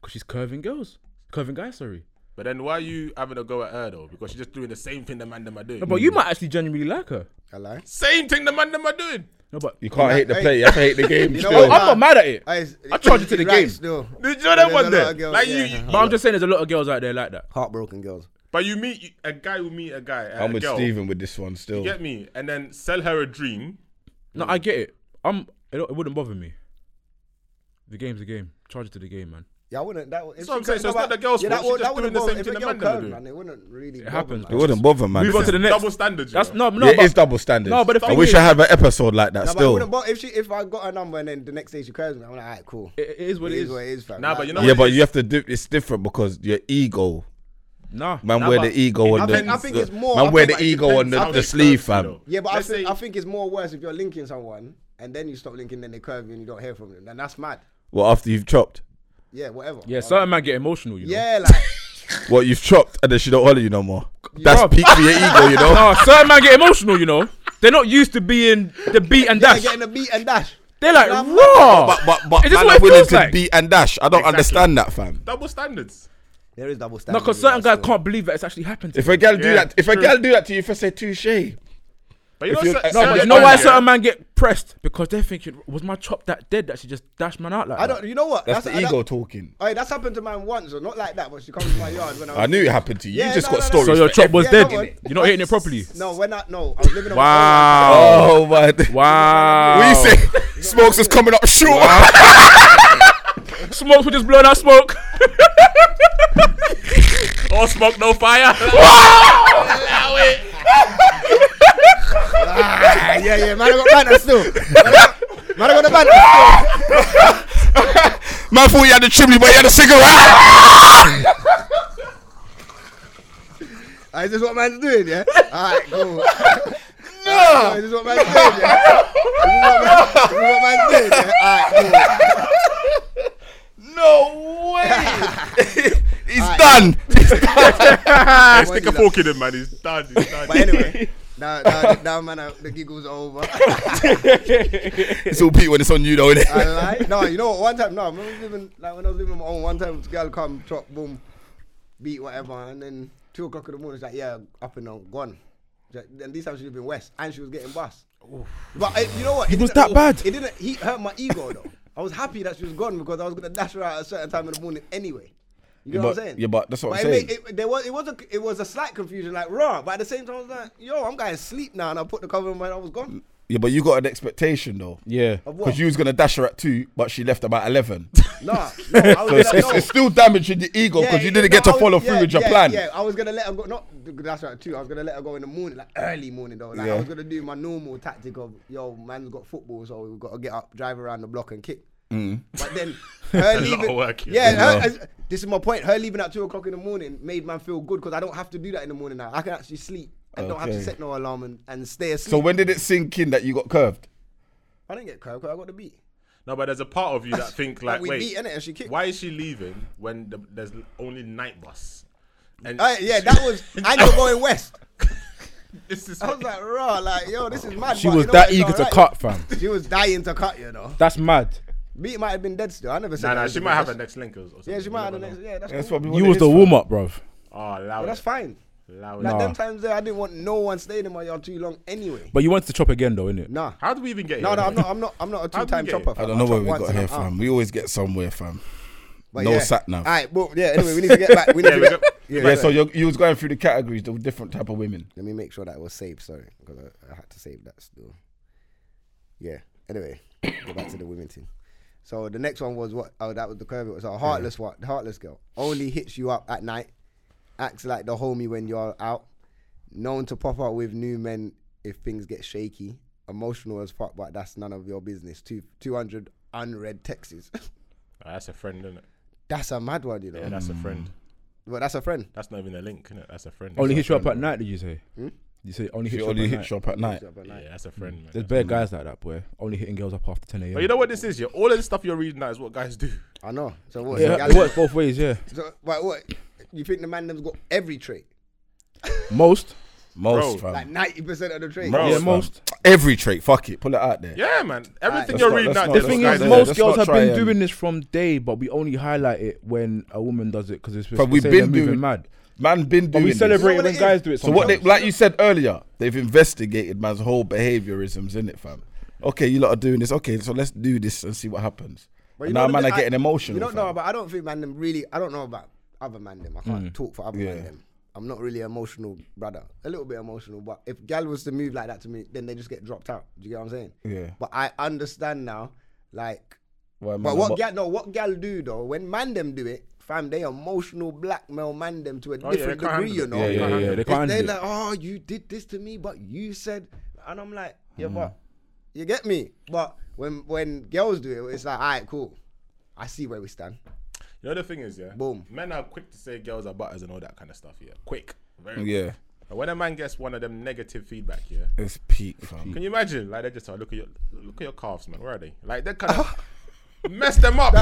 S5: because she's curving girls, curving guys. Sorry,
S6: But then why are you having a go at her though? Because she's
S4: Mm.
S6: just doing the same thing the man them are doing.
S5: no, but you might actually genuinely like her.
S4: I lie.
S6: Same thing the man them are doing.
S5: No, but
S6: You can't hate the player. You have to hate the game.
S4: You know
S6: still.
S5: I'm not mad at it.
S4: I,
S5: I charge you to the game.
S4: Still.
S6: Did you know that
S4: There's a
S6: one
S4: lot
S6: there?
S4: of girls,
S6: like
S4: yeah.
S6: you, you-
S5: But I'm just saying, there's a lot of girls out there like that.
S4: Heartbroken girls.
S6: but you meet you- a guy will meet a guy. uh,
S3: I'm
S6: a
S3: with
S6: girl,
S3: Steven with this one still.
S6: You get me, and then sell her a dream.
S5: No, I get it. I'm. It, don't- it wouldn't bother me. The game's a game. Charge it to the game, man.
S4: Yeah, I wouldn't. That,
S6: That's what I'm saying, so it's not the girl's fault, she's just doing the same thing the man
S4: girl
S6: do.
S4: man, It wouldn't really.
S5: It happens.
S3: It wouldn't bother, man.
S5: Move on to the next.
S6: Double standards. you
S5: That's
S6: know?
S5: no, no.
S3: Yeah, it
S5: but
S3: is double standards.
S5: No, but the
S3: I
S5: thing
S3: wish
S5: is-
S3: I had an episode like that
S4: No, but, I
S3: still.
S4: wouldn't, but if she, if I got her number and then the next day she cries me, I'm like, alright, cool.
S5: it it is what it is.
S4: what it is, fam.
S6: Nah, but you know
S3: yeah,
S6: what
S3: but
S6: it
S3: you have to do. It's different because your ego,
S5: Nah,
S3: man.
S6: Nah,
S3: wear
S6: but
S3: the ego
S6: I
S3: on the.
S6: think- I
S4: think it's more- I
S3: Man, wear
S4: think
S3: the
S6: it
S3: ego on
S6: depends how
S3: the,
S6: they
S3: the
S6: curve
S3: sleeve,
S6: you,
S3: fam.
S6: though.
S4: Yeah, but I
S6: Let's
S4: think,
S6: say-
S4: I think it's more worse if you're linking someone and then you stop linking, then they curve you and you don't hear from them. Then that's mad.
S3: Well, after you've chopped,
S4: Yeah, whatever.
S5: Yeah, certain man get emotional, you know.
S4: Yeah, like
S3: well, you've chopped, and then she don't holler you no more. That's
S5: Bruv.
S3: peak for your ego, you know.
S5: Nah, certain man get emotional, you know. They're not used to being the beat and
S4: yeah,
S5: dash.
S4: getting a beat and dash.
S5: They're like,
S4: Nah, man.
S5: raw.
S3: But but but
S5: is this
S3: man,
S5: what
S3: I'm
S5: it
S3: willing
S5: feels
S3: to
S5: like?
S3: beat and dash. I don't
S6: Exactly.
S3: understand that, fam.
S6: double standards.
S4: There is double standard.
S5: No, because certain guys can't believe that it's actually happened. To
S3: If
S5: them.
S3: a gal do
S6: Yeah,
S3: that, if a
S6: true.
S3: gal do that to you, if I say touche,
S6: But you
S3: If
S6: know,
S3: you-
S6: cer-
S3: No,
S5: no, but
S6: certain
S5: you know why
S6: men, yeah,
S5: certain man get pressed because they're thinking, was my chop that dead that she just dashed man out like
S4: I don't.
S5: that?
S4: You know what?
S3: that's, the
S4: I
S3: ego
S4: don't-
S3: talking.
S4: Oi, that's happened to mine once, or not like that, but she comes to my yard when I was.
S3: I knew it happened to you.
S4: Yeah,
S3: you just got
S4: no, no, no.
S3: stories.
S5: So your
S3: for
S5: chop was
S4: Yeah,
S5: dead.
S4: come on.
S5: You're not hitting it properly.
S4: No, when I no, I was living on. my own.
S5: Wow.
S3: Oh my! d-
S5: Wow.
S3: What you say? Smokes is coming up short.
S5: Smokes were just blowing out smoke. All smoke, no fire.
S4: Ah, yeah, yeah, man, I got banter still. Man, I got the banter.
S3: Man thought you had the chimney, but you had a cigarette.
S4: still. Ah, is this what man's doing? Yeah. All right, cool. No. is this what man's doing? Yeah. Is this what, man, is this what man's doing? Yeah? All right, cool.
S3: No way. He's done.
S6: Hey, stick a fork in him, man. He's done. He's done.
S4: But anyway, now, now, now, man, I, the giggles are over.
S3: it's all Pete when it's on you, though,
S4: I
S3: innit?
S4: lie. No, you know what? One time, no, I remember living like when I was living on my own. One time, this girl come, chop, boom, beat whatever, and then two o'clock in the morning, it's like yeah, up and on, gone. It's like, And this time she lived in West, and she was getting bus. But it, you know what? It,
S3: was
S4: didn't-
S3: that bad?
S4: It didn't he hurt my ego though. I was happy that she was gone because I was gonna dash her out at a certain time in the morning anyway. You know
S3: Yeah,
S4: what
S3: but-
S4: I'm saying?
S3: yeah, but that's what I'm
S4: it
S3: saying.
S4: made- it, there was it was a it was a slight confusion, like raw. But at the same time, I was like, yo, I'm going to sleep now, and I put the cover on when I was gone.
S3: Yeah, but you got an expectation, though.
S5: yeah.
S4: Of what?
S3: Because you was going to dash her at two, but she left about 11.
S4: Nah, no, I
S3: So it's,
S4: was gonna,
S3: it's,
S4: no.
S3: it's still damaging your ego because
S4: Yeah,
S3: Oh, you
S4: yeah,
S3: didn't get
S4: no,
S3: to
S4: I
S3: follow
S4: was-
S3: through
S4: yeah,
S3: with your
S4: yeah,
S3: plan.
S4: Yeah, I was gonna let her go. Not that's right too. I was gonna let her go in the morning, like early morning though. Like I
S3: Yeah.
S4: was gonna do my normal tactic of yo, man's got football, so we've got to get up, drive around the block and kick.
S3: Mm.
S4: But then her
S6: lot of
S4: leaving,
S6: work, yeah.
S4: yeah. her-
S3: Yeah.
S4: as- this is my point. Her leaving at two o'clock in the morning made man feel good because I don't have to do that in the morning now. I can actually sleep. I don't have to
S3: Okay.
S4: set no alarm and, and stay asleep.
S3: So when did it sink in that you got curved?
S4: I didn't get curved 'cause I got the beat.
S6: No, but there's a part of you that think like,
S4: we
S6: wait,
S4: beat, innit? And she kicked.
S6: why is she leaving when the, there's only night bus? And
S4: Alright, Oh, yeah, that was. And you're going west.
S6: this is
S4: I was like, raw, like yo, this is mad.
S5: She
S4: but
S5: was
S4: you know
S5: that
S4: what, it's
S5: eager to
S4: alright.
S5: cut, fam.
S4: She was dying to cut, you know.
S5: That's mad.
S4: Beat might have been dead still. I never said. that
S6: nah, nah,
S4: was
S6: she
S4: the
S6: might have a
S4: best.
S6: next link or something.
S4: Yeah, she might have
S6: You
S4: a
S6: never
S4: next.
S6: know.
S4: Yeah, that's,
S3: That's
S4: cool.
S3: probably what
S5: You
S3: it
S5: was
S3: is,
S5: the
S3: fam.
S5: warm up, bruv.
S6: Oh,
S4: But
S6: loud.
S4: that's fine.
S6: Loud.
S4: Like
S5: Nah.
S4: them times there, I didn't want no one staying in my yard too long anyway.
S5: But you wanted to chop again, though, innit?
S4: Nah.
S6: How do we even get
S4: No,
S6: here?
S4: no, I'm not. I'm not. I'm not a
S6: How do
S4: two-time
S6: we get
S4: chopper.
S3: I
S4: fam.
S3: don't know
S4: chop
S3: where we
S4: once
S3: got
S4: and
S3: here,
S4: I'm out.
S3: fam. We always get somewhere, fam.
S4: But
S3: No
S4: yeah.
S3: sat nav.
S4: All right, but yeah. Anyway, we need to get back. We need
S6: Yeah,
S4: to
S6: we
S4: get.
S6: got-
S4: Yeah,
S3: Yeah,
S4: yeah.
S3: so you you was going through the categories, the different type of women.
S4: Let me make sure that was saved. Sorry, because I, I had to save that still. Yeah. Anyway, go back to the women thing. So the next one was what? Oh, that was the curve. It was a heartless what? Heartless girl only hits you up at night. Acts like the homie when you're out. Known to pop up with new men if things get shaky. Emotional as fuck, but that's none of your business. Two two hundred unread texts.
S6: Ah, that's a friend, isn't it?
S4: that's a mad one, you know.
S6: Yeah, that's a friend.
S4: But that's a friend.
S6: That's not even a link, innit? That's a friend.
S5: Only
S6: That's
S5: hit
S6: a
S5: you up
S6: friend.
S5: at night, did you say? You say only
S3: She
S5: hit you up
S3: only
S5: at
S3: hits
S5: night.
S3: you up at night.
S6: Yeah, that's a friend, man.
S5: There's bare guys like that, boy. Only hitting girls up after 10 a.m.
S6: But Oh, you know what this is, yeah? All of the stuff you're reading now is what guys do.
S4: I know. So what?
S5: yeah,
S4: Gal-
S5: it works both ways, yeah.
S4: So, but what? You think the man them's got every trait?
S5: Most.
S3: Most,
S6: Bro,
S3: fam.
S4: Like ninety percent of the trade.
S6: Bro.
S5: yeah,
S6: fam.
S5: most.
S3: Every trait. Fuck it. Pull it out there.
S6: Yeah, man. Everything
S3: Let's
S6: you're
S3: not-
S6: reading
S3: let's
S6: out,
S3: not-
S6: there's
S3: let's
S5: The thing
S3: not
S5: is,
S3: try-
S5: most
S3: let's
S5: girls
S3: not
S5: have
S3: try
S5: been
S3: and-
S5: doing this from day, but we only highlight it when a woman does it because it's
S3: But
S5: we're
S3: we've
S5: saying
S3: been
S5: they're moving
S3: doing
S5: mad.
S3: Man, been
S5: But
S3: doing.
S5: we
S3: this.
S5: celebrate
S4: You know
S5: when
S4: what it
S5: guys
S4: is?
S5: do it.
S3: So what they
S5: sometimes.
S3: like you said earlier, they've investigated man's whole behaviorisms in it, fam. okay, you lot are doing this. Okay, so let's do this and see what happens.
S4: But
S3: And
S4: you know
S3: now
S4: the
S3: man
S4: thing-
S3: are getting emotional.
S4: You don't
S3: fam.
S4: know, but I don't think man them really. I don't know about other man them. I can't talk for other man them. I'm not really emotional, brother. A little bit emotional, but if gal was to move like that to me, then they just get dropped out. Do you get what I'm saying?
S3: Yeah.
S4: But I understand now, like.
S3: Why man
S4: But
S3: are
S4: what
S3: mo-
S4: gal? No, what gal do though? When man them do it, fam, they emotional blackmail man them to a
S6: Oh, yeah,
S4: different
S6: they can't
S4: degree. You know,
S6: handle it.
S5: Yeah, yeah, yeah, they
S4: If
S5: can't
S4: they
S5: handle it.
S4: like, oh, you did this to me, but you said, and I'm like, yeah, but you get me. But when when girls do it, it's like, all right, cool. I see where we stand.
S6: You know the thing is, yeah.
S4: Boom.
S6: Men are quick to say girls are butters and all that kind of stuff. Yeah, quick. Very quick.
S3: Yeah,
S6: And when a man gets one of them negative feedback, yeah.
S3: it's peak, fam.
S6: Can you imagine? Like they just are look at your look at your calves, man. Where are they? Like they kind of mess them up.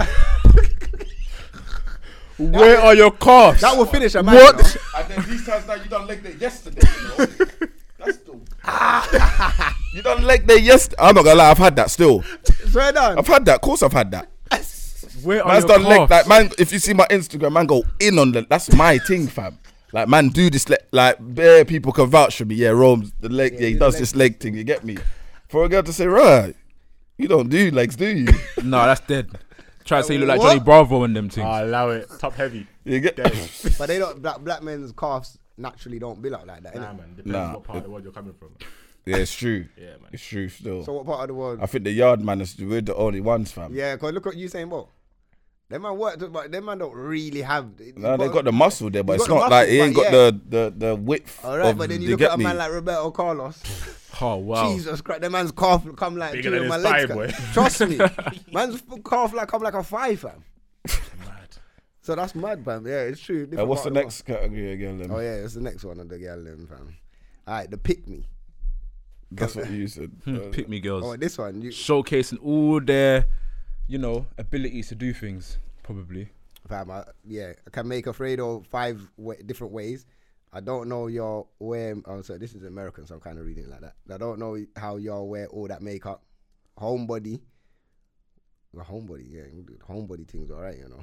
S5: Where are your calves?
S4: That will finish a man.
S5: What?
S4: you know?
S6: and then these times that you done leg day yesterday, you know. That's the
S3: You done leg day yesterday. I'm not gonna lie, I've had that still.
S4: Swear down.
S3: I've had that. Of course, I've had that.
S5: Where are
S3: Man's
S5: your
S3: done leg
S5: calves?
S3: like man. If you see my Instagram, man, go in on that. That's my thing, fam. Like man, do this leg. Like bare people can vouch for me. Yeah, Rome's the leg. Yeah, he
S4: do
S3: does
S4: the
S3: this leg thing. You get me? For a girl to say, right, you don't do legs, do you?
S5: No, that's dead. Try to say you look like
S4: What?
S5: Johnny Bravo and them things.
S6: I allow it. Top heavy.
S3: You get?
S4: But they don't. Black black men's calves naturally don't build up like that.
S6: Nah,
S4: innit?
S6: man. Depends
S3: Nah.
S6: what part of the world you're coming from.
S3: yeah, it's true.
S6: Yeah, man.
S3: It's true still.
S4: So what part of the world?
S3: I think the yard man is we're the only ones, fam.
S4: yeah, cause look what you saying, bro. Them man worked, but them man don't really have.
S3: No, they got the muscle there, but
S4: You
S3: it's
S4: got
S3: not
S4: the
S3: like
S4: muscle,
S3: he ain't
S4: but
S3: got
S4: yeah.
S3: the, the the width.
S4: All right,
S3: of,
S4: but then you
S3: you
S4: look
S3: get
S4: at a
S3: me?
S4: man like Roberto Carlos.
S5: Oh wow.
S4: Jesus Christ, that man's calf come like
S6: Bigger
S4: two
S6: than
S4: of my
S6: his
S4: legs.
S6: thigh,
S4: come.
S6: boy.
S4: Trust me, man's f- calf like come like a five, fam. So that's mad, fam. Yeah, it's true.
S3: Uh,
S4: Different
S3: what's the
S4: part
S3: next category again? Then?
S4: of the world. Oh yeah, it's the next one of the girl, then, fam. All right, the pick me.
S3: That's what you said. Uh,
S5: Mm. Pick me girls.
S4: Oh, this one. You,
S5: Showcasing all their, you know, abilities to do things. Probably.
S4: fam, I, yeah, I can make a Fredo five wa different ways. I don't know your where. Oh, so this is American, so I'm kind of reading it like that. I don't know how y'all wear all that makeup. Homebody, the homebody, yeah, you do the homebody things, all right, you know.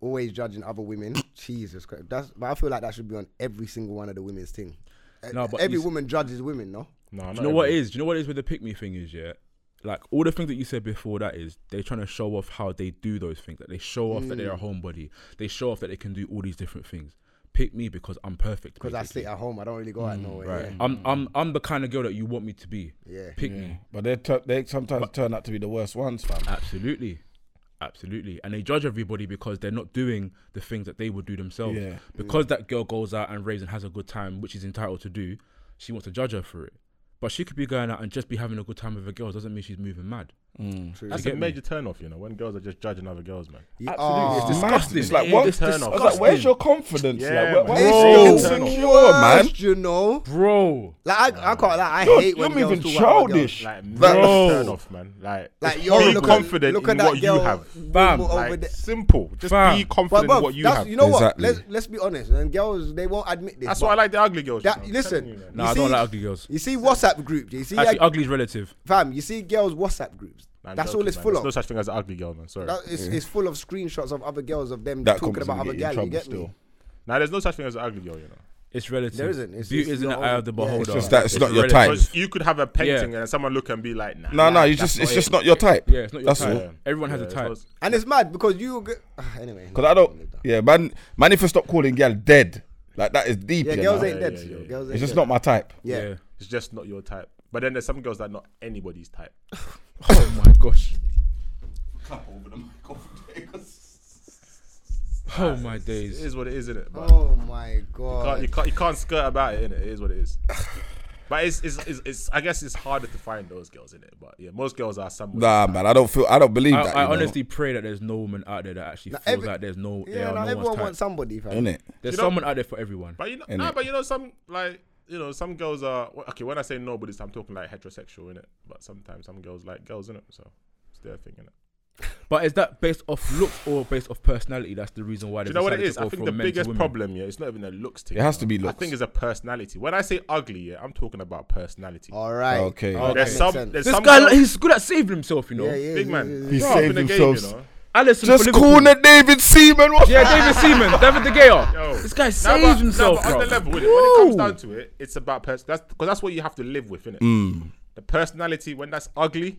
S4: Always judging other women. Jesus Christ, that's. But I feel like that should be on every single one of the women's thing. E-
S5: No, but
S4: every
S5: you s-
S4: woman judges women, no.
S6: No, not
S5: Do you know what
S6: everyone.
S5: it is? Do you know what it is with the pick me thing is, yeah? Like all the things that you said before that is they're trying to show off how they do those things. That they show off that they're a homebody. They show off that they can do all these different things. Pick me because I'm perfect.
S4: Because I
S5: basically.
S4: sit at home, I don't really go out nowhere.
S5: Mm, Right. I'm I'm I'm the kind of girl that you want me to be.
S4: Yeah.
S5: Pick me.
S3: But they tur they sometimes turn out to be the worst ones, fam.
S5: Absolutely. Absolutely. And they judge everybody because they're not doing the things that they would do themselves.
S3: Yeah.
S5: Because that girl goes out and raves and has a good time, which she's entitled to do, she wants to judge her for it. But she could be going out and just be having a good time with her girls. Doesn't mean she's moving mad.
S6: That's a major turn off, you know, when girls are just judging other girls, man.
S4: Yeah. Oh.
S3: It's disgusting. It's like
S5: It
S3: what?
S5: is
S3: I was
S5: turn-off.
S3: like, where's your confidence?
S6: Yeah,
S3: like, where-
S6: man.
S3: why
S6: Bro.
S3: are you so insecure, man?
S4: You know.
S5: Bro.
S4: Like I, I can't lie, I
S3: You're, you're
S4: hate when girls
S3: even
S4: talk about other
S3: childish.
S6: Like major
S3: That-
S6: turn off, man. Like,
S4: Like
S6: be
S4: you're
S6: confident
S4: look at
S6: in
S4: that
S6: what
S4: girl
S6: you have.
S5: Bam.
S4: over
S6: Like,
S4: there.
S6: simple. Just
S5: Fam.
S6: be
S4: But
S6: confident
S4: bruv,
S6: in what you
S4: that's,
S6: have.
S4: you know
S3: Exactly.
S4: what? Let's let's be honest. And girls, they won't admit this.
S6: that's
S4: but
S6: why I like the ugly girls. you
S4: that-
S6: know, I'm
S4: listen,
S6: telling you, man.
S5: Nah, I
S4: see-
S5: don't like ugly girls.
S4: You see WhatsApp groups. You see,
S5: Actually,
S4: like,
S5: ugly's relative.
S4: fam. You see girls WhatsApp groups.
S6: I'm
S4: That's
S6: joking,
S4: all it's
S6: man.
S4: full
S6: There's
S4: of.
S6: No such thing as an ugly girl, man. Sorry.
S4: That is, It's full of screenshots of other girls of them
S3: That
S4: talking
S3: comes
S4: about
S3: about
S4: other
S3: get in
S4: girls. You
S3: trouble
S4: get
S3: still.
S4: me?
S6: Now, there's no such thing as an ugly girl, you know.
S5: It's relative.
S4: There isn't. It's-
S5: Beauty
S4: it's
S5: is in the
S4: your
S5: eye
S4: own-
S5: of the
S4: yeah, it's
S5: beholder.
S3: just that it's not your
S5: relative.
S3: type.
S6: Because you could have a painting and someone look and be like, nah.
S3: No, no, you just it's just not your type.
S5: Yeah, it's not your
S3: That's
S5: type.
S3: all.
S5: Everyone has
S6: Yeah,
S5: a
S6: it's
S5: type.
S6: not-
S4: And it's mad because you get Ah, anyway.
S3: Cause I don't. Yeah, man. Man, if I stop calling gal dead, like that is deep.
S4: Yeah,
S3: you
S4: girls
S3: know?
S4: ain't
S6: Yeah,
S4: dead.
S6: yeah,
S4: still.
S6: yeah.
S4: Girls ain't
S3: It's just
S4: dead.
S3: not my type.
S4: Yeah.
S5: yeah.
S6: It's just not your type. But then there's some girls that are not anybody's type.
S5: Oh my gosh. Oh my
S6: It
S5: days.
S6: is what it is, isn't it? But
S4: Oh my
S6: can't- you,
S4: god.
S6: can't, you can't skirt about it, innit? It is what it is. But it's, it's, it's, it's I guess it's harder to find those girls in it. But yeah, most girls are somewhere.
S3: Nah, man. I don't feel. I don't believe
S5: I,
S3: that.
S5: I
S3: you know,
S5: honestly pray that there's no woman out there that actually
S4: Now,
S5: feels
S4: every-
S5: like there's no. there
S4: Yeah,
S5: are
S4: now
S5: no
S4: everyone
S5: one's
S4: wants
S5: type.
S4: somebody, fam.
S3: Innit?
S5: There's
S6: You know-
S5: someone out there for everyone.
S6: But you know,
S3: Innit?
S6: nah, but you know, some like you know, some girls are well, okay. When I say nobody's, I'm talking like heterosexual in it. But sometimes some girls like girls in it, so it's their thing in it.
S5: But is that based off looks or based off personality? That's the reason why they
S6: Do you know what it
S5: decided
S6: is?
S5: to go
S6: I think
S5: from
S6: the
S5: men to
S6: biggest
S5: women.
S6: problem, yeah, it's not even a looks thing.
S3: It has
S6: you
S3: to
S6: know.
S3: be
S6: I
S3: looks.
S6: think it's a personality. When I say ugly, yeah, I'm talking about personality.
S4: All right.
S3: Okay.
S4: Oh, that
S6: there's
S4: makes
S6: some,
S4: sense.
S6: there's
S5: This
S6: some
S5: guy,
S6: girls-
S5: he's good at saving himself, you know.
S4: Yeah, yeah.
S6: big
S4: yeah,
S6: man.
S4: yeah,
S3: He
S6: Bro, up in
S3: saved
S6: the game, you
S3: himself.
S6: know.
S5: Allison for
S3: Just
S5: Liverpool.
S3: corner David Seaman. What?
S5: Yeah, David Seaman, David De Gea.
S6: Yo.
S5: This guy
S6: Nah,
S5: saves
S6: but- nah,
S5: himself,
S6: but on
S5: bro.
S3: Mm.
S6: the level, innit? when it comes down to it, it's about person. That's because that's what you have to live with, innit? The personality when that's ugly,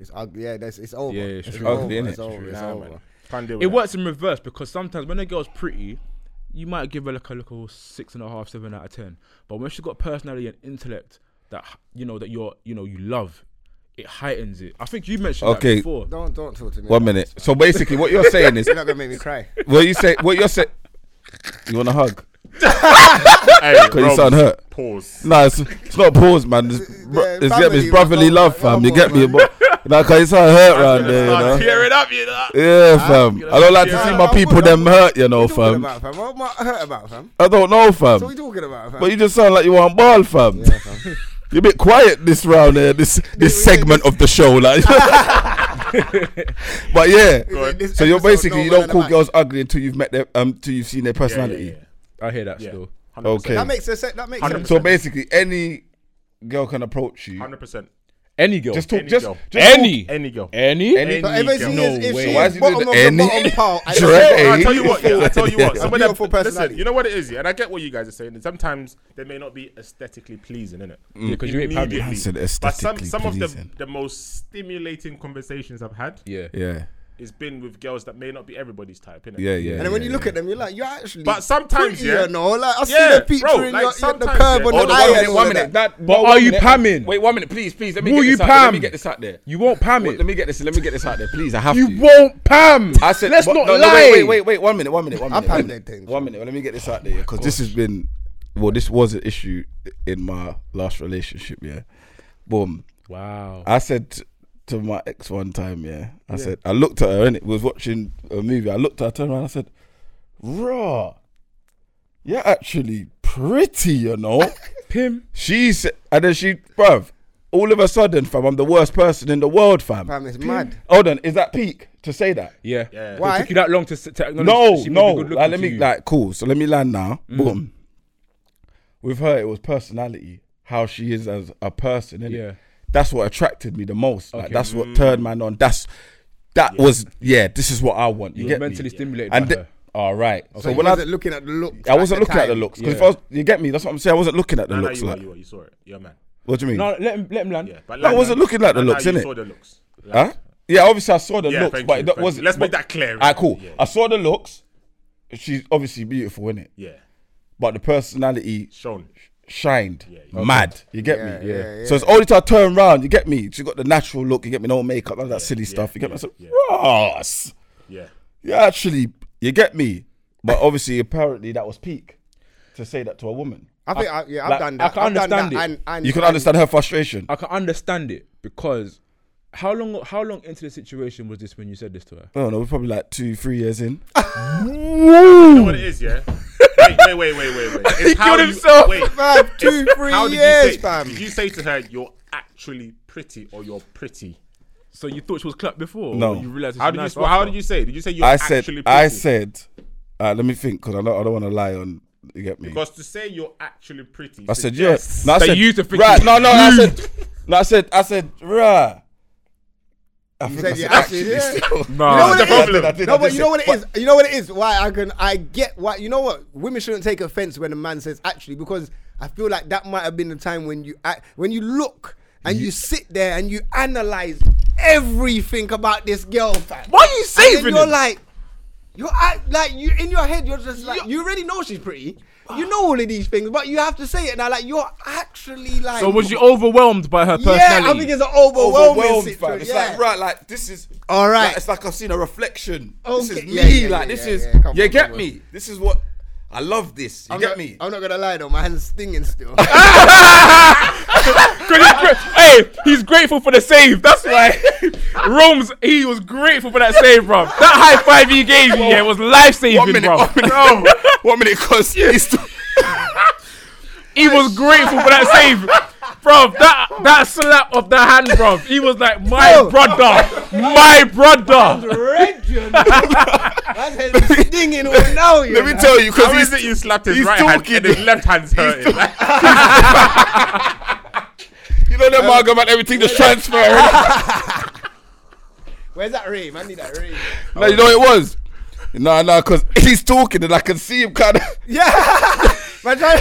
S4: It's ugly. Yeah, that's it's over.
S5: Yeah, it's
S4: it's
S5: true.
S4: over.
S3: Ugly, innit?
S4: It's over. It's
S6: nah,
S4: over.
S6: man, can't deal with
S5: It
S6: that.
S5: works in reverse because sometimes when a girl's pretty, you might give her like a little six and a half, seven out of ten. But when she's got personality and intellect that h- you know that you're you know you love, it heightens it. I think you mentioned
S3: Okay.
S5: that before.
S4: Don't don't talk to me.
S3: One minute. So basically, what you're saying is,
S4: You're not gonna make me cry.
S3: what you say, what you're saying, you want a hug?
S6: Hey,
S3: you sound
S6: Robs,
S3: hurt.
S6: Pause.
S3: Nah, it's, it's not pause, man. It's, bro,
S4: Yeah,
S3: it's, get me,
S4: family,
S3: it's brotherly
S4: man.
S3: love,
S4: Come on,
S3: fam. You get me,
S4: man.
S3: bro? Nah, cause it's all hurt
S6: I'm
S3: round
S6: gonna
S3: there, you
S6: start
S3: know.
S6: tearing up, you know.
S3: Yeah, fam. I don't like to
S6: Yeah.
S3: see
S4: Nah,
S3: my
S4: nah,
S3: people
S4: what-
S3: them
S4: what-
S3: hurt, you
S4: What
S3: know,
S4: you talking
S3: Oh, fam.
S4: about, fam? What am I hurt about, fam?
S3: I don't know,
S4: So what
S3: fam.
S4: you talking about, fam?
S3: But you just sound like you on ball, fam.
S4: Yeah, fam.
S3: You're a bit quiet this round here, this this
S4: yeah,
S3: segment of the show, like. but yeah,
S6: on.
S4: This
S3: so you're
S4: episode,
S3: basically
S4: no
S3: you
S4: man
S3: don't
S4: at the
S3: call
S4: back.
S3: girls ugly until you've met their um, until you've seen their personality.
S5: I hear that
S6: Yeah.
S5: still.
S6: 100%.
S3: Okay.
S4: That makes sense. That makes sense.
S3: So basically, any girl can approach you.
S6: 100%.
S5: Any girl.
S3: Just talk,
S6: Any
S3: just,
S6: girl.
S3: just talk-
S5: any.
S6: Any girl.
S5: Any.
S3: Any-
S4: But if she
S6: No
S4: is, if
S5: way.
S4: she
S5: Why
S3: is
S4: is
S3: he
S4: bottom of
S3: doing
S4: the
S3: any-
S4: bottom pile, I-
S3: Dre.
S6: I tell you what, yeah, I tell you
S3: Yeah.
S6: what. Some of them,
S4: Beautiful
S6: listen,
S4: personality.
S6: you know what it is, yeah, and I get what you guys are saying. And sometimes they may not be aesthetically pleasing, innit?
S5: Mm. Yeah, 'cause you ain't Pammy.
S6: Immediately.
S3: I said
S6: But some
S3: aesthetically
S6: some of the
S3: pleasing.
S6: the most stimulating conversations I've had
S5: Yeah.
S3: yeah,
S6: has been with girls that may not be everybody's type, innit?
S3: yeah, yeah.
S4: And then when
S3: yeah,
S4: you look at them, you're like, you're actually.
S6: But sometimes,
S4: pretty,
S6: yeah.
S4: you know, like I see
S6: Yeah,
S4: the feature
S6: bro,
S4: in
S6: like
S4: your, your, the curve
S6: sometimes, yeah.
S4: on
S6: Oh,
S4: your
S6: the
S4: eye
S6: one
S4: and
S6: minute,
S4: all
S6: one
S4: of
S6: minute.
S4: That.
S3: That,
S5: But are you pamming?
S3: Wait one minute, please, please. Let me
S5: Will
S3: get
S5: you
S3: this out. there. Let me
S5: pam?
S3: get this out there.
S5: You won't pam
S3: Wait,
S5: it.
S3: Let me get this. Let me get this out there, please. I have
S5: You
S3: to.
S5: won't pam.
S3: I said,
S5: Let's
S3: but-
S5: not
S3: no, no,
S5: lie.
S3: Wait, wait, wait, wait. One minute, one minute, one
S4: I'm
S3: minute.
S4: paying
S3: One-
S4: that attention.
S3: One minute. Let me get this out there because this has been, well, this was an issue in my last relationship. Yeah, boom.
S5: Wow.
S3: I said t- to my ex one time, yeah, I said, I looked at her and it was watching a movie. I looked at her, turned around, I said, "Raw, you're actually pretty, you know."
S5: Pim.
S3: she said, and then she, bruv, all of a sudden, fam, I'm the worst person in the world, fam.
S4: Fam, it's mad.
S3: Hold on, is that peak to say that?
S5: Yeah.
S6: Yeah.
S5: It
S4: Why?
S5: took you that long to, s- to acknowledge
S3: No,
S5: she must be
S3: no.
S5: good
S3: Like,
S5: looking
S3: let
S5: to
S3: me
S5: you. Mm.
S3: like cool. So let me land now. Boom. With her, it was personality, how she is as a person. Innit?
S5: Yeah.
S3: that's what attracted me the most. Like
S5: Okay.
S3: that's
S6: Mm.
S3: what turned man on. That's that was yeah. This is what I want. You,
S5: You were
S3: get
S5: mentally
S3: me?
S5: stimulated
S3: And
S5: by
S3: the-
S5: her.
S3: all right.
S4: So
S3: So
S4: you
S3: when I
S4: wasn't looking at the looks.
S3: I wasn't looking at the
S4: time.
S3: looks because
S5: Yeah.
S3: you get me. That's what I'm saying. I wasn't looking at the
S6: No, no,
S3: looks.
S6: you were,
S3: like
S6: you were, you saw it. You're a man.
S3: what do you mean?
S5: No, let him let him land.
S6: Yeah. But
S3: I wasn't looking at the looks,
S6: in
S3: innit?
S6: You saw the looks. Like,
S3: Huh? Yeah, obviously I saw the
S6: Yeah,
S3: looks,
S6: thank
S3: but
S6: you,
S3: that
S6: thank
S3: wasn't.
S6: you. Let's make
S3: but-
S6: that clear,
S3: Alright, cool.
S6: yeah.
S3: I saw the looks. She's obviously beautiful, innit?
S6: Yeah.
S3: But the personality
S6: Shown.
S3: shined
S6: yeah.
S3: mad. You get
S4: Yeah,
S3: me?
S4: yeah, yeah.
S3: So it's only till I turn round, you get me? She got the natural look, you get me? No makeup, none of that silly stuff. You get me? I said,
S6: yeah.
S3: Ross,
S6: Yeah.
S3: you actually, you get me? But obviously, apparently, that was peak to say that to a woman.
S4: I think I, yeah, I've
S5: Like,
S4: done
S5: I
S4: that.
S5: can
S4: I've done
S5: understand
S4: that
S5: it.
S4: and- and-
S3: You can
S4: and-
S3: understand her frustration.
S5: I can understand it because how long how long into the situation was this when you said this to her?
S3: I don't know, we're probably like two, three years in.
S6: You know what it is, yeah? wait, wait, wait, wait, wait, wait. It's how
S5: killed
S6: you-
S5: himself.
S6: Wait.
S4: Fam, two, three
S6: How did you
S4: years,
S6: say,
S4: fam.
S6: Did you say to her, you're actually pretty or you're pretty?
S5: So you thought she was clapped before?
S3: No.
S5: Or you realized
S6: How did you, sp- how did you say? Did you say you're
S3: I
S6: actually
S3: said,
S6: pretty?
S3: I said, uh, let me think, because I don't, I don't want to lie on, you get me?
S6: Because to say you're actually pretty.
S3: I said, yes. No, I
S5: That
S3: said,
S5: you to think
S3: right,
S5: you-
S3: no, no, I said, no, I said, I said, rah. I think
S4: said
S3: I
S4: you
S3: said,
S4: actually-
S3: actually,
S4: yeah.
S5: Nah.
S4: You know what
S6: the
S4: it is?
S6: problem?
S3: I did, I
S4: No,
S3: did
S4: but you
S3: say-
S4: know what it is. You know what it is. Why I can I get why you know what women shouldn't take offense when a man says actually because I feel like that might have been the time when you act, when you look and you, sit there and you analyze everything about this girl. Fam.
S5: Why are you
S4: And then
S5: saving
S4: You're
S5: him?
S4: like. You're act, like you in your head. You're just like you already know she's pretty. You know all of these things, but you have to say it now. Like you're actually like.
S5: So was you overwhelmed by her personality?
S4: Yeah, I think it's an overwhelming
S3: overwhelmed, fam.
S4: situation.
S3: It's
S4: Yeah.
S3: like right, like this is
S4: All right.
S3: like, it's like I've seen a reflection. This is
S4: Okay.
S3: me.
S4: Yeah, yeah,
S3: like
S4: yeah,
S3: this
S4: yeah,
S3: is.
S4: yeah. Come
S3: you
S4: on,
S3: get
S4: come
S3: me. This is what I love. This. You
S4: I'm
S3: get
S4: not-
S3: me.
S4: I'm not gonna lie though, my hand's stinging still.
S5: hey, he's grateful for the save. That's why. Rome's he was grateful for that save, bro. That high five he gave you, yeah, was life
S3: one
S5: saving,
S3: minute.
S5: bro.
S3: One minute. One minute. Cause it's too-
S5: He was grateful for that save. Bro, that that slap of the hand, bro. He was like, my
S4: Bro.
S5: brother, my brother.
S4: Red, you know. My hand's stinging all now. You
S3: Let me
S4: know.
S3: tell you. Cause
S6: How
S3: he's,
S6: is it you slapped his
S3: he's
S6: right hand
S3: talking.
S6: and his left hand's hurting? Like,
S3: you know them argue about everything just transferring.
S4: Where's that rave? I need that rave.
S3: no, you know what it was. No, no, cause he's talking and I can see him kind of.
S4: Yeah. My try-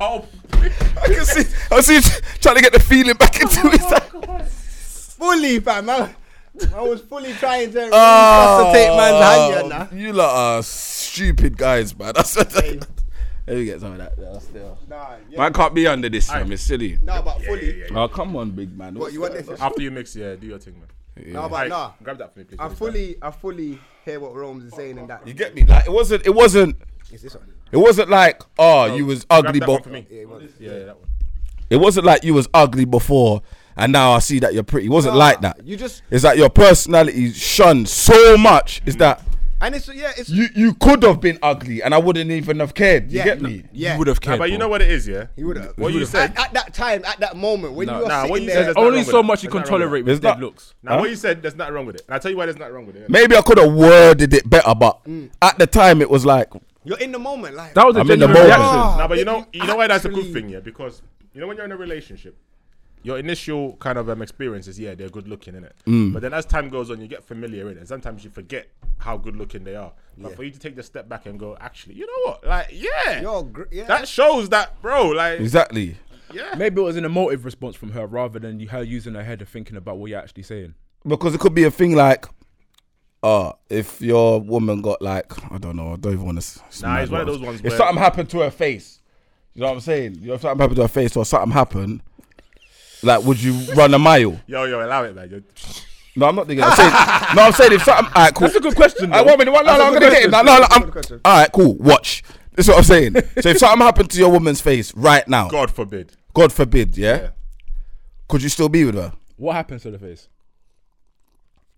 S6: oh,
S3: I can see. I see him trying to get the feeling back into his.
S4: fully, fam. I, I was fully trying to
S3: Oh,
S4: resuscitate man's hand, you know.
S3: You lot are stupid guys, man. That's Let me get some of that. That's still.
S4: Nah, yeah.
S3: Man can't be under this, fam. It's silly.
S4: Nah, but fully.
S3: Oh, come on, big man.
S4: What you want this?
S6: After you mix, yeah, do your thing, man.
S4: Nah, but
S6: Alright,
S4: nah.
S6: grab that for me, please.
S4: I
S6: please.
S4: fully, I fully hear what Rome's is saying and that.
S3: You get me? Like it wasn't. It wasn't.
S4: It's this one.
S3: It wasn't like oh, you was ugly,
S6: Grab that one
S3: but
S6: for me.
S4: Yeah, man.
S6: Yeah, yeah, that one.
S3: it wasn't like you was ugly before, and now I see that you're pretty. It wasn't
S4: Nah,
S3: like that.
S4: You just
S3: It's that your personality shunned so much. Is
S4: Mm.
S3: that
S4: and it's yeah, it's
S3: you? You could have been ugly, and I wouldn't even have cared. You
S4: yeah,
S3: get me?
S4: Yeah,
S5: You would have
S6: Nah,
S5: cared.
S6: but
S5: bro.
S6: you know what it is, yeah.
S4: He would have.
S6: What you said.
S4: At, at that time, at that moment, when you were
S6: Nah,
S4: sitting
S6: what you
S4: there,
S6: said is There's
S5: Only
S6: nothing
S5: so
S6: wrong with
S5: much
S6: it.
S5: you can
S6: There's nothing wrong
S5: tolerate
S3: with
S5: with
S3: it.
S5: dead
S3: There's
S5: looks.
S6: Now what you said, there's nothing wrong with it. And I tell you why there's nothing wrong with it. yeah?
S3: Maybe I could have worded it better, but
S4: Mm.
S3: at the time it was like,
S4: you're in the moment, like
S5: That was a
S3: I'm in the
S5: genuine
S3: moment.
S5: reaction.
S6: No, but you know,
S4: Maybe
S6: you know why that's a good
S4: actually-
S6: thing, yeah, because you know when you're in a relationship, your initial kind of um, experiences, yeah, they're good looking, innit?
S3: Mm.
S6: But then as time goes on, you get familiar in it. Sometimes you forget how good looking they are. But for you to take the step back and go, actually, you know what? Like, yeah,
S4: You're gr- yeah.
S6: that shows that, bro. Like,
S3: exactly.
S6: yeah,
S5: Maybe it was an emotive response from her rather than you- her using her head and thinking about what you're actually saying.
S3: Because it could be a thing like, uh, if your woman got like, I don't know, I don't even want to.
S6: Nah, it's one of those ones
S3: If
S6: where-
S3: something happened to her face, you know what I'm saying? You know, if something happened to her face or something happened, like, would you run a mile?
S6: yo, yo, allow it, man. You're,
S3: No, I'm not thinking. I'm saying, no, I'm saying if something. All right, cool.
S5: That's a good question,
S3: All right,
S5: though.
S3: one minute, one, no,
S5: That's
S3: no,
S5: a
S3: I'm
S5: good
S3: gonna get it. No,
S5: question.
S3: no, no,
S4: That's a good
S3: I'm,
S4: question.
S3: all right, cool. Watch. This is what I'm saying. So if something happened to your woman's face right now, God,
S6: God forbid.
S3: forbid, yeah,
S6: Yeah.
S3: could you still be with her?
S5: What happens to the face?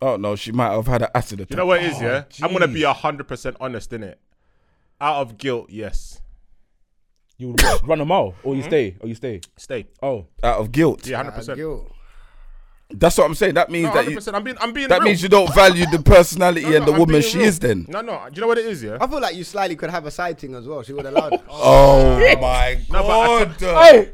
S3: Oh no, she might have had an acid attack.
S6: You know what it is, yeah? I'm gonna be hundred percent honest in it. Out of guilt, yes.
S5: You would what, run a mile, or you stay, or you stay.
S6: Stay.
S5: Oh,
S3: Out of guilt.
S6: Yeah, hundred
S4: Nah,
S6: percent.
S4: yo.
S3: That's what I'm saying. That means that
S6: hundred
S3: you,
S6: percent. I'm being, I'm being.
S3: that
S6: real.
S3: means you don't value the personality
S6: No, no,
S3: and the
S6: I'm
S3: woman
S6: being
S3: she
S6: real.
S3: is. Then.
S6: No, no. Do you know what it is? Yeah.
S4: I feel like you slightly could have a sighting as well. She would have allowed. it.
S3: Oh my god.
S6: but
S5: hey!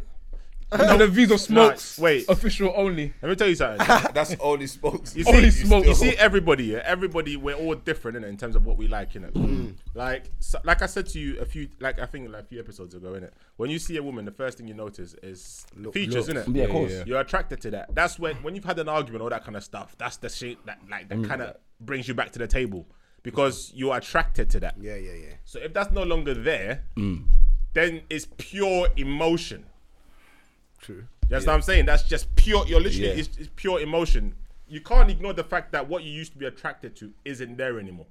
S5: the views of smokes.
S6: Nah, wait.
S5: official only.
S6: Let me tell you something.
S3: That's only smokes.
S6: You
S5: Only
S6: see,
S5: smoke.
S6: you see everybody. Yeah, everybody. We're all different innit, in terms of what we like. In it, like, so, like I said to you a few, like I think like a few episodes ago. In it, when you see a woman, the first thing you notice is features. In it,
S3: Yeah, of course.
S6: you're attracted to that. That's when when you've had an argument, all that kind of stuff. That's the shit that like that kind of brings you back to the table because you're attracted to that.
S4: yeah, yeah, yeah.
S6: So if that's no longer there, then it's pure emotion.
S4: True.
S6: That's what I'm saying. That's just pure. You're literally
S3: Yeah.
S6: it's, it's pure emotion. You can't ignore the fact that what you used to be attracted to isn't there anymore.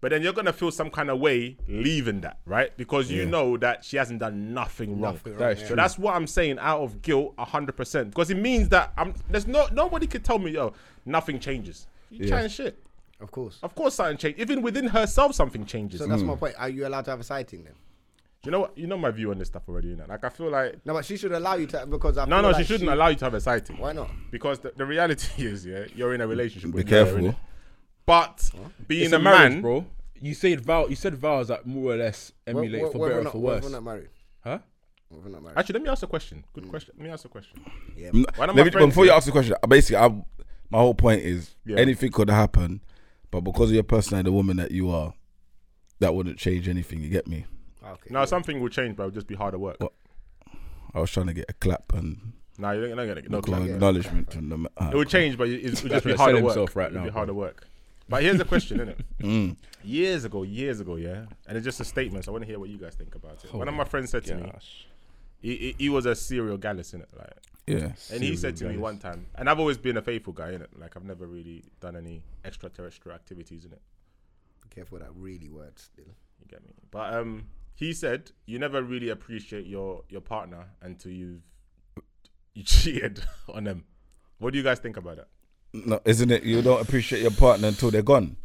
S6: But then you're gonna feel some kind of way leaving that, right? Because you know that she hasn't done nothing wrong.
S4: Nothing wrong,
S5: That is yeah.
S6: So
S5: true.
S6: that's what I'm saying. Out of guilt, hundred percent. Because it means that I'm. There's no nobody could tell me, yo, nothing changes. You trying shit.
S4: Of course.
S6: Of course, something changes. Even within herself, something changes.
S4: So that's my point. Are you allowed to have a sighting then?
S6: you know what? You know my view on this stuff already. Innit? Like I feel like
S4: No, but she should allow you to because I
S6: no,
S4: feel
S6: no,
S4: like
S6: she shouldn't allow you to have a sighting.
S4: Why not?
S6: Because the, the reality is, yeah, you're in a relationship.
S3: Be
S6: with her,
S3: careful.
S6: innit? But being
S5: It's
S6: a,
S5: a marriage,
S6: man, bro.
S5: bro. You said vow. You said vows that more or less
S4: Well,
S5: emulate
S4: well,
S5: for
S4: well,
S5: better
S4: we're
S5: or
S4: not-
S5: for
S4: well,
S5: worse,
S4: We're not married.
S5: huh?
S4: Well, We're not married.
S6: actually, let me ask a question. Good question. Let me ask a question.
S4: Yeah.
S6: One of
S3: Let
S6: my
S3: me,
S6: friends
S3: before you
S6: here-
S3: ask the question, I basically, I, my whole point is
S6: Yeah.
S3: anything could happen, but because of your personality, the woman that you are, that wouldn't change anything. You get me?
S4: Okay.
S6: Now something will change, but it'll just be harder work.
S3: What? I was trying to get a clap and
S6: No, you're not gonna get no
S3: no
S6: clap.
S3: acknowledgement from the. ma- ah,
S6: It will change, but it- it will just
S5: That's
S6: be
S5: right,
S6: harder
S5: sell
S6: work.
S5: himself right
S6: It'll be
S5: now.
S6: harder work. But here's a question, isn't it?
S3: Mm.
S6: Years ago, years ago, yeah, and it's just a statement. So I want to hear what you guys think about it. One of my friends said to me, he, he, he was a serial gallus, innit? Like,
S3: Yeah.
S6: And he said to me one time, and I've always been a faithful guy, innit? Like I've never really done any extraterrestrial activities in it.
S4: Be careful with that really word still.
S6: You get me? But um he said you never really appreciate your your partner until you've you cheated on them. What do you guys think about that?
S3: No, isn't it? You don't appreciate your partner until they're gone.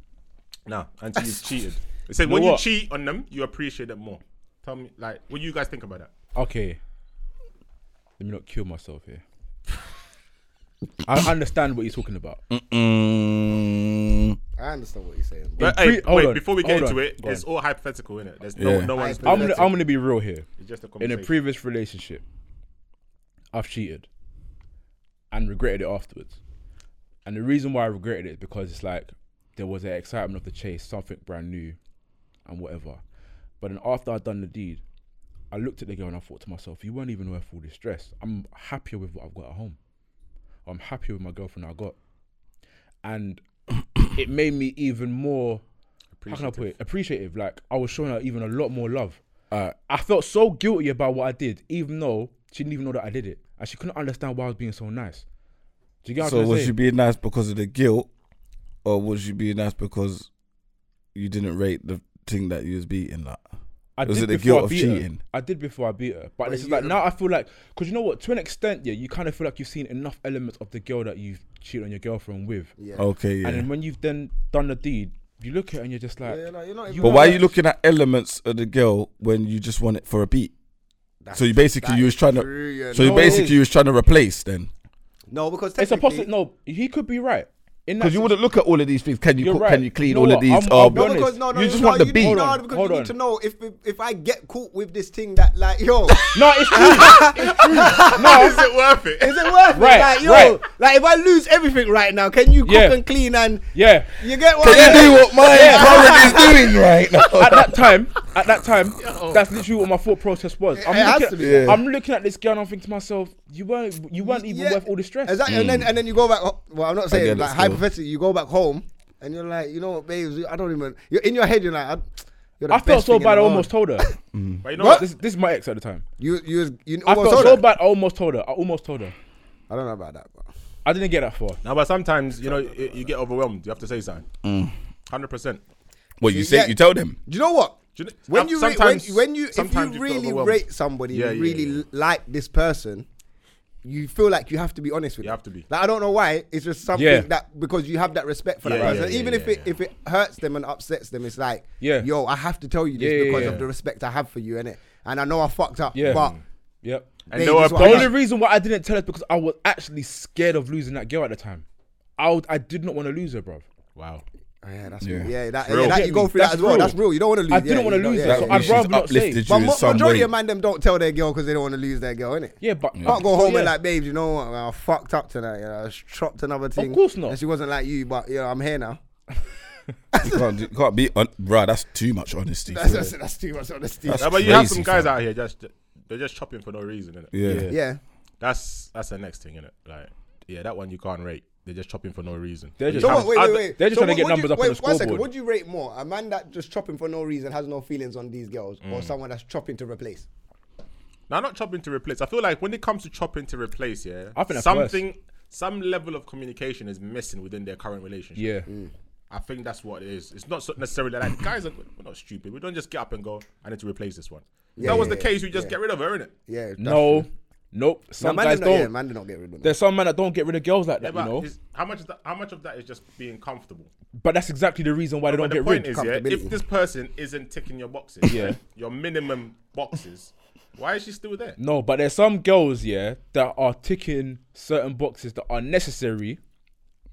S6: Nah, until you've cheated. He said
S5: know
S6: when
S5: what?
S6: you cheat on them, you appreciate them more. Tell me like what do you guys think about that?
S5: Okay. Let me not kill myself here. I understand what you're talking about.
S3: Mm,
S4: I understand what you're saying.
S6: But
S5: pre-
S6: hey,
S5: hold
S6: wait,
S5: on,
S6: before we get
S5: hold
S6: into
S5: on,
S6: it,
S5: go
S6: it's
S5: on.
S6: all hypothetical, innit? There's no
S3: Yeah.
S6: no one's
S5: I'm
S4: Hypothetical.
S5: gonna, I'm gonna be real here.
S6: it's just a
S5: In a
S6: conversation.
S5: previous relationship, I've cheated and regretted it afterwards. And the reason why I regretted it is because it's like there was an excitement of the chase, something brand new, and whatever. But then after I'd done the deed, I looked at the girl and I thought to myself, you weren't even worth all this stress. I'm happier with what I've got at home. I'm happier with my girlfriend I got. And it made me even more how can I put it? Appreciative. Like I was showing her even a lot more love.
S3: Alright.
S5: I felt so guilty about what I did, even though she didn't even know that I did it. And she couldn't understand why I was being so nice. Do you get what
S3: So
S5: I'm
S3: was
S5: saying?
S3: you being nice because of the guilt, or was you being nice because you didn't rate the thing that you was beating? Like,
S5: I
S3: was
S5: did
S3: it the
S5: before
S3: guilt
S5: I
S3: of
S5: beat her.
S3: cheating?
S5: I did before I beat her, but, this is
S4: you-
S5: like now I feel like because you know what, to an extent, yeah, you kind of feel like you've seen enough elements of the girl that you've cheated on your girlfriend with,
S4: Yeah.
S3: okay, yeah.
S5: and then when you've then done the deed, you look at it and you're just like,
S4: Yeah, like, you're not even-
S3: but why are you looking at elements of the girl when you just want it for a beat? so you basically
S4: that
S3: you was
S4: is
S3: trying to,
S4: true, yeah.
S3: so you
S5: No, it
S3: basically
S5: is.
S3: you was trying to replace then,
S4: No, because
S5: It's a
S4: technically-
S5: possible. No, he could be right. In that
S3: because you
S5: situ-
S3: wouldn't look at all of these things. Can you
S5: You're
S3: cook,
S5: right.
S3: can you clean
S5: You know
S3: all of
S5: what?
S3: these?
S5: I'm- I'll
S3: up?
S5: be
S4: No,
S5: honest.
S4: because no, no,
S3: You just
S4: no,
S3: want the
S4: you-
S3: beat.
S5: Hold
S4: No,
S5: on,
S4: because
S5: hold
S4: you
S5: on.
S4: need to know if, if if I get caught with this thing that like yo, is
S5: No, it's true. it's true. No,
S6: Is it worth it?
S4: it worth it?
S5: Right,
S4: Like yo,
S5: right.
S4: like if I lose everything right now, can you cook
S5: Yeah.
S4: and clean and
S5: yeah.
S4: you get what?
S3: Can
S4: I
S3: you
S4: mean?
S3: do what my current is doing right
S5: At
S3: now?
S5: that time, at that time, that's literally what my thought process was. I'm,
S4: It has
S5: looking,
S4: to be.
S3: Yeah.
S5: I'm looking at this girl and I'm thinking to myself, you weren't, you weren't even
S4: Yeah.
S5: worth all the stress.
S4: Exactly, and
S5: Mm.
S4: then and then you go back. ho- Well, I'm not saying
S3: get it
S4: like
S3: still.
S4: hypothetically, you go back home and you're like, you know what, babes, I don't even. You're in your head. You're like, I, you're the
S5: I felt
S4: best
S5: so
S4: thing in
S5: bad. I
S4: the
S5: almost
S4: world.
S5: told her.
S6: But you know
S5: This, this is my ex at the time.
S4: You you you
S5: I
S4: almost
S5: felt
S4: told
S5: so
S4: her.
S5: bad. I almost told her. I almost told her.
S4: I don't know about that. Bro.
S5: I didn't get that far.
S6: Now, but sometimes you know you, you get overwhelmed. You have to say something. Hundred percent.
S3: Well, you say
S4: Yeah.
S3: you tell them.
S4: Do you know what?
S6: Do you kn-
S4: When
S6: some-
S4: you re- when,
S6: sometimes-
S4: when you if
S6: sometimes
S4: you
S6: you feel
S4: really
S6: overwhelmed.
S4: rate somebody,
S6: Yeah,
S4: you
S6: yeah,
S4: really
S6: yeah.
S4: like this person, you feel like you have to be honest with.
S6: You
S4: them.
S6: have to be.
S4: Like, I don't know why. It's just something
S5: Yeah.
S4: that because you have that respect for
S6: Yeah,
S4: that
S6: yeah,
S4: person,
S6: yeah,
S4: even
S6: yeah,
S4: if
S6: yeah,
S4: it if it hurts them and upsets them, it's like,
S5: Yeah.
S4: yo, I have to tell you this
S5: Yeah, yeah,
S4: because
S5: yeah.
S4: of the respect I have for you, and it. And I know I fucked up,
S5: Yeah. Mm.
S4: but
S5: Yep.
S6: And
S4: Babe,
S6: there were
S4: it's
S5: The
S4: what I
S6: points-
S5: only reason why I didn't tell her is because I was actually scared of losing that girl at the time. I, would, I did not want to lose her, bruv.
S6: Wow.
S4: Oh, yeah, that's
S3: Yeah.
S4: real. Yeah, that,
S6: Real.
S4: yeah, that you go through
S5: That's
S4: that as well.
S5: real.
S4: That's real. You don't want to lose.
S5: I didn't
S4: yeah,
S5: wanna
S4: you don't-
S5: lose
S4: yeah,
S5: that,
S4: yeah,
S5: so
S4: yeah.
S5: I'd
S3: she's
S5: rather not say.
S3: uplifted you
S4: But
S3: in
S4: mo-
S3: some
S4: majority
S3: way.
S4: of man them don't tell their girl because they don't want to lose their girl, innit?
S5: Yeah, but
S4: Can't go home
S5: yeah.
S4: and like, babes, you know what? I fucked up tonight. You know, I chopped another thing.
S5: course not.
S4: And she wasn't like you, but you know, I'm here now.
S3: You can't, do- can't be, on, bruh, That's too much honesty.
S4: That's,
S3: for-
S4: that's, that's too much honesty.
S3: That's
S6: Yeah, but you have
S3: crazy,
S6: some guys
S3: fam.
S6: out here just they're just chopping for no reason, innit?
S3: Yeah. Yeah.
S4: yeah.
S6: That's that's the next thing, innit? Like, yeah, that one you can't rate. They're just chopping for no reason.
S5: They're
S6: You
S5: just-
S4: So
S6: have-
S4: what, wait,
S6: I-
S4: wait, wait.
S5: they're just
S4: so
S5: trying to
S4: what
S5: get
S4: would you-
S5: numbers up on
S4: wait,
S5: the
S4: One second.
S5: scoreboard.
S4: Would you rate more a man that just chopping for no reason has no feelings on these girls,
S5: Mm.
S4: or someone that's chopping to replace?
S6: Now, not chopping to replace. I feel like when it comes to chopping to replace, yeah,
S5: I think that's
S6: something, some level of communication is missing within their current relationship.
S5: Yeah.
S4: "Mm,
S6: I think that's what it is. It's not so necessarily like guys are we're not stupid. We don't just get up and go. I need to replace this one. If
S4: Yeah,
S6: that was
S4: yeah,
S6: the case, we just
S4: yeah.
S6: get rid of her, innit?
S4: Yeah. that's
S5: No.
S4: true.
S5: Nope.
S4: No,
S5: Some
S4: man,
S5: guys
S4: do not, yeah,
S5: don't.
S4: man, do not get rid of them.
S5: There's some men that don't get rid of girls like that,
S6: But
S5: you know.
S6: is- how much? Is that, how much of that is just being comfortable?
S5: But that's exactly the reason why they don't
S6: But the
S5: get
S6: point
S5: rid.
S6: is, yeah,
S4: Comfortability.
S6: if this person isn't ticking your boxes,
S5: Yeah.
S6: your minimum boxes, why is she still there?
S5: no, but there's some girls, yeah, that are ticking certain boxes that are necessary,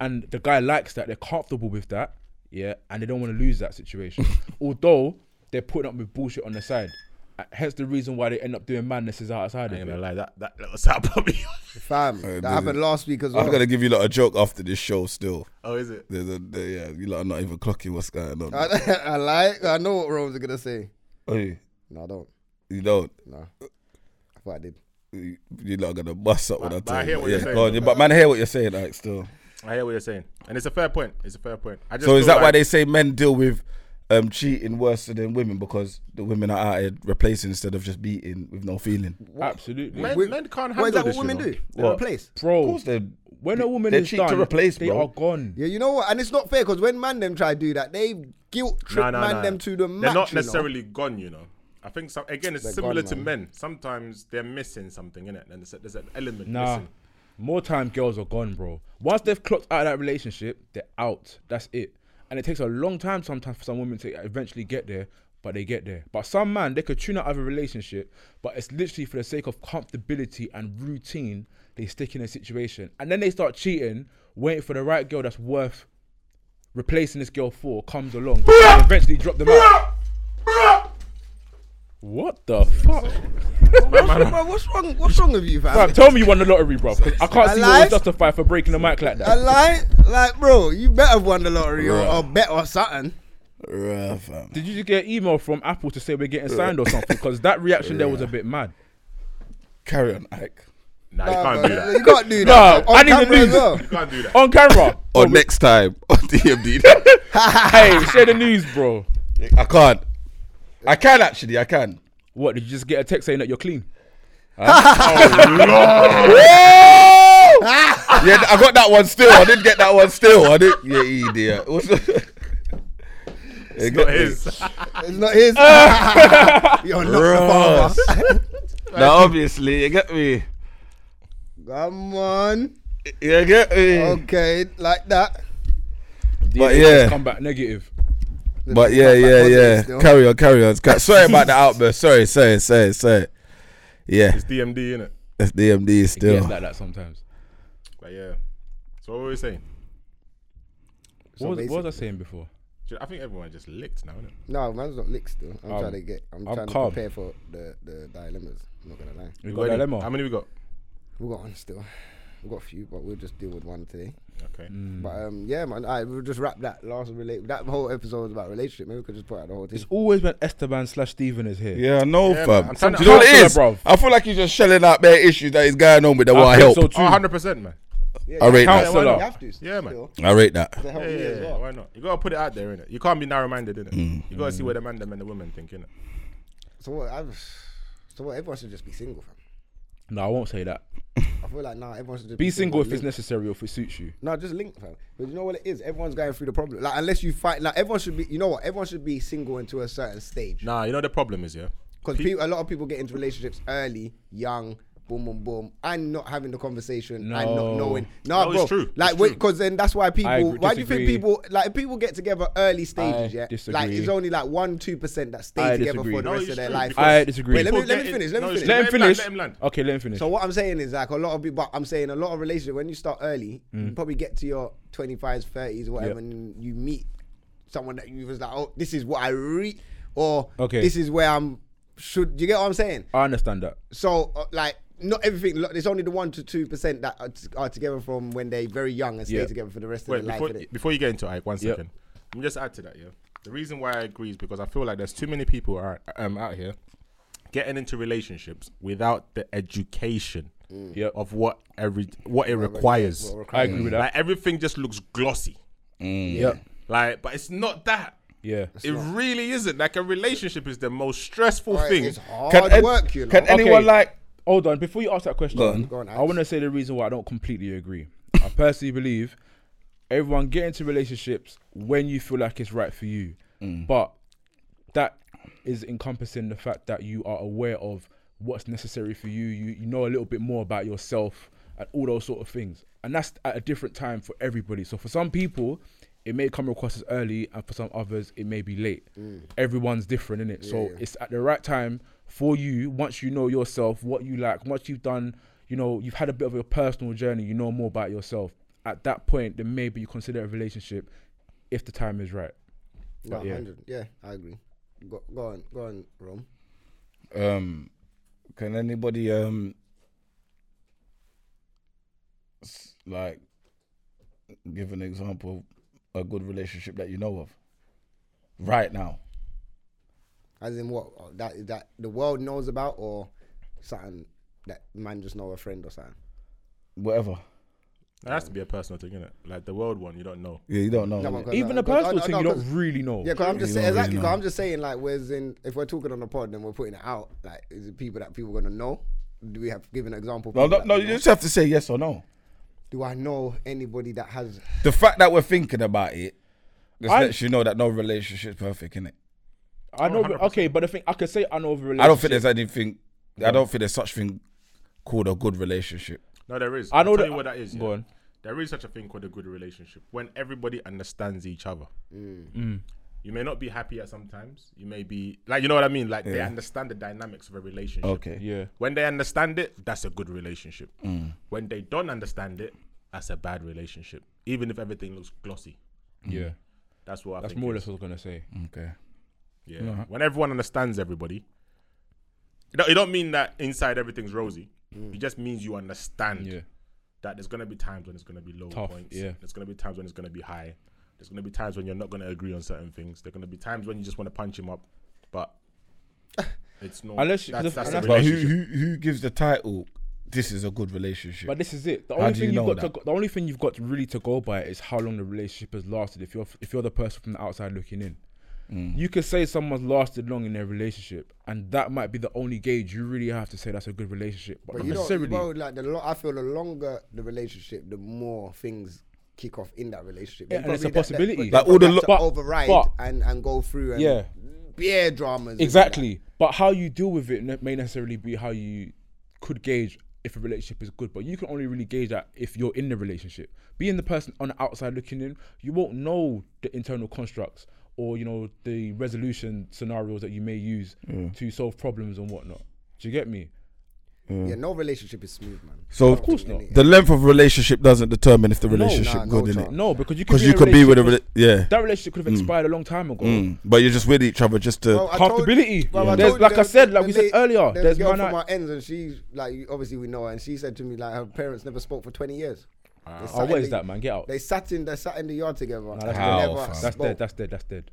S5: and the guy likes that. They're comfortable with that, yeah, and they don't want to lose that situation. Although they're putting up with bullshit on the side, Uh, hence the reason why they end up doing madnesses outside of it.
S6: lie, that that, that was out probably.
S4: Fam, that happened last week as well.
S3: I'm gonna give you lot a joke after this show. Still,
S6: oh, is it?
S3: there's a there- yeah. You lot are not even clocking what's going on.
S4: I, I like. I know what Rome's gonna say.
S3: Oi,
S4: No, I don't.
S3: you don't.
S4: No. I thought I did.
S3: You you lot are gonna bust up when I
S6: But- but
S3: tell
S6: I
S3: you.
S6: hear
S3: but
S6: what
S3: yeah,
S6: you're saying.
S3: go on, yeah, but man, I hear what you're saying. Like, still.
S6: I hear what you're saying, and it's a fair point. It's a fair point. I just
S3: So is
S6: feel
S3: that why
S6: like-
S3: they say men deal with um, cheating worse than women because the women are out here replacing instead of just beating with no feeling?
S5: Absolutely,
S6: men,
S4: Wait,
S6: men can't handle
S4: Well, is that what
S6: this?
S4: women
S6: you know?
S4: do? They
S3: What?
S4: replace.
S3: Of
S5: bro.
S3: course, they
S5: When a woman
S3: they
S5: is
S3: cheat to
S5: done,
S3: replace,
S5: they
S3: bro.
S5: are gone.
S4: Yeah, you know what? And it's not fair because when man them try to do that, they guilt trip
S6: Nah, nah,
S4: man
S6: nah.
S4: them to the match.
S6: They're not
S4: you know?
S6: necessarily gone, you know. I think some, again, it's
S4: They're
S6: similar
S4: gone,
S6: to
S4: man.
S6: men. Sometimes they're missing something in it, and there's, a, there's an element
S5: Nah.
S6: missing.
S5: More time girls are gone, bro. Once they've clocked out of that relationship, they're out. That's it. And it takes a long time sometimes for some women to eventually get there, but they get there. But some man, they could tune out of a relationship, but it's literally for the sake of comfortability and routine, they stick in a situation. And then they start cheating, waiting for the right girl that's worth replacing this girl for comes along. but they eventually drop them out. What the fuck?
S4: Bro, what's wrong? What's wrong with you,
S5: Bruv,
S4: fam?
S5: tell me you won the lottery, bro. I can't see what
S4: Alive?
S5: was justified for breaking the mic
S4: I
S5: like that.
S4: lie, like, bro, you better have won the lottery or,
S3: Bruh.
S4: or bet or something.
S3: Rah, fam.
S5: Did you get an email from Apple to say we're getting signed or something? Because that reaction there was a bit mad.
S3: Carry on, Ike.
S6: Nah, you can't do that.
S4: You can't do
S5: Nah,
S4: that. fam.
S5: I
S4: On
S5: need the
S4: camera as
S5: news.
S4: well.
S6: You can't do that.
S5: On camera. Oh,
S3: Or next time on DMD.
S5: hey, share the news, bro.
S3: I can't. I can actually. I can.
S5: What, did you just get a text saying that you're clean?
S3: Yeah, I got that one still. I didn't get that one still. I didn't. Yeah, idiot. What's
S6: It's not his.
S4: It's not his. You're not the father.
S3: now, obviously, you get me.
S4: Come on.
S3: You get me.
S6: Oh,
S4: Okay, like that.
S5: DNA
S3: yeah.
S5: has Come back negative.
S3: But yeah,
S4: Like
S3: yeah,
S4: Monday
S3: yeah.
S4: still.
S3: Carry on, carry on. Ca- Sorry about the outburst. Sorry, sorry, sorry, sorry. Yeah,
S6: It's DMD, innit?
S3: that's DMD
S5: It gets
S3: still.
S5: like that sometimes.
S6: But yeah. So what were we saying?
S4: So
S5: What was, what
S4: basic-
S5: was I saying before?
S6: Ju- I think everyone just licked now, innit?
S4: No, man's not licked still. I'm
S5: Um,
S4: trying to get. I'm,
S5: I'm
S4: trying
S5: calm.
S4: to prepare for the the dilemmas. I'm not gonna lie.
S5: We
S6: You
S5: got a
S6: ready?
S5: dilemma.
S6: How many we got?
S4: We got one still. We got a few, but we'll just deal with one today.
S6: Okay.
S5: Mm.
S4: But um, yeah, man, I we'll just wrap that last relate. That whole episode was about relationship. Maybe we could just put out the whole thing.
S5: It's always when Esteban slash Steven is here.
S3: Yeah, I know,
S6: Yeah, man, I'm
S3: fam.
S6: trying
S3: Do
S6: to
S3: you know what it
S5: hustle her,
S3: is?
S5: bruv.
S3: I feel like he's just shelling out bare issues that he's going on with that
S5: I
S3: want
S5: think
S3: help.
S5: so
S6: Oh,
S5: too.
S6: 100%, man.
S4: Yeah,
S3: I rate
S4: you
S3: that.
S4: have to,
S5: Counselor.
S4: You have to.
S6: Yeah, man.
S4: still,
S3: I rate that.
S4: To help
S6: Yeah,
S4: me
S6: Oh, yeah,
S4: as
S6: yeah,
S4: well.
S6: why not? You gotta put it out there, innit? You can't be narrow-minded, innit?
S5: Mm.
S6: You gotta see where the man, the men, the women think, innit?
S4: So what? I've, so what? Everyone should just be single, fam.
S5: No, I won't say that.
S4: I feel like now nah, everyone should just
S5: Be single if it's
S4: linked.
S5: necessary or if it suits you.
S4: No, just link, fam. But you know what it is? Everyone's going through the problem. Like unless you fight, like everyone should be. You know what? Everyone should be single until a certain stage.
S6: Nah, you know the problem is, yeah.
S4: Because a lot of people get into relationships early, young, boom, boom, boom, and not having the conversation and not
S5: No.
S4: knowing. No,
S6: No,
S4: bro.
S6: it's true.
S4: Like,
S6: It's true.
S4: because then that's why people.
S5: I agree-
S4: why do you think
S5: disagree.
S4: people like if people get together early stages?
S5: I
S4: yeah,
S5: disagree.
S4: like it's only like one two percent that stay
S5: I
S4: together
S5: disagree.
S4: for the
S5: No,
S4: rest
S6: it's
S4: of their
S6: true,
S4: life.
S6: because
S5: I disagree.
S4: Wait, let me
S6: People
S4: let me
S6: get it-
S4: finish. Let
S6: no,
S4: me
S6: it's
S4: finish.
S6: true.
S5: Let him
S6: Let him land,
S5: finish.
S6: let him land.
S5: Okay, let him finish.
S4: So what I'm saying is like a lot of people. but I'm saying a lot of relationships when you start early, you
S3: Mm.
S4: probably get to your 25s, 30s, whatever,
S5: Yep.
S4: and you meet someone that you was like, oh, this is what I re, or
S5: Okay.
S4: this is where I'm. Should you get what I'm saying?
S5: I understand that.
S4: So uh, like. Not everything. Look, there's only the one to two percent that are, t- are together from when they're very young and stay
S5: Yeah.
S4: together for the rest of
S6: Wait,
S4: their
S6: before,
S4: life. innit?
S6: before you get into it, Ike, one
S5: Yep.
S6: second. Let me just add to that, yeah. The reason why I agree is because I feel like there's too many people are, um, out here getting into relationships without the education
S5: Yep.
S6: of what every what it requires.
S5: I agree with that.
S6: Mm. Like everything just looks glossy.
S5: Yep.
S6: Like, but it's not that.
S5: Yeah.
S6: It really isn't. Like a relationship is the most stressful
S4: Alright,
S6: thing.
S4: It's hard
S3: ed-
S4: work, you know.
S3: can anyone
S5: Okay.
S3: like?
S5: Hold on, before you ask that question,
S3: Go on.
S4: Go on,
S5: I
S4: Alex.
S5: want to say the reason why I don't completely agree. I personally believe everyone get into relationships when you feel like it's right for you,
S3: Mm.
S5: but that is encompassing the fact that you are aware of what's necessary for you. You you know a little bit more about yourself and all those sort of things, and that's at a different time for everybody. So for some people. It may come across as early, and for some others, it may be late. Everyone's different, in it. so it's at the right time for you once you know yourself, what you like, once you've done, you know, you've had a bit of a personal journey, you know more about yourself. At that point, then maybe you consider a relationship if the time is right.
S4: No,
S5: yeah.
S4: 100. yeah, I agree. Go, go on, go on, Rome.
S3: Um, can anybody um, s- like, give an example of a good relationship that you know of, right now?
S4: As in what uh, that that the world knows about, or something that man just know a friend or something.
S3: Whatever.
S6: It has to be a personal thing, innit? Like the world one, you don't know.
S3: Yeah, you don't know.
S4: No, uh,
S3: innit?
S4: but 'cause-
S5: Even
S4: no,
S5: a
S4: 'cause-
S5: personal
S4: no,
S5: thing,
S4: no,
S5: you
S4: 'cause-
S5: don't really know.
S4: Yeah, because I'm just
S3: You
S4: saying
S3: don't
S4: exactly.
S3: really
S4: 'cause
S3: know.
S4: I'm just saying like, whereas in if we're talking on the pod, then we're putting it out. Like, is it people that people gonna know? Do we have given an example?
S3: No,
S4: people
S3: no,
S4: that
S3: no,
S4: we
S3: you
S4: know?
S3: just have to say yes or no.
S4: Do I know anybody that has?
S3: The fact that we're thinking about it just
S5: I-
S3: lets you know that no relationship's perfect, innit?
S5: I know,
S6: 100%.
S5: okay, but I think I can say I know of a relationship.
S3: I don't think there's anything. I don't think there's such thing called a good relationship.
S6: No, there is.
S5: I know
S6: I'll
S5: that-
S6: tell you what that is.
S5: Go
S6: yeah.
S5: on.
S6: There is such a thing called a good relationship when everybody understands each other.
S4: Mm.
S6: Mm. You may not be happy at some times. You may be like, you know what I mean. Like they understand the dynamics of a relationship.
S3: Okay.
S5: Yeah.
S6: When they understand it, that's a good relationship. When they don't understand it, that's a bad relationship. Even if everything looks glossy,
S5: Yeah. Mm.
S6: that's what I
S5: That's
S6: think
S5: more or
S6: it
S5: less what I was going to say.
S3: Okay.
S6: Yeah. When everyone understands everybody, it don't, it don't mean that inside everything's rosy. It just means you understand
S5: Yeah.
S6: that there's gonna be times when it's gonna be low
S5: Tough,
S6: points.
S5: yeah.
S6: There's gonna be times when it's gonna be high. There's gonna be times when you're not gonna agree on certain things. There's gonna be times when you just want to punch him up, but it's not.
S5: Unless you-
S6: that's,
S5: if-
S6: that's the
S5: unless-
S3: But who,
S6: relationship.
S3: who who gives the title? This is a good relationship.
S5: But this is it. The
S3: How
S5: only
S3: do
S5: thing
S3: you
S5: you
S3: know
S5: have got to, go- the only thing you've got to really to go by is how long the relationship has lasted. If you're if you're the person from the outside looking in, you could say someone's lasted long in their relationship, and that might be the only gauge you really have to say that's a good relationship. But,
S4: But
S5: not
S4: you
S5: necessarily,
S4: don't, bro, like the lo- I feel the longer the relationship, the more things kick off in that relationship.
S5: Yeah,
S4: You
S5: and it's
S4: probably
S5: a
S4: that- that-
S5: possibility.
S4: but
S3: Like, all the
S4: you
S3: lo-
S4: have to
S5: but-
S4: override
S5: but-
S4: and and go through and
S5: Yeah.
S4: beer dramas. and
S5: exactly. But how you deal with it ne- may necessarily be how you could gauge if a relationship is good. But you can only really gauge that if you're in the relationship. Being the person on the outside looking in, you won't know the internal constructs or you know the resolution scenarios that you may use to solve problems and whatnot. Do you get me?
S4: all
S5: Mm.
S4: that. Yeah, no relationship is smooth, man.
S3: so
S5: Of course not.
S3: The length of relationship doesn't determine if the relationship
S4: nah, no
S3: good in
S4: chance.
S3: it.
S5: No, because you could
S3: Because you
S5: in
S3: could be with a
S5: relationship-
S3: rela- yeah,
S5: that relationship could have expired a long time ago.
S3: Mm. but you're just with each other just to.
S4: Bro, I told-
S5: Comfortability.
S4: bro, I
S5: Yeah. There's-
S4: told you
S5: like I
S4: there-
S5: said, like
S4: the
S5: we said
S4: late-
S5: earlier,
S4: there's
S5: there's
S4: a girl
S5: one
S4: from
S5: I-
S4: our ends, and she's like, obviously we know her, and she said to me like her parents never spoke for twenty years. They sat
S5: Oh,
S4: in
S5: what is
S4: the-
S5: that, man? Get out.
S4: They sat in they sat in the yard together.
S5: Nah, that's,
S4: They
S3: How,
S5: dead.
S4: never
S3: fam?
S5: that's
S4: spoke.
S5: dead. That's dead. That's dead.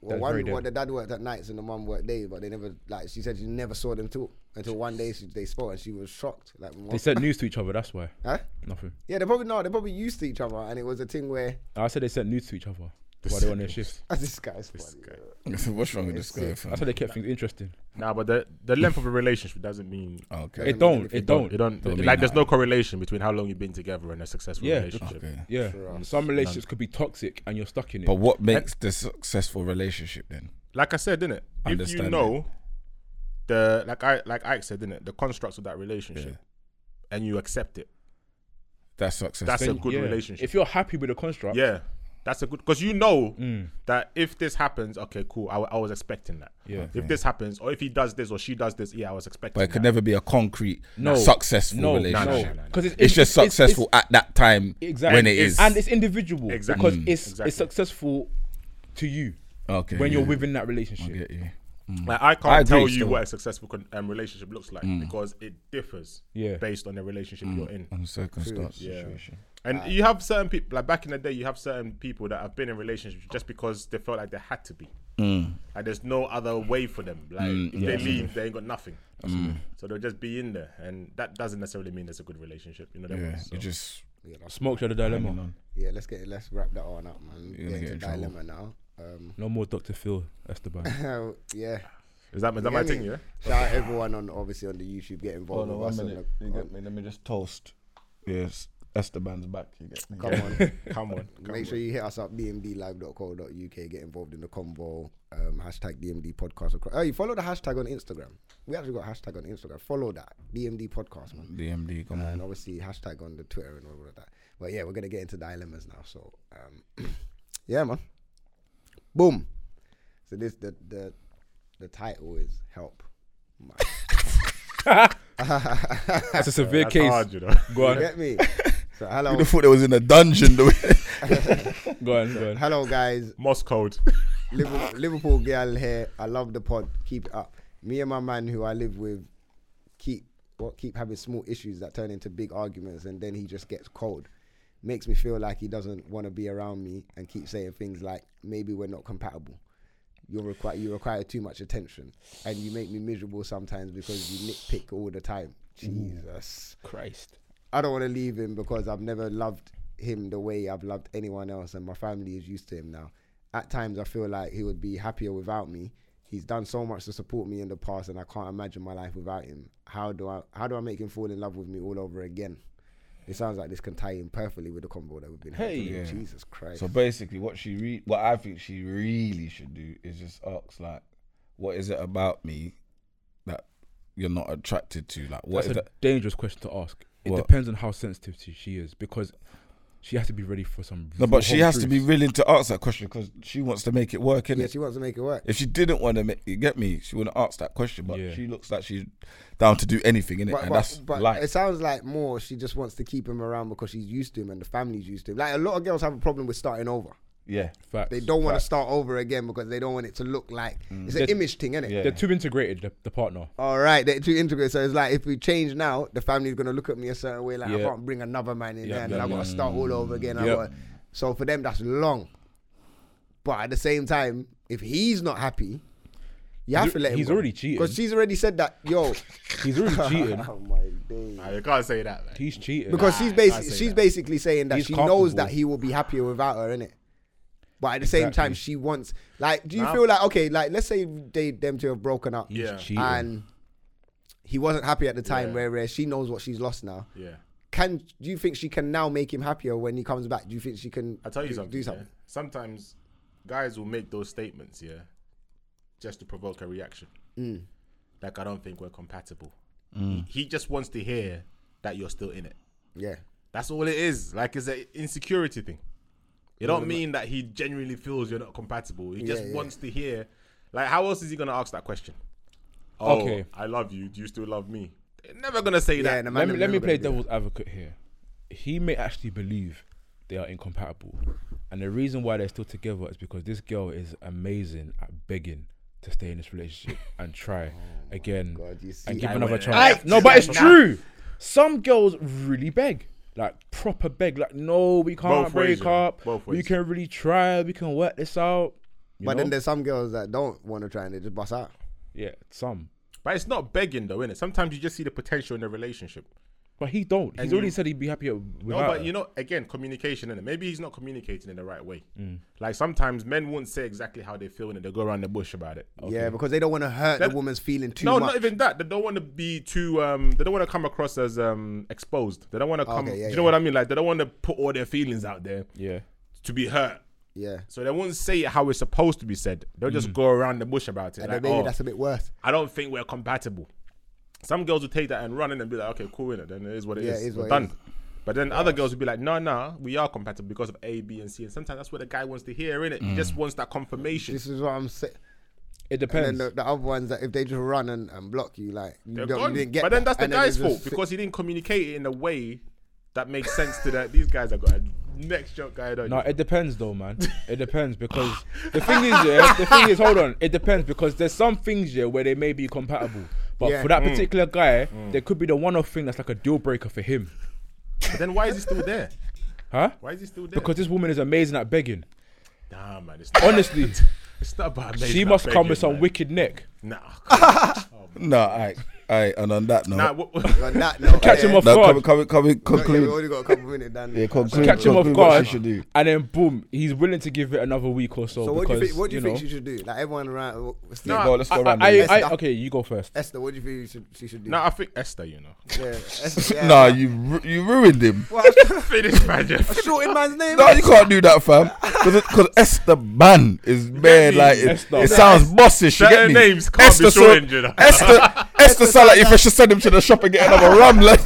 S4: Well,
S5: That's
S4: one,
S5: very dead.
S4: well, the dad worked at nights and the mum worked day, but they never like she said she never saw them talk until one day she, they spoke and she was shocked. Like, what?
S5: They sent news to each other. That's why.
S4: huh?
S5: Nothing.
S4: Yeah, they probably no, they probably used to each other, and it was a thing where
S5: I said they sent news to each other while they were on their shift.
S4: this guy's funny.
S6: Okay.
S3: What's wrong with this guy?
S5: That's how they kept things interesting.
S6: Nah, but the the length of a relationship doesn't mean
S3: Oh, Okay.
S5: It don't. It Oh, don't.
S6: you don't,
S3: Don't mean
S6: like. There's
S3: nothing.
S6: no correlation between how long you've been together and a successful
S5: Yeah.
S6: relationship.
S3: Okay.
S5: Yeah. Some relationships could be toxic and you're stuck in it.
S3: But what makes the successful relationship then?
S6: Like I said, didn't it? If you
S3: Understand
S6: know the like I like Ike said, didn't it? The constructs of that relationship, and you accept it.
S3: That's successful.
S6: That's a
S5: Then-
S6: good
S5: yeah.
S6: relationship.
S5: If you're happy with the construct,
S6: Yeah, that's a good because you know
S3: Mm.
S6: that if this happens, okay, cool. I, w- I was expecting that.
S5: Yeah.
S6: If this happens, or if he does this, or she does this, yeah, I was expecting.
S3: but it could
S6: that.
S3: never be a concrete
S5: No.
S3: successful
S5: no,
S3: relationship.
S6: no, no.
S5: Because it's,
S3: It's just
S5: it's-
S3: successful
S5: it's-
S3: at that time
S5: exactly.
S3: when it is.
S5: and it's individual
S6: Exactly.
S5: because
S6: Mm.
S5: it's
S6: Exactly.
S5: it's successful to you
S3: okay,
S5: when you're
S3: yeah.
S5: within
S3: I
S5: that relationship.
S3: get you.
S6: Like, I can't
S3: I agree
S6: tell you
S3: still. Mm.
S6: what a successful con- um, relationship looks like because it differs.
S5: Yeah.
S6: Based on the relationship you're in.
S3: On the circumstance
S6: Yeah.
S3: situation.
S6: And you have certain people, like back in the day, you have certain people that have been in relationships just because they felt like they had to be.
S3: Mm.
S6: Like there's no other way for them. Like if they leave, they ain't got nothing.
S3: Mm.
S6: So they'll just be in there, and that doesn't necessarily mean it's a good relationship. You know that
S3: Yeah,
S6: was, so.
S3: you just
S5: Smoke shadow dilemma.
S4: Yeah, let's get let's wrap that on up, man.
S3: You're gonna
S4: Get
S3: get in
S4: into
S3: trouble.
S4: dilemma now. Um,
S5: No more Dr. Phil Esteban.
S4: how- yeah.
S6: is that, is that
S4: Yeah,
S6: my
S4: I mean,
S6: thing? Yeah.
S4: Shout out everyone on obviously on the YouTube get involved with us. on the- on-
S3: Let me just toast. Yes, Esteban's back. You get me.
S4: come on.
S6: Come on. Come
S4: Make sure you hit us up dmdlive.co.uk. Get involved in the convo. Um, hashtag DMD podcast. acro- Oh, you follow the hashtag on Instagram. We actually got hashtag on Instagram. Follow that DMD podcast, man.
S3: DMD, come on.
S4: And obviously hashtag on the Twitter and all of that. But yeah, we're gonna get into dilemmas now. So um, yeah, man. Boom. So this the the the title is help. My-
S5: That's a severe
S6: That's
S5: case.
S6: hard, you know.
S5: Go
S4: you
S5: on,
S4: get me? So hello,
S3: I thought it was in a dungeon. The way.
S5: go on, go on.
S4: hello guys.
S6: Moss code.
S4: Liverpool, Liverpool girl here. I love the pod. Keep it up. Me and my man who I live with keep what keep having small issues that turn into big arguments, and then he just gets cold. Makes me feel like he doesn't want to be around me, and keep saying things like maybe we're not compatible. You require you require too much attention, and you make me miserable sometimes because you nitpick all the time. Jesus.
S5: Christ.
S4: I don't want to leave him because I've never loved him the way I've loved anyone else, and my family is used to him now. At times, I feel like he would be happier without me. He's done so much to support me in the past, and I can't imagine my life without him. How do I how do I make him fall in love with me all over again? It sounds like this can tie in perfectly with the combo that we've been having.
S5: Hey.
S3: Yeah.
S4: Jesus Christ!
S3: So basically, what she re- what I think she really should do is just ask like, what is it about me that you're not attracted to? Like, what
S5: That's
S3: is
S5: a
S3: that?
S5: dangerous question to ask. It
S3: What?
S5: depends on how sensitive she- she is because she has to be ready for some.
S3: No, but she
S5: whole
S3: has to
S5: truth.
S3: be willing to ask that question because she wants to make it work, innit?
S4: yeah, she wants to make it work.
S3: if she didn't want to make you get me, she wouldn't ask that question. But
S5: Yeah.
S3: she looks like she's down to do anything, innit? and that's life.
S4: it sounds like more she just wants to keep him around because she's used to him and the family's used to him. Like a lot of girls have a problem with starting over.
S3: yeah.
S5: Facts.
S4: They don't want to start over again because they don't want it to look like it's an
S5: That-
S4: image thing, isn't it?
S3: Yeah.
S5: They're too integrated. The, the partner.
S4: All right, they're too integrated. So it's like if we change now, the family's gonna look at me a certain way. Like I
S5: Yeah.
S4: can't bring another man in
S5: Yeah,
S4: there, and then
S5: yeah,
S4: I gotta
S5: yeah.
S4: start all over again. I
S5: Yeah.
S4: gotta, so for them, that's long. But at the same time, if he's not happy, you have
S5: He's-
S4: to let him.
S5: he's already cheated.
S4: because she's already said that. Yo,
S5: He's already cheated.
S4: oh my days.
S6: Nah, you can't say that, man.
S5: He's cheated.
S4: Because
S6: Nah,
S4: she's
S6: I
S4: basi-
S6: can't say
S4: she's
S6: that.
S4: basically saying that
S5: He's
S4: she knows
S5: comfortable.
S4: that he will be happier without her, innit? But at the same
S5: Exactly.
S4: time, she wants like. Do you
S6: Nah.
S4: feel like okay? Like, let's say they them two have broken up,
S5: He's
S6: Yeah.
S5: cheated.
S4: and he wasn't happy at the time.
S6: Yeah.
S4: Where where she knows what she's lost now.
S6: Yeah.
S4: Can do you think she can now make him happier when he comes back? Do you think she can?
S6: I tell you
S4: do,
S6: something.
S4: Do
S6: yeah.
S4: something.
S6: Sometimes guys will make those statements, yeah, just to provoke a reaction.
S4: Mm.
S6: Like I don't think we're compatible. He, he just wants to hear that you're still in it.
S4: Yeah.
S6: That's all it is. Like it's an insecurity thing. It don't mean that he genuinely feels you're not compatible. He just
S4: Yeah, yeah.
S6: wants to hear. Like, how else is he gonna ask that question? Oh,
S5: Okay.
S6: I love you. Do you still love me? They're never gonna say
S4: Yeah.
S6: that.
S4: and a man
S5: let me
S4: never
S5: let me
S4: gonna
S5: play
S4: do that.
S5: devil's advocate here. He may actually believe they are incompatible, and the reason why they're still together is because this girl is amazing at begging to stay in this relationship and try
S6: Oh
S5: again
S4: God, you see,
S5: and give
S4: I
S5: another
S6: went
S5: chance.
S6: right
S5: no,
S6: to
S5: but
S6: that.
S5: it's true. Some girls really beg. Like proper beg, like no, we can't
S6: Both ways,
S5: break
S6: yeah.
S5: up.
S6: Both
S5: We
S6: ways.
S5: can really try. We can work this out. you
S4: But
S5: know?
S4: then there's some girls that don't want to try and they just bust out.
S5: yeah, some.
S6: But it's not begging though, innit? Sometimes you just see the potential in the relationship.
S5: But he don't. He's
S6: And
S5: already
S6: you-
S5: said he'd be happier without.
S6: No, but
S5: her.
S6: you know, again, communication in it. Maybe he's not communicating in the right way.
S4: Mm.
S6: Like sometimes men won't say exactly how they feel and they go around the bush about it.
S4: Yeah, because they don't want to hurt
S6: Let-
S4: the woman's feeling Oh, too
S6: no,
S4: much.
S6: not even that. They don't want to be too. Um, they don't want to come across as um exposed. They don't want to come.
S4: yeah,
S6: do you
S4: yeah.
S6: know what I mean? Like they don't want to put all their feelings out there
S5: yeah.
S6: to be hurt.
S4: yeah.
S6: So they won't say it how it's supposed to be said. They'll just go around the bush about it.
S4: Mm. And
S6: like,
S4: then maybe
S6: "Oh,
S4: that's a bit worse.
S6: I don't think we're compatible. Some girls will take that and run in and be like, okay, cool, innit? Then it is what it
S4: Yeah,
S6: is.
S4: it is
S6: We're
S4: what it
S6: done.
S4: is.
S6: But then other girls will be like, no, no, we are compatible because of A, B, and C. And sometimes that's what the guy wants to hear, innit? He
S5: Mm.
S6: just wants that confirmation.
S4: This is what I'm saying.
S5: It
S4: And
S5: depends.
S4: then the, the other ones that if they just run and, and block you, like you,
S6: They're
S4: don't, you
S6: gone.
S4: didn't get.
S6: but then
S4: that.
S6: that's the
S4: And
S6: guy's
S4: they
S6: fault
S4: just sit-
S6: because he didn't communicate it in a way that makes sense to that. These guys have got a next joke guy. Don't
S5: No,
S6: you?
S5: it depends though, man. It depends because the thing is, yeah, the thing is, hold on. It depends because there's some things, yeah, where they may be compatible. But
S4: Yeah.
S5: for
S3: Mm.
S5: that particular guy, there could be the one off thing that's like a deal breaker for him.
S6: But then why is he still there?
S5: Huh?
S6: Why is he still there?
S5: Because this woman is amazing at begging.
S6: nah, man, it's not,
S5: Honestly,
S6: it's not about
S5: she must come with some wicked neck.
S6: Nah,
S3: Nah, I, I, and on that note,
S6: nah. What,
S4: But that, no,
S5: Catch him
S4: yeah.
S5: off
S3: no,
S5: guard.
S3: come, come, come,
S4: Yeah, we
S3: conclude.
S4: only got a couple minutes, Dan.
S3: Yeah, conclude.
S5: Catch him off
S3: conclude Mm. what
S5: guard,
S3: she should do.
S5: and then boom, he's willing to give it another week or so.
S4: So what do
S5: because,
S4: you think? What do you,
S5: know,
S4: think she should do? Like everyone around. What's the-
S3: Yeah, go, let's go around.
S5: I,
S3: the
S5: I, I,
S4: Esther.
S5: okay, you go first.
S4: Esther, what do you think you should, she should do?
S6: nah, I think Esther. You know,
S4: Yeah, Esther, yeah.
S3: Nah, you ru- you ruined him.
S6: finish man. just-
S4: shorting man's name. eh?
S3: No, you can't do that, fam. Because Esteban is bare
S6: me?
S3: like it,
S5: Esther.
S3: it sounds bossish. You get
S6: Certain
S3: me?
S6: names can't
S3: so-
S6: be shortened, you know.
S3: Esther, Esther sound like if I should send him to the shop and get another rum. Like,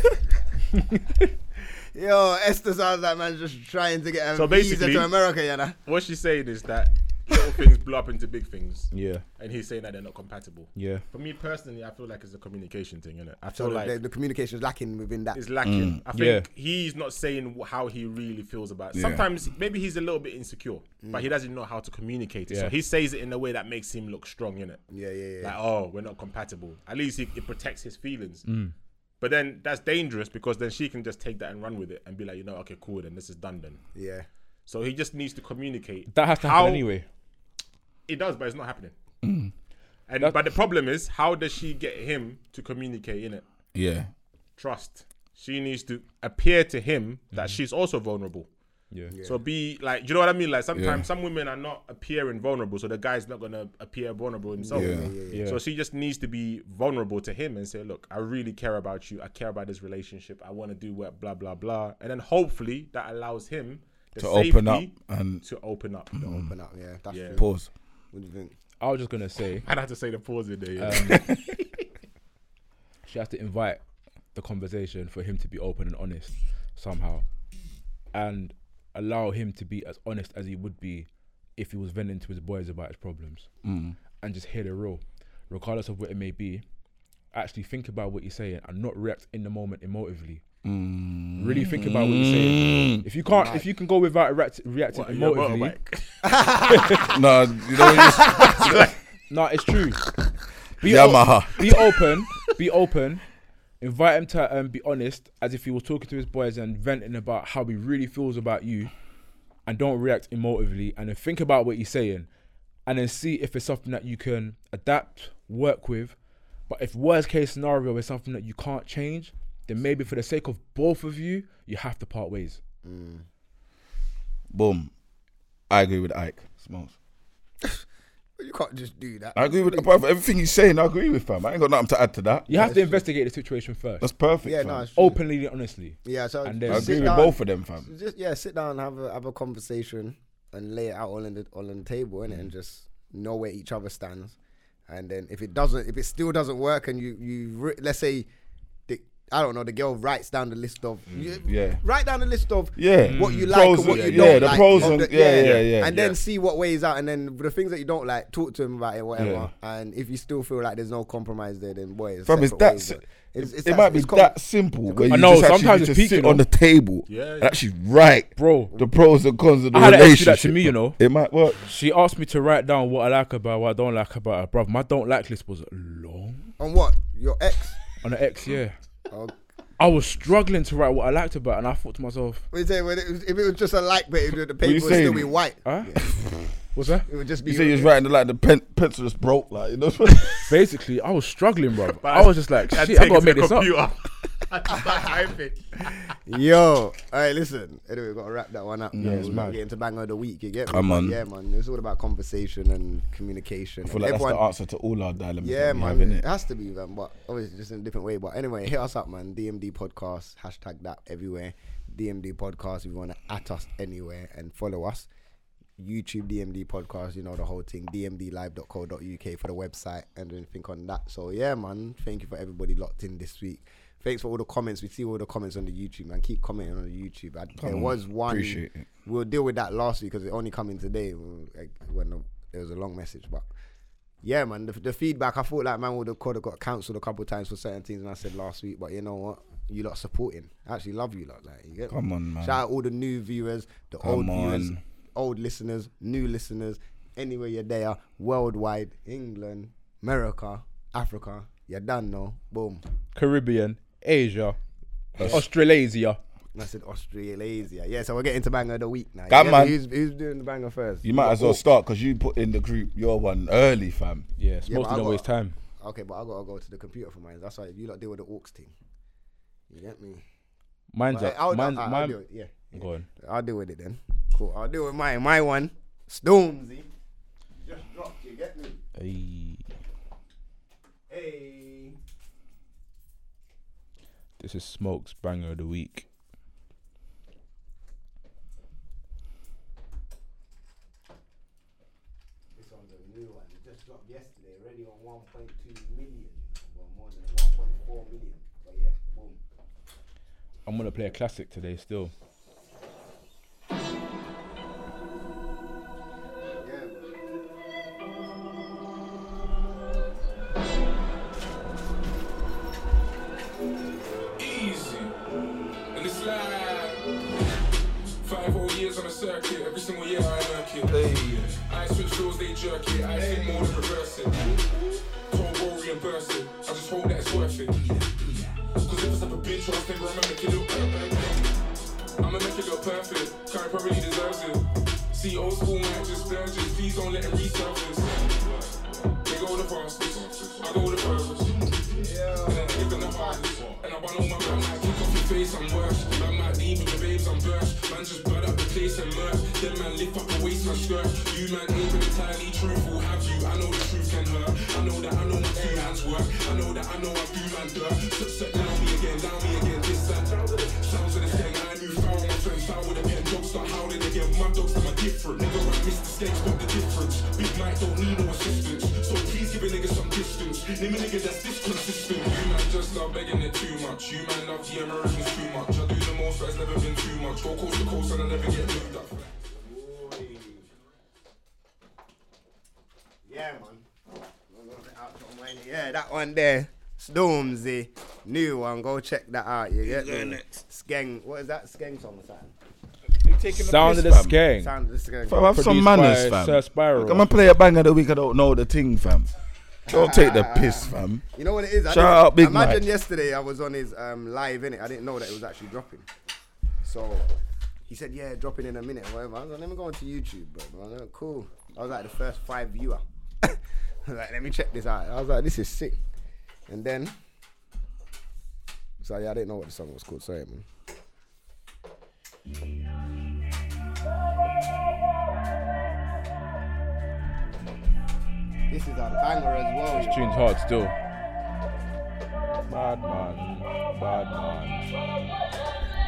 S4: Yo, Esther sounds like man's just trying to get a
S6: So
S4: visa
S6: basically-
S4: to America, you know.
S6: what she's saying is that little things blow up into big things,
S5: Yeah,
S6: and he's saying that they're not compatible.
S5: yeah.
S6: For me personally, I feel like it's a communication thing, innit? I
S4: So
S6: feel like
S4: the, the communication is lacking within that.
S6: is lacking. I think
S5: Mm, Yeah.
S6: he's not saying wh- how he really feels about. It. Sometimes maybe he's a little bit insecure, but
S4: Mm.
S6: he doesn't know how to communicate it. So
S5: Yeah.
S6: he says it in a way that makes him look strong, innit?
S4: Yeah, yeah, yeah.
S6: Like, oh, we're not compatible. At least he, it protects his feelings.
S5: Mm.
S6: But then that's dangerous because then she can just take that and run with it and be like, you know, okay, cool, then this is done then.
S4: yeah.
S6: So he just needs to communicate.
S5: That has to happen
S6: How-
S5: anyway.
S6: It does, but it's not happening.
S3: Mm.
S6: And but the problem is, how does she get him to communicate in it?
S3: yeah,
S6: trust. She needs to appear to him that
S3: Mm.
S6: she's also vulnerable.
S5: Yeah.
S6: So be like, you know what I mean? Like sometimes
S3: Yeah.
S6: some women are not appearing vulnerable, so the guy's not gonna appear vulnerable himself.
S3: Yeah. Yeah,
S5: yeah,
S6: So
S5: yeah.
S6: she just needs to be vulnerable to him and say, "Look, I really care about you. I care about this relationship. I want to do what, blah blah blah." And then hopefully that allows him the
S3: to open up Mm.
S6: safety
S3: and
S6: to open up.
S4: Open up, yeah. That's
S6: Yeah.
S4: true.
S3: pause.
S4: What do you think?
S5: I was just gonna say.
S6: I'd have to say the pause in there. yeah.
S3: Um,
S5: she has to invite the conversation for him to be open and honest somehow and allow him to be as honest as he would be if he was venting to his boys about his problems and just hear the real regardless of what it may be actually think about what you're saying and not react in the moment emotively really think about what you're saying if you can't if you can go without react, reacting
S6: Your
S5: emotively
S6: motorbike.
S3: No, you know, just
S5: no it's true be,
S3: Yamaha.
S5: be open, be open. Invite him to um, be honest, as if he was talking to his boys and venting about how he really feels about you, and don't react emotively and then think about what you're saying and then see if it's something that you can adapt, work with. But if worst case scenario is something that you can't change, then maybe for the sake of both of you, you have to part ways.
S3: Boom. I agree with Ike. Smalls.
S4: You can't just do that.
S3: I agree with apart from everything he's saying. I agree with fam. I ain't got nothing to add to that.
S5: You have to investigate the situation first,
S3: That's perfect.
S4: yeah,
S3: fam.
S4: no, it's true.
S5: openly, and honestly.
S4: yeah. So
S5: and then-
S3: I
S4: just
S3: agree
S4: sit
S3: with
S4: down-
S3: both of them, fam.
S4: Just yeah, sit down, and have a have a conversation, and lay it out all on the all on the table, innit?
S3: Mm.
S4: and just know where each other stands. And then if it doesn't, if it still doesn't work, and you you re- let's say, the, I don't know, the girl writes down the list of you-
S3: Mm. Yeah.
S4: write down the list of
S3: Yeah.
S4: what you
S3: Mm.
S4: like
S3: Pros
S4: and what
S3: and-
S4: you
S3: yeah,
S4: don't
S3: the
S4: like.
S3: pros
S4: of
S3: and- yeah, yeah, yeah,
S4: and
S6: yeah.
S4: then see what weighs out, and then the things that you don't like, talk to him about it, whatever.
S3: Yeah.
S4: And if you still feel like there's no compromise there, then boy, it's
S3: Fam, it's
S4: separate
S3: that.
S4: ways,
S3: si-
S4: but it's- it's
S3: it might be
S4: it's com-
S3: that simple. Where you
S5: I know,
S3: just actually
S5: sometimes
S3: need
S5: it's
S3: to
S5: peak, you
S3: sit
S5: know.
S3: on the table
S6: Yeah,
S3: and
S6: yeah.
S3: actually write
S5: Bro.
S3: the pros and cons of the
S5: I had an ex do
S3: relationship.
S5: that to me, you know.
S3: It might work.
S5: She asked me to write down what I like about her, what I don't like about her. Bruv, my don't like list was long.
S4: on what your ex.
S5: On the ex, yeah.
S4: Oh,
S5: I was struggling to write what I liked about her, and I thought to myself,
S4: What you say? When it was, if it was just a like, but if the
S3: you
S4: paper would still
S3: saying?
S4: be white,
S5: huh? What's that?
S4: it would just be.
S3: You say you was writing like the pen, pencil just broke, like you know. what
S5: Basically, I was struggling, bro. I was just like,
S6: I'd
S5: shit, I
S6: take it
S5: gotta
S6: to
S5: make
S6: the
S5: this up.
S6: computer. I just start typing.
S4: Yo, all right, listen. Anyway, we gotta wrap that one up. Yeah,
S3: it's mad.
S4: Getting to banger of the week, you get me?
S3: Come
S4: But
S3: on.
S4: Yeah, man. It's all about conversation and communication.
S3: I feel like that's the answer to all our dilemmas.
S4: yeah,
S3: that we
S4: man.
S3: have, innit?
S4: it has to be, man. But obviously, just in a different way. But anyway, hit us up, man. DMD podcast hashtag that everywhere. DMD podcast. If you wanna at us anywhere and follow us. YouTube DMD podcast, you know the whole thing, dmdlive.co.uk for the website and anything on that. So yeah, man, thank you for everybody locked in this week. Thanks for all the comments. We see all the comments on the YouTube, man. Keep commenting on the YouTube. I, there
S3: on,
S4: was one.
S3: appreciate it.
S4: We'll deal with that last week because it only come in today like, when the, there was a long message. But yeah, man, the, the feedback. I thought like man would have could have got cancelled a couple of times for certain things, and I said last week. But you know what? You lot supporting. I actually love you lot. Like, you get me?
S3: Come on, man.
S4: Shout out all the new viewers, the old
S3: Come
S4: viewers,
S3: on.
S4: old listeners, new listeners, anywhere you're there, worldwide, England, America, Africa. You done know. Boom.
S5: Caribbean, Asia, Australasia.
S4: And I said Australasia. Yeah, so we're getting to banger of the week now. You
S3: Come
S4: get me?
S3: on.
S4: Who's, who's doing the banger first?
S3: You might as well start because you put in the group your one early, fam.
S5: Yeah, it's
S4: Yeah, but
S5: mostly
S4: I
S5: don't
S4: got-
S5: waste time.
S4: Okay, but I gotta go to the computer for mine. That's why you lot deal with the Orcs team. You get me?
S5: Mine's
S4: But
S5: up.
S4: I'll,
S5: mine's,
S4: I'll- I'll
S5: mine,
S4: deal with- yeah,
S5: Go on.
S4: I'll deal with it then. Cool. I'll deal with mine. My one, Stormzy. Just dropped. You get me?
S5: Ayy.
S4: Hey.
S5: This is Smoke's banger of the week.
S4: This one's a new one. It just dropped yesterday. Already on 1.2 million. Well, more than 1.4 million. But yeah, boom.
S5: I'm gonna play a classic today still.
S2: Easy. And it's like five whole years on a circuit. Every single year I work it. I switch roles, they jerk it. I hey. more than reverse it. Told roll reimburse it. I just hope that it's worth it. Cause if it's up a bitch, I think I'm gonna make it look perfect. I'ma make it look perfect. Curry probably deserves it. See, old school might just splurge it. Please don't let it resurface. They go the fastest. I go the furthest. And I'm giving the hardest. And I run all my man like kick off your face, I'm worse. Man might leave with the babes, I'm burst. Man just blood up the place and murk. Then man lift up the waist, man skirt. You man ain't been entirely truthful, have you? I know the truth can hurt. I know that I know my two hands work. I know that I know I do man dirt. Set, set down me again, down me again. This that sounds of the gang. I knew foul my friends foul with a pen. Dogs start howling again. My dogs them are different. Nigga, I miss the stakes, but the difference. Big Mike don't need no assistance. So please give a nigga some distance. Name a nigga that's this consistent. You man just love begging it too much. You man love the Americans too much. I do the most, but it's never been too much. Go coast to coast and I never get picked up.
S4: Yeah, man. Yeah, that one there. Stormzy. New one. Go check that out. You get me? Skeng. What is that? Skeng song or something?
S5: Sound of the skank.
S4: Sound of the Skeng.
S3: Fam, have some
S5: Produced
S3: manners,
S5: by
S3: fam.
S5: Sir Spiral.
S3: Come and play a bang of the week. I don't know the thing, fam. Don't take the piss, fam.
S4: You know what it is? I
S3: Shout
S4: didn't-
S3: out Big
S4: Imagine
S3: Mike.
S4: yesterday I was on his um, live in it. I didn't know that it was actually dropping. So He said, yeah, drop it in a minute or whatever. I was like, let me go onto YouTube, bro. I was like, cool. I was like the first five viewer. I was like, let me check this out. I was like, this is sick. And then, so yeah, I didn't know what the song was called. Sorry, man. This is a banger as well. you know.
S5: Tune's hard still. Bad man, bad man.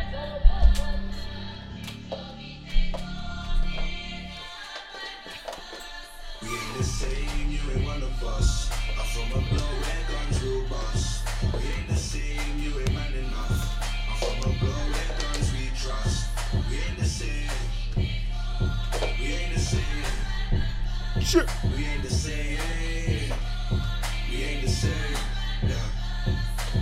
S7: We ain't the same, you ain't one of us. I'm from a blow and guns will bust. We ain't the same, you ain't man enough. I'm from a blow and guns we trust. We ain't the same. We ain't the same. We ain't the same. We ain't the same. Yeah.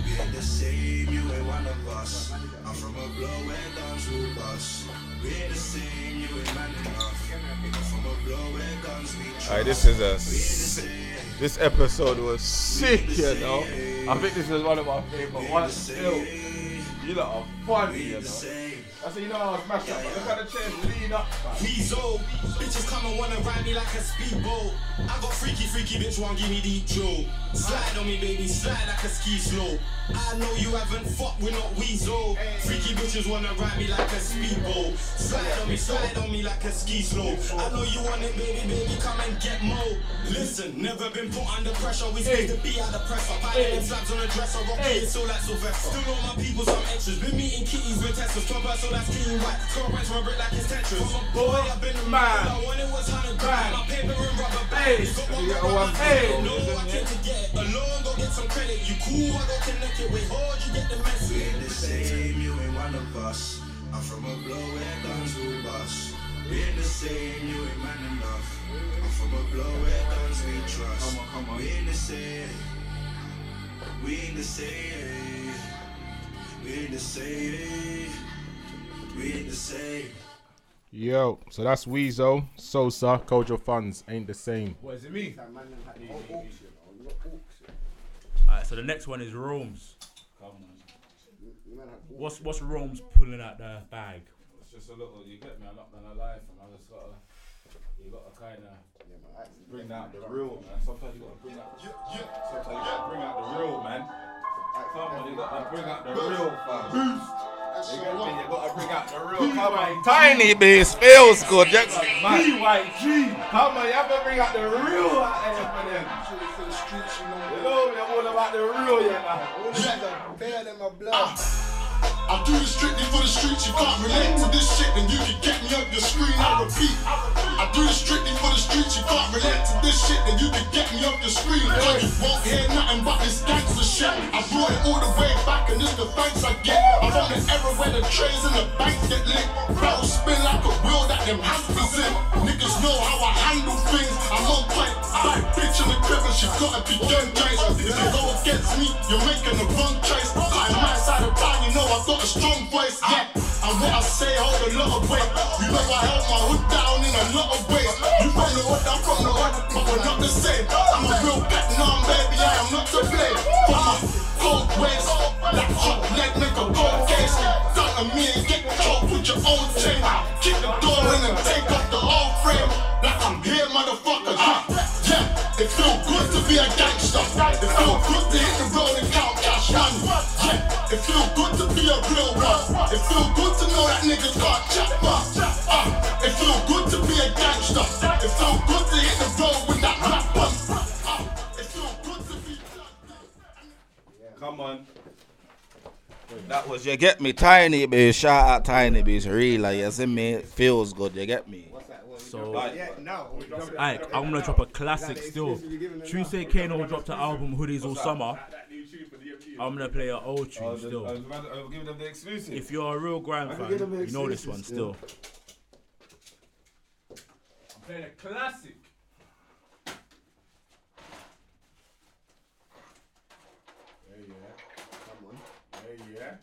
S7: We ain't the same, you ain't one of us. I'm from a blow and guns will bust. We ain't the same, you ain't man enough. I'm from a blow and guns we trust.
S8: Alright, this is a si- this episode was sick, you know. I think this is one of my favorite ones still. You lot are funny, you know. I said, you know, I was mashed up. but Look at the chairs, lean up. man.
S7: Weasel. Bitches come and wanna ride me like a speedboat. I got freaky, freaky bitch, one give me the Joe. Slide on me, baby, slide like a ski slope. I know you haven't fucked, we're not weasel. Freaky bitches wanna ride me like a speedboat. Slide on me, slide on me like a ski slope. I know you want it, baby, baby, come and get more. Listen, never been put under pressure. We supposed to be out of pressure. Piling them slaps on the dresser, rocking it so like Sylvester. Still on my people, some extras. Been meeting kitties with testers. Club so that's clean white. Correct, rubber it like it's Tetris. From a boy, I've been a man. I wanted was 100 grand. My paper and rubber band. Got one
S8: Yeah,
S7: rubber band.
S8: one thing,
S7: No,
S8: isn't
S7: I came
S8: it?
S7: to get it. Alone, go get some credit. You cool, I go connect it. Wait, hard, you get the message. We ain't the same, you ain't one of us. I'm from a blow where guns will bust. We ain't the same, you ain't man enough. I'm from a blow where guns we trust. We ain't the same. We ain't the same. We ain't the same. We ain't the same.
S6: Yo, so that's Weezo, Sosa, Kojo Funds ain't the same.
S5: What is it me? Alright, so the next one is Rome's. What's what's Rome's pulling out the bag?
S9: It's just a little, you get me, I'm not gonna lie, fam. I just gotta, you gotta kinda bring out the real, man. Sometimes you gotta bring out, sometimes you gotta bring out the real, man. Sometimes you gotta bring out the real, fam. You get me, you gotta bring out the real. Come on,
S8: Tiny bass feels good. That's
S9: man. BYG. Come on, you have to bring out the real out there for them. You know, me, I'm all about the real, yeah, man.
S7: I do this strictly for the streets. You can't relate to this shit, then you can get me up your screen. I repeat. I do this strictly for the streets. You can't relate to this shit, then you can get me up your screen. Cause you won't hear nothing but this gangster shit. I brought it all the way back, and it's the thanks I get. I'm on the era where the trays and the banks get lit. Barrel spin like a wheel that them hampers in. Niggas know how I handle things. I'm on point. Bad bitch in the crib, and she gotta be done right. If you go against me, you're making the wrong choice. I'm my side of town, you know I got a strong voice, yeah. And what I say hold a lot of weight. You know I held my hood down in a lot of ways. You from the hood, I'm from the hood, but we're not the same. I'm a real cat, now, baby, I am not to blame. For my cold ways, that hot leg make a cold case. Don't let me and get caught with your own chain. Kick the door in and take off the old frame. Like I'm here, motherfucker. Yeah, it feel good to be a gangster. It feel good to hit the road and count cash money. Yeah, it feel good to be a real one. It feel good to know that niggas got chat bars. Uh, it feel good to be a gangster. It feel good to hit the road with that rap bump. Uh, it feel good to be
S8: Come on. That was you get me tiny bass. Shout out tiny bass. Real, like, you see me? Feels good. You get me?
S5: So
S4: Yeah, no.
S5: Ike, I'm gonna drop a classic still. Tuesday Kano dropped an album Hoodies All Summer. I'm gonna play an old tune still.
S9: I'm giving them Oh, the exclusive.
S5: If you're a real grind fan, you know this one still.
S9: I'm playing a classic. Yeah.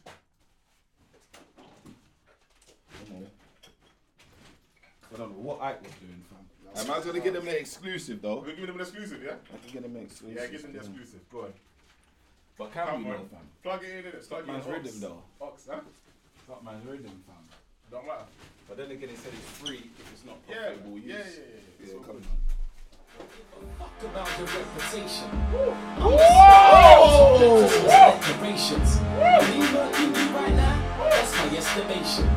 S8: I don't know what Ike was doing, fam. Am I gonna get them the exclusive though?
S6: We're giving them an exclusive, yeah?
S8: I can get them the exclusive.
S6: Yeah, give them the exclusive. Go on.
S8: But can
S6: Come
S8: we
S6: on.
S8: though, fam?
S6: Plug it in, innit? Plug it
S8: Man's
S6: in.
S8: rhythm
S6: Ox.
S8: though.
S6: Ox, huh?
S8: That man's rhythm, fam.
S9: Don't matter. But then again, they said it's free if it's not
S6: Yeah,
S9: profitable use.
S6: yeah, yeah, yeah, yeah.
S9: It's
S6: It's all
S9: all coming.
S10: Fuck about the reputation. I'm the star of decorations. Me working you right now, that's my estimation.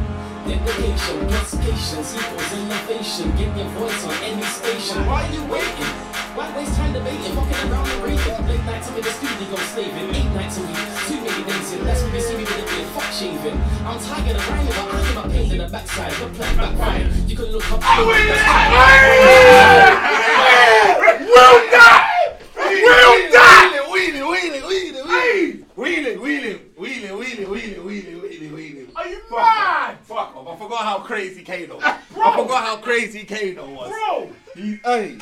S10: Dedication plus patience equals innovation. Get your voice on any station. Why you waiting? Why waste time debating? Walking around the raving. Late nights up in the studio slaving. Eight nights a week, too many days in. That's when you see me with a bit of fuck shaving. I'm tired of rhyming, but I give up pain in the backside. The plan backfired. You can look up. I win
S8: Will die!
S9: Wheeling, wheeling, wheeling, wheeling, wheeling, wheeling, wheeling, wheeling.
S8: Are you mad?
S9: Fuck off. I forgot how crazy Kano was. I forgot how crazy Kano was.
S8: Bro!
S9: You, hey.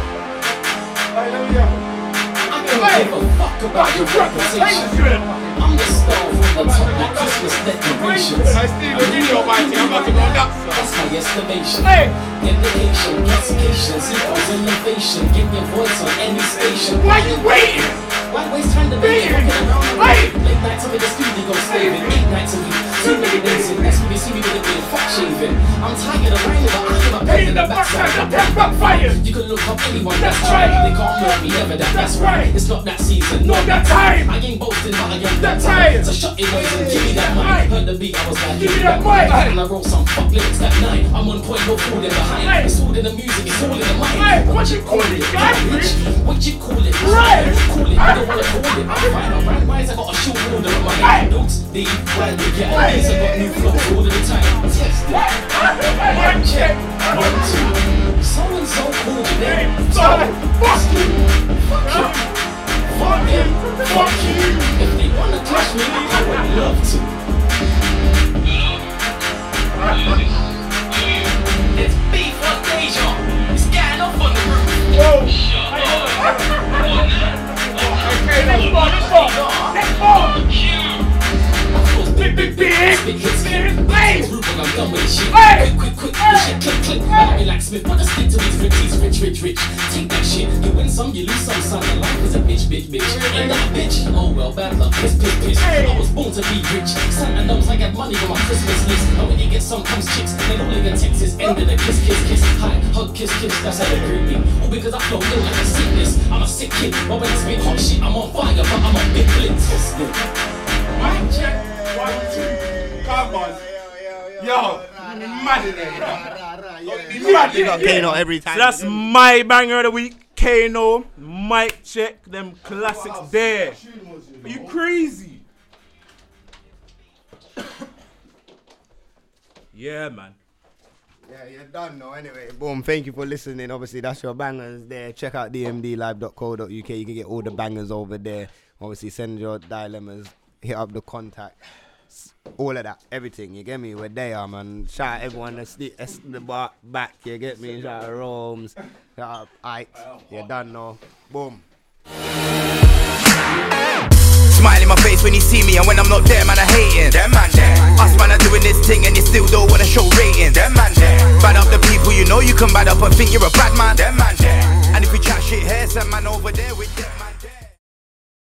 S9: hey, let me have it.
S10: I don't give a fuck about your reputation. I'm the star from the top like Christmas decorations.
S8: I still give you your mighty, I'm not gonna go nuts.
S10: That's my estimation. Hey. Dedication, classification, equals innovation. Get your voice on any station. Why you waiting? Why waste time debating? Walking around the room. Late nights up in the studio, slaving. Eight nights a week, too many days in. That's when you see me with a bit of fuck shaving. I'm tired of rhyming, but I give a pain in the backside. The back backfires. You can look up anyone, that's right. They can't know me, never that. That's right. It's not that season, not that time. I ain't boasting, but I am that time. So shut your noise and give me that mic. Heard the beat, I was like, give me that mic. And I wrote some fuck lyrics that night. I'm on point, no fooling behind. It's all in the music, it's all in the mic. What you call it, bitch? What you call it? Right. Call it, I don't wanna call it. I'm fine, I'm fine. Why is I got a shoe order on my notes? They brand new, yeah. These I got new flows all of the time. Test it. One check. One two. So and so called your name. So fuck you. Fuck you. Fuck them. Fuck you. If they wanna touch me, I would love to. It's beef on Deja. It's getting off on the roof. Big, big, big, big hits, Hey! Roof when I'm done with this shit. Hey! Quick, quick, quick, shit, click, click. Hey! Relax, Smith, but I stick to these gritties. Rich, rich, rich. Take that shit. You win some, you lose some, son. And life is a bitch, bitch, bitch. Ain't that a bitch? Oh well, bad luck. Piss, piss, piss. I was born to be rich. Santa knows I got money on my Christmas list. And when you get some comes chicks, then all in your text is end of the kiss, kiss, kiss. Hi, hug, kiss, kiss. That's how they greet me. All because I flow ill like a sickness. I'm a sick kid. But when I spit hot shit, I'm on fire, but I'm a big blitz.
S9: One check. One, two. Come on. Yo, mad in there, you know. Mad in there.
S4: Kano every time.
S6: So that's my banger of the week. Kano, mic check, them classics there. Are you crazy? yeah, man.
S4: Yeah, you're done now anyway. Boom, thank you for listening. Obviously, that's your bangers there. Check out dmdlive.co.uk. You can get all the bangers over there. Obviously, send your dilemmas, hit up the contact, s- all of that, everything. You get me? We're there, man. Shout out everyone that's the, that's the ba- back. You get me? Shout out Rome's, shout out Ike. You're done now. Boom.
S1: Smile in my face when you see me, and when I'm not there, man, I hating. Them man there. Us man are doing this thing, and you still don't wanna show ratings. Them man there. Bad up the people you know you can bad up and think you're a bad man. Them man there. And if we chat shit here, some man over there with them man.